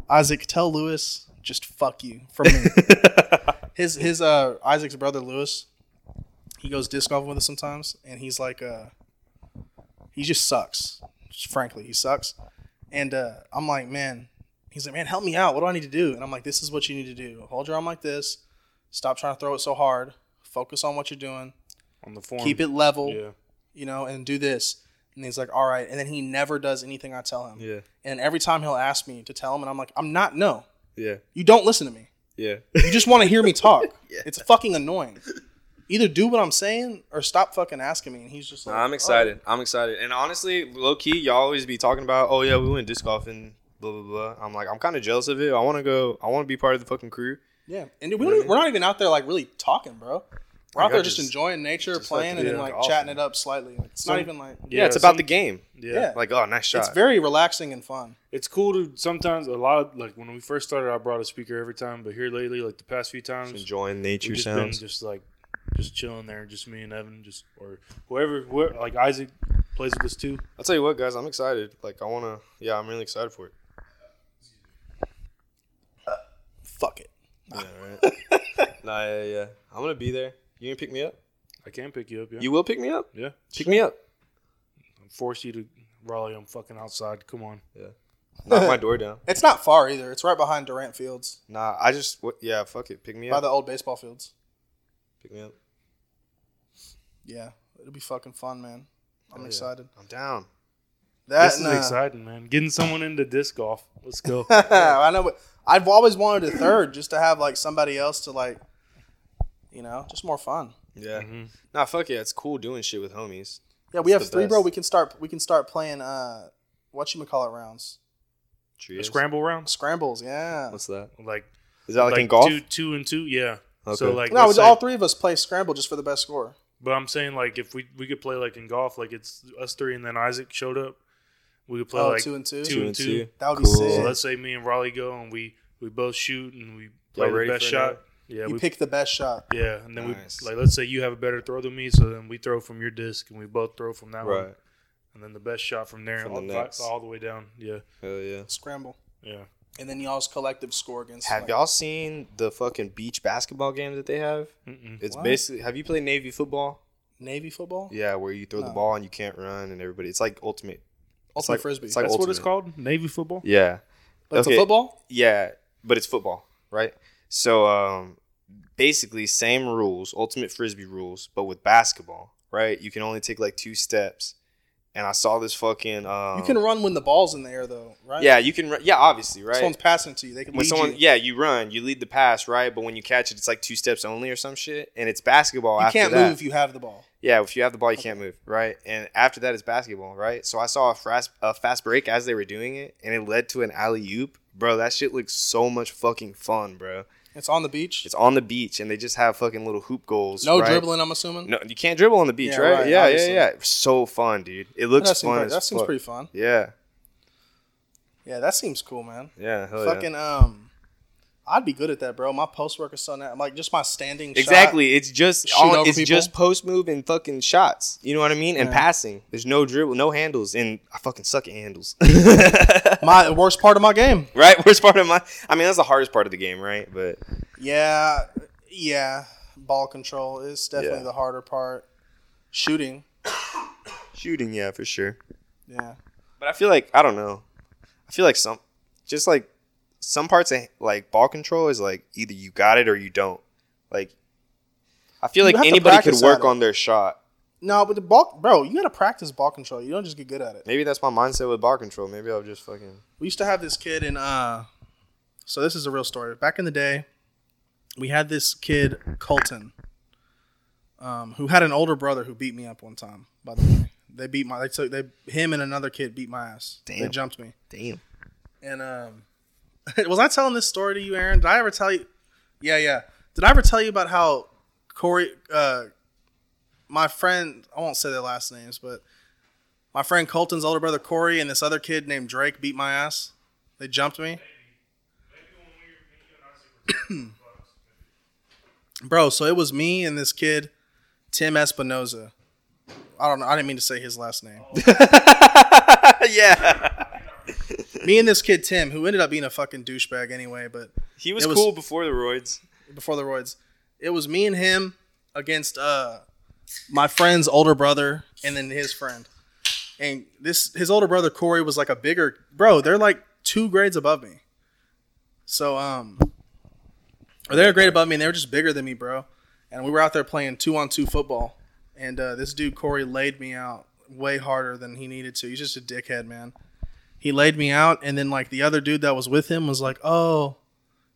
Isaac, tell Lewis, just fuck you from me. his his uh Isaac's brother Lewis, he goes disc golfing with us sometimes, and he's like uh he just sucks. Just frankly, he sucks. And uh I'm like, man, he's like, man, help me out. What do I need to do? And I'm like, this is what you need to do. Hold your arm like this. Stop trying to throw it so hard. Focus on what you're doing. on the form. Keep it level Yeah. you know, and do this. And he's like, all right. And then he never does anything I tell him. Yeah. And every time he'll ask me to tell him, and I'm like, I'm not, no. Yeah. You don't listen to me. Yeah. You just want to hear me talk. It's fucking annoying. Either do what I'm saying or stop fucking asking me. And he's just No, like, "Oh, I'm excited. I'm excited. And honestly, low key, y'all always be talking about, oh yeah, we went disc golfing, blah blah blah. I'm like, I'm kind of jealous of it. I want to go. I want to be part of the fucking crew. "Oh." Yeah. And we don't, we're not even out there like really talking, bro. We're Like, out there I just, just- enjoying nature, just like playing, to and be then like like golfing. chatting it up slightly. Like, it's not Some- even like, Yeah, it's about the some- game. Yeah. Like, oh, nice shot. it's very relaxing and fun. It's cool to sometimes a lot of like when we first started, I brought a speaker every time, but here lately, like the past few times, Just enjoying we've nature just sounds. been just like just chilling there, just me and Evan, just or whoever, whoever like Isaac plays with us too. I'll tell you what, guys, I'm excited. Like, I wanna. Yeah, I'm really excited for it. Fuck it. Yeah, right. nah, yeah, yeah. I'm gonna be there. You gonna pick me up? I can pick you up, yeah. You will pick me up. yeah, Pick me up. force you to Raleigh. I'm fucking outside. Come on. Knock my door down. It's not far either. It's right behind Durant Fields Nah, I just. What, yeah, fuck it. Pick me by up. the old baseball fields. pick me up. Yeah, it'll be fucking fun, man. I'm Oh, yeah. excited. I'm down. That this is exciting, man. Getting someone into disc golf. Let's go. I know. but I've always wanted a third, just to have like somebody else to like, you know, just more fun. Yeah. Mhm. Mm-hmm. Nah, fuck yeah. It's cool doing shit with homies. Yeah, we It's have the three, bro. best. We can start. We can start playing. Uh, what you call it rounds? The Trios. scramble rounds, Scrambles. Yeah. What's that? like Is that like, in golf? two, two and two. Yeah. So Okay. like no, let's it's say- all three of us play scramble just for the best score. But I'm saying like if we we could play like in golf, like it's us three and then Isaac showed up, we could play Oh, like two and two? two and two. That would be Cool. So sick. let's say me and Raleigh go and we we both shoot and we play the ready best for shot. another? Yeah, you we pick the best shot. yeah, and then Nice. we like let's say you have a better throw than me, so then we throw from your disc and we both throw from that one, Right. and then the best shot from there From all, the the next. all the way down. Yeah, Hell yeah. Scramble, yeah. and then y'all's collective score against. Have like- y'all seen the fucking beach basketball game that they have? Mm-mm. It's What? basically. Have you played Navy football? Navy football? Yeah, where you throw the No. ball and you can't run and everybody. It's like ultimate. Ultimate like- frisbee. it's like- That's what it's ultimate. called, Navy football. Yeah. but it's a okay. football. Yeah, but it's football, right? So um, basically, same rules, ultimate frisbee rules, but with basketball, right? You can only take like two steps. And I saw this fucking. Um, You can run when the ball's in the air, though, right? Yeah, you can. Run, yeah, obviously, right? Someone's passing to you. They can when lead someone, you. yeah, you run, you lead the pass, right? But when you catch it, it's like two steps only or some shit, and it's basketball. you after can't that. move if you have the ball. Yeah, if you have the ball, you can't move, right? And after that is basketball, right? So I saw a fast, a fast break as they were doing it, and it led to an alley oop, bro. That shit looks so much fucking fun, bro. It's on the beach. It's on the beach, and they just have fucking little hoop goals. no right? dribbling, I'm assuming. No, you can't dribble on the beach, Yeah, right? right, Yeah, obviously. yeah, yeah. So fun, dude. It looks that seems, fun. pretty- as that seems fuck. pretty fun. Yeah, Yeah, that seems cool, man. Yeah, hell yeah. Fucking um, I'd be good at that, bro. My post work is so now like just my standing. shot. Exactly. It's just Shoot all, over it's people. just post move and fucking shots. You know what I mean? And Yeah. passing. There's no dribble, no handles, and I fucking suck at handles. My worst part of my game. right? Worst part of my. I mean, that's the hardest part of the game, right? But Yeah, yeah. Ball control is definitely Yeah. the harder part. Shooting. shooting, yeah, for sure. Yeah. But I feel like I don't know. I feel like some, just like some parts of like ball control is like either you got it or you don't. Like, I feel You like have to anybody could practice at work it. on their shot. No, but the ball, bro. You gotta practice ball control. You don't just get good at it. Maybe that's my mindset with ball control. Maybe I'll just fucking. we used to have this kid in uh so this is a real story back in the day we had this kid colton um, who had an older brother who beat me up one time by the way they beat my they took they him and another kid beat my ass they Damn. jumped me Damn. and um was i telling this story to you aaron did i ever tell you yeah yeah did i ever tell you about how corey uh my friend i won't say their last names but my friend colton's older brother corey and this other kid named drake beat my ass they jumped me bro so it was me and this kid tim espinoza i don't know i didn't mean to say his last name yeah. me and this kid tim who ended up being a fucking douchebag anyway but He was, It was- cool before the roids. before the roids. It was me and him against uh my friend's older brother and then his friend. And this his older brother Corey was like a bigger bro, they're like two grades above me. So um or they're a grade above me and they were just bigger than me, bro. And we were out there playing two on two football. And uh, this dude Corey laid me out way harder than he needed to. He's just a dickhead, man. He laid me out and then like the other dude that was with him was like, Oh,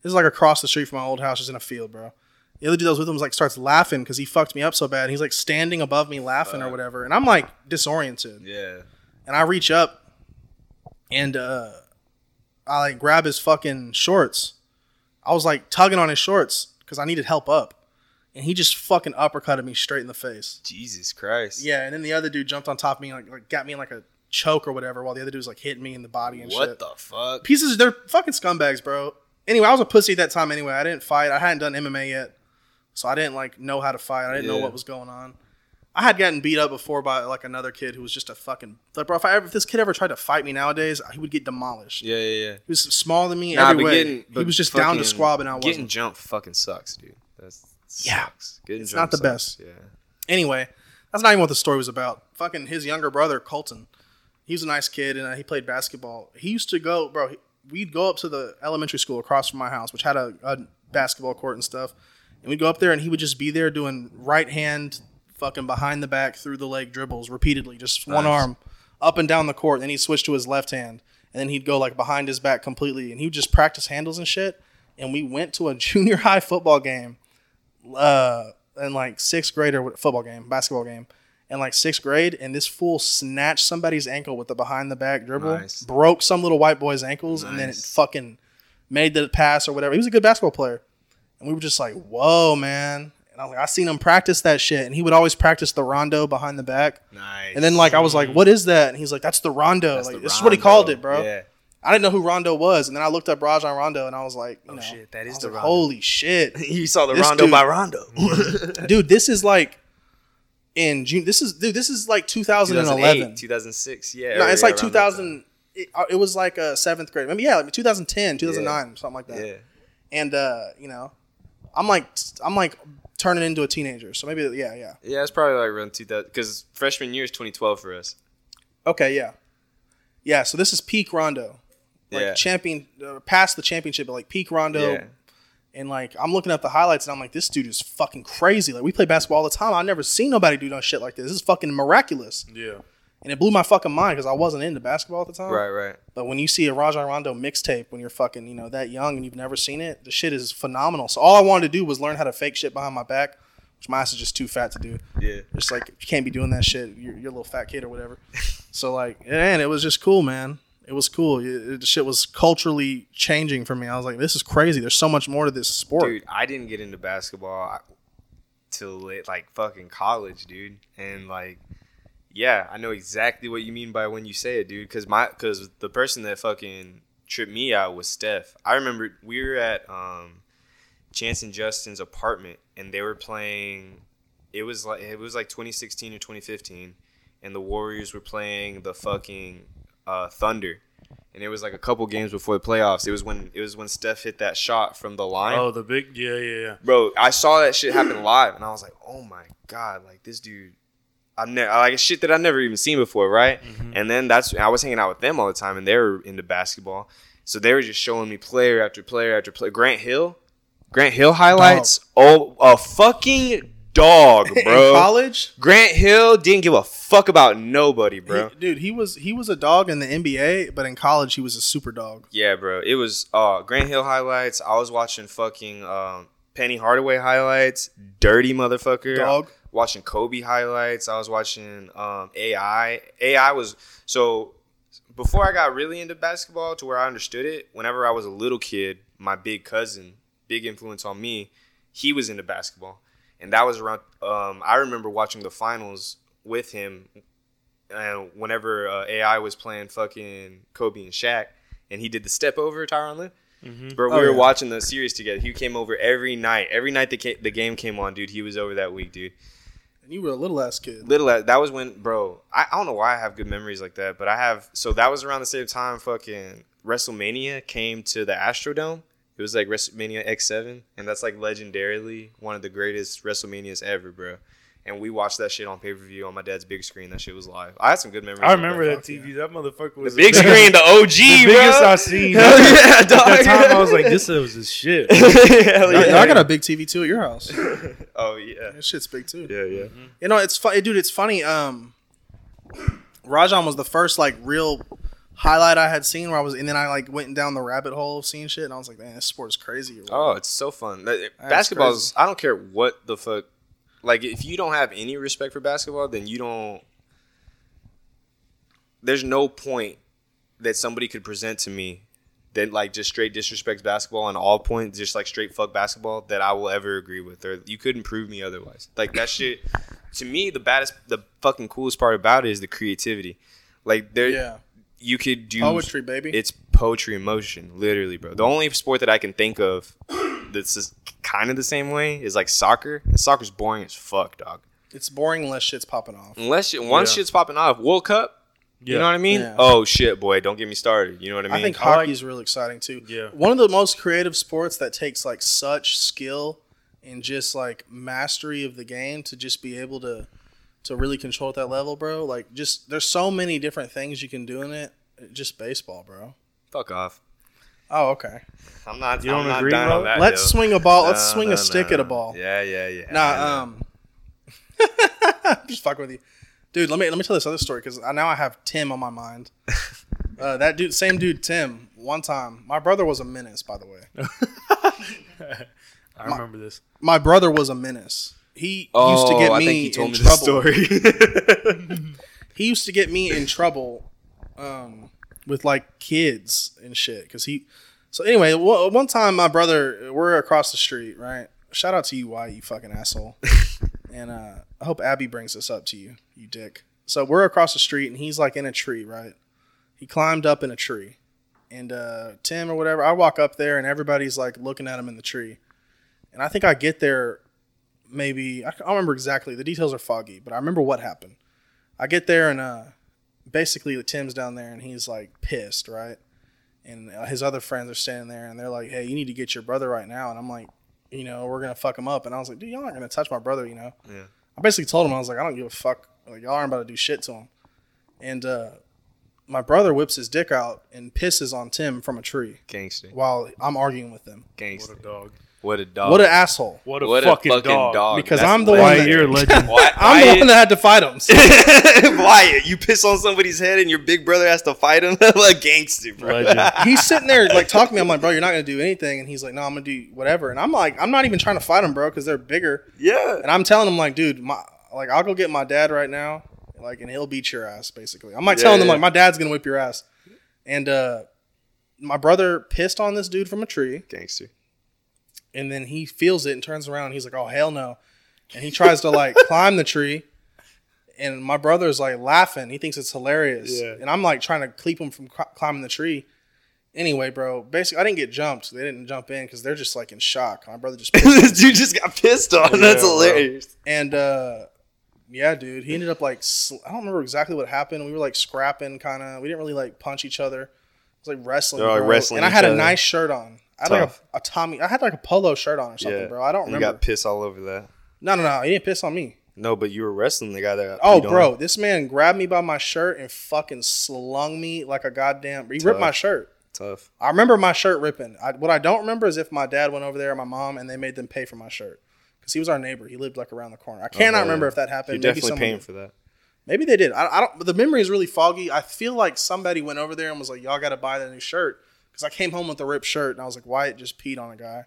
this is like across the street from my old house, just in a field, bro. The other dude that was with him was like starts laughing because he fucked me up so bad. He's like standing above me laughing or whatever, and I'm like disoriented. Yeah. And I reach up and uh, I like grab his fucking shorts. I was like tugging on his shorts because I needed help up, and he just fucking uppercutted me straight in the face. Jesus Christ. Yeah, and then the other dude jumped on top of me and like, like got me in like a choke or whatever, while the other dude was like hitting me in the body and shit What the fuck? pieces. They're fucking scumbags, bro. Anyway, I was a pussy at that time. Anyway, I didn't fight. I hadn't done MMA yet, so I didn't like know how to fight. I didn't know Yeah. what was going on. I had gotten beat up before by like another kid who was just a fucking like, bro. If I ever, if this kid ever tried to fight me nowadays, he would get demolished. Yeah, yeah, yeah. He was smaller than me Nah, every but way. getting, but he was just down to fucking- squab, and I getting wasn't. jumped fucking sucks, dude. That's Yeah. sucks. Getting It's jumped not the sucks. best. Yeah, Anyway, that's not even what the story was about. Fucking his younger brother, Colton. He was a nice kid and uh, he played basketball. He used to go, bro. he- We'd go up to the elementary school across from my house, which had a, a basketball court and stuff. And we'd go up there, and he would just be there doing right hand, fucking behind the back, through the leg dribbles repeatedly, just one Nice. arm up and down the court. Then he'd switch to his left hand, and then he'd go like behind his back completely. And he would just practice handles and shit. And we went to a junior high football game uh, in like sixth grade or what- football game, basketball game, in like sixth grade, and this fool snatched somebody's ankle with the behind the back dribble, Nice. broke some little white boy's ankles, and then it Nice. fucking made the pass or whatever. He was a good basketball player, and we were just like, "Whoa, man!" And I was like, "I seen him practice that shit," and he would always practice the rondo behind the back. nice. And then like I was like, "What is that?" And he's like, "That's the rondo." That's like the this is what he called rondo. it, bro. Yeah. I didn't know who Rondo was, and then I looked up Rajon Rondo, and I was like, you Oh know, shit, that I is was the like, rondo. Holy shit! you saw the This Rondo dude- by Rondo. dude this is like in june this is dude this is like 2011 2008, 2006, yeah. no it's yeah, around like that 2000 it, uh, it was like uh seventh grade maybe yeah like 2010 2009 something like time. that Yeah. and uh you know i'm like i'm like turning into a teenager so maybe yeah yeah Yeah, it's probably like around 2000 because freshman year is 2012 for us. okay yeah yeah so this is peak rondo like yeah. champion uh, past the championship but like peak rondo yeah. and like i'm looking at the highlights and i'm like this dude is fucking crazy like we play basketball all the time i've never seen nobody do no shit like this this is fucking miraculous Yeah. and it blew my fucking mind because I wasn't into basketball at the time. Right, right. But when you see a Rajon Rondo mixtape when you're fucking you know that young and you've never seen it, the shit is phenomenal. So all I wanted to do was learn how to fake shit behind my back, which my ass is just too fat to do. Yeah. Just like you can't be doing that shit. You're, you're a little fat kid or whatever. So like, man, it was just cool, man. It was cool. It, it- the shit was culturally changing for me. I was like, this is crazy. There's so much more to this sport. Dude, I didn't get into uh, basketball till late, like fucking college, dude. And like, Yeah, I know exactly what you mean by when you say it, dude. Cause my, cause the person that fucking tripped me out was Steph. I remember we were at um, Chance and Justin's apartment, and they were playing. It was like it was like 2016 or 2015, and the Warriors were playing the fucking uh, Thunder, and it was like a couple games before the playoffs. It was when it was when Steph hit that shot from the line. Oh, the big yeah, yeah, yeah. Bro, I saw that shit happen live, and I was like, "Oh my god!" Like this dude, I've never like shit that I've never even seen before, right? And then that's I was hanging out with them all the time, and they were into basketball, so they were just showing me player after player after player. Grant Hill, Grant Hill highlights. Oh, a fucking dog, In bro. college, Grant Hill didn't give a fuck about nobody, bro. he- dude, he was he was a dog in the NBA, but in college he was a super dog. Yeah, bro. It was uh Grant Hill highlights. I was watching fucking um, Penny Hardaway highlights. Dirty motherfucker. Dog. watching Kobe highlights. I was watching um, AI. AI was so before I got really into basketball to where I understood it. Whenever I was a little kid, my big cousin, big influence on me, he was into basketball, and that was around. Um, I remember watching the finals with him, and whenever uh, AI was playing fucking Kobe and Shaq, and he did the step over Tyron Lue. Bro, we Oh, were yeah. watching the series together. He came over every night. Every night the, ca- the game came on, dude. He was over that week, dude And you were a little ass kid. little at, that was when bro I, I don't know why i have good memories like that but i have so that was around the same time fucking wrestlemania came to the astrodome it was like wrestlemania x7 and that's like legendarily one of the greatest wrestlemanias ever bro and we watched that shit on pay-per-view on my dad's big screen that shit was live i had some good memories I of remember that TV. That motherfucker was big screen the og The biggest bro. I seen. Hell yeah, dog. At that time, I was like, this was his shit. Hell Y'all- yeah. y'all got a big TV too at your house. oh yeah That shit's big too. yeah yeah You know, it's funny, dude. It's funny. Um, Rajan was the first like real highlight I had seen where I was, and then I like went down the rabbit hole of seeing shit, and I was like, man, this sport is crazy. Oh, it's so fun. That- That's Basketball's. I don't care what the fuck. Like, if you don't have any respect for basketball, then you don't. There's no point that somebody could present to me that like just straight disrespects basketball on all points, just like straight fuck basketball that I will ever agree with, or you couldn't prove me otherwise. Like that shit. To me, the baddest, the fucking coolest part about it is the creativity. Like there, yeah, you could do poetry, baby. it's poetry in motion, literally, bro. The only sport that I can think of that's just kind of the same way is like soccer. And soccer's boring as fuck, dog. it's boring unless shit's popping off. Unless you, once Yeah. shit's popping off, World Cup. You know what I mean? Yeah. Oh shit, boy, don't get me started. You know what I mean? I think I like- hockey is real exciting too. Yeah. One of the most creative sports that takes like such skill and just like mastery of the game to just be able to to really control at that level, bro. Like just there's so many different things you can do in it. Just baseball, bro. Fuck off. Oh, okay. I'm not. You I'm don't not agree, down bro? on that. Let's yo. swing a ball. Let's No, swing no, a stick no. at a ball. Yeah, yeah, yeah. Nah, um, just fuck with you, dude. Let me let me tell this other story because now I have Tim on my mind. Uh, that dude, same dude, Tim. One time, my brother was a menace. By the way, I remember this. my brother was a menace. He um, used Oh, Oh, to get me in the trouble. story. He used to get me in trouble um, with like kids and shit because he. So anyway, w- one time my brother, we're across the street, right? Shout out to you, why you fucking asshole. and uh, I hope Abby brings this up to you, you dick. So we're across the street, and he's like in a tree, right? He climbed up in a tree, and uh, Tim or whatever. I walk up there, and everybody's like looking at him in the tree, and I think I get there, maybe I don't remember exactly. The details are foggy, but I remember what happened. I get there, and uh, basically Tim's down there, and he's like pissed, right? And uh, his other friends are standing there, and they're like, "Hey, you need to get your brother right now." And I'm like, "You know, we're gonna fuck him up." And I was like, "Dude, y'all aren't gonna touch my brother, you know." I basically told him I was like, I don't give a fuck. Like y'all aren't about to do shit to him. And uh, my brother whips his dick out and pisses on Tim from a tree gangster, while I'm arguing with them. gangster. What a dog. What a dog. What an asshole! What a, fucking, dog. Because I'm the Why one that- you're a legend. Why- I'm why- the one that had to fight him. So Wyatt, you piss on somebody's head and your big brother has to fight him like gangster, bro. Legend. he's sitting there like talking to me. I'm like, bro, you're not gonna do anything. And he's like, no, I'm gonna do whatever. And I'm like, I'm not even trying to fight him, bro, because they're bigger. Yeah. And I'm telling him like, dude, my like I'll go get my dad right now, like, and he'll beat your ass. Basically, I'm like Yeah, telling them yeah. like, my dad's gonna whip your ass. And uh, my brother pissed on this dude from a tree. Gangster. and then he feels it and turns around. And he's like, "Oh hell no!" And he tries to like climb the tree, and my brother's like laughing. He thinks it's hilarious. Yeah. And I'm like trying to keep him from cl- climbing the tree. Anyway, bro, basically, I didn't get jumped. They didn't jump in because they're just like in shock. My brother just. this dude just got pissed on. That's Yeah, bro. hilarious. and uh, yeah, dude, he ended up like, sl- I don't remember exactly what happened. We were like scrapping, kind of. We didn't really like punch each other. It was like wrestling. They were, like, bro. wrestling and I each had a other. nice shirt on. I had like Tough. a, a Tommy, I had like a polo shirt on or something, Yeah. bro. I don't And you remember. got pissed all over that. no, no, no. He didn't piss on me. No, but you were wrestling the guy that. got Oh, beat on. bro, this man grabbed me by my shirt and fucking slung me like a goddamn. He ripped Tough. my shirt. tough. I remember my shirt ripping. I, what I don't remember is if my dad went over there and my mom and they made them pay for my shirt because he was our neighbor. He lived like around the corner. I cannot Oh, yeah. remember if that happened. You're Maybe definitely someone- paying for that. Maybe they did. I, I don't. but The memory is really foggy. I feel like somebody went over there and was like, "Y'all got to buy that new shirt." Because I came home with a ripped shirt and I was like, "Wyatt just peed on a guy,"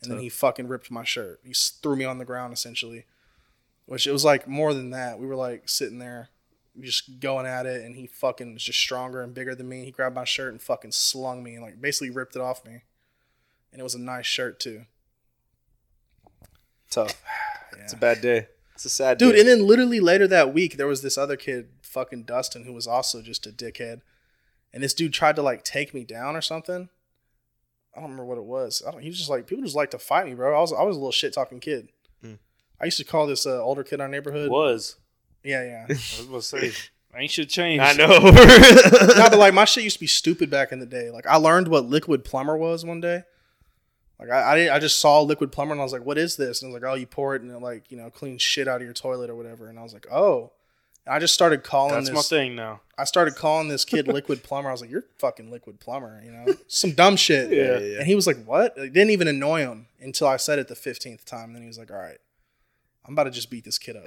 and then he fucking ripped my shirt. He s- threw me on the ground essentially, which it was like more than that. We were like sitting there, just going at it, and he fucking was just stronger and bigger than me. He grabbed my shirt and fucking slung me and like basically ripped it off me, and it was a nice shirt too. Tough. Yeah. It's a bad day. It's a sad dude. Day. And then literally later that week, there was this other kid, fucking Dustin, who was also just a dickhead. And this dude tried to like take me down or something. I don't remember what it was. I don't. He was just like people just like to fight me, bro. I was I was a little shit talking kid. Hmm. I used to call this uh, older kid in our neighborhood. Was Yeah, yeah. I was about to say ain't shit changed. I know. no, but like my shit used to be stupid back in the day. Like I learned what liquid plumber was one day. Like I I, didn't, I just saw liquid plumber and I was like, what is this? And I was like, oh, you pour it and it like you know cleans shit out of your toilet or whatever. And I was like, oh. And I just started calling That's this. my thing now. I started calling this kid Liquid Plumber. I was like, "You're fucking Liquid Plumber," you know, some dumb shit. Yeah, yeah, yeah. And he was like, "What?" It didn't even annoy him until I said it the fifteenth time. Then he was like, "All right, I'm about to just beat this kid up."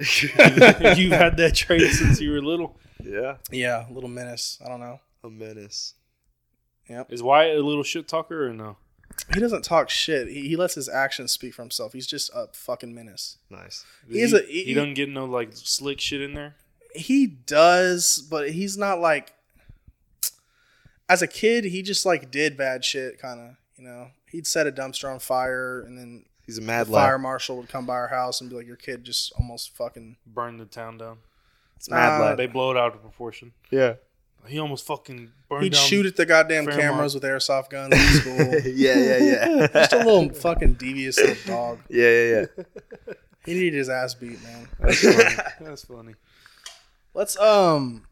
You've had that trait since you were little. yeah, yeah, little menace. I don't know. a menace. Is Wyatt a little shit talker or no? He doesn't talk shit. He, he lets his actions speak for himself. He's just a fucking menace. Nice. He's he, a- he- he doesn't get no like slick shit in there. He does, but he's not like. As a kid, he just like did bad shit, kind of. You know, he'd set a dumpster on fire, and then He's a mad the fire lad. marshal would come by our house and be like, "Your kid just almost fucking." Burn the town down. It's a mad Nah, lad. They blow it out of proportion. Yeah. He almost fucking burned He'd down. shoot at the goddamn Fairmont. cameras with airsoft guns in school. yeah, yeah, yeah. Just a little fucking devious little dog. yeah, yeah, yeah. He needed his ass beat, man. That's funny. That's funny. Let's um,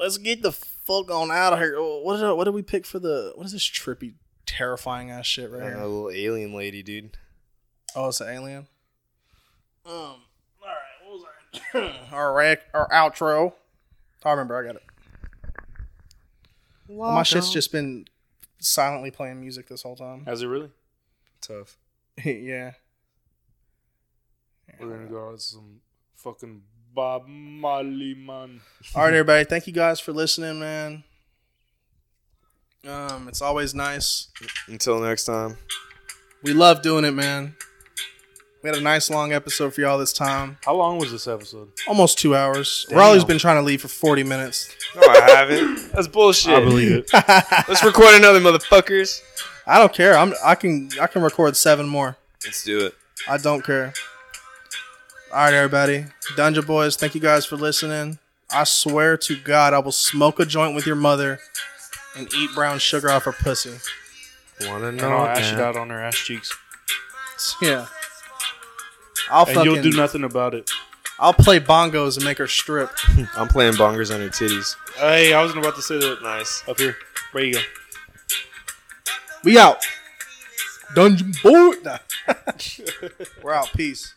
let's get the fuck on out of here. What did what did we pick for the? What is this trippy, terrifying ass shit right I don't know, here? a little alien lady, dude. Oh, it's an alien. Um. All right. What was our our, rec- our outro? I remember. I got it. My shit's just been silently playing music this whole time. Has it really? Tough. yeah. We're gonna go out with some fucking Bob Marley man. All right, everybody. Thank you guys for listening, man. Um, it's always nice. Until next time. We love doing it, man. We had a nice long episode for y'all this time. How long was this episode? Almost two hours. Raleigh's been trying to leave for 40 minutes. No, I haven't. That's bullshit. I believe it. Let's record another, motherfuckers. I don't care. I'm I can I can record seven more. Let's do it. I don't care. All right, everybody. Dungeon Boys, thank you guys for listening. I swear to God, I will smoke a joint with your mother and eat brown sugar off her pussy. Wanna And I'll know? ash it now. out on her ass cheeks, Yeah. I'll and fucking, you'll do nothing about it. I'll play bongos and make her strip. I'm playing bongers on her titties. Hey, I was about to say that Nice. up here. Where you go? We out. Dungeon boy. Nah. We're out. Peace.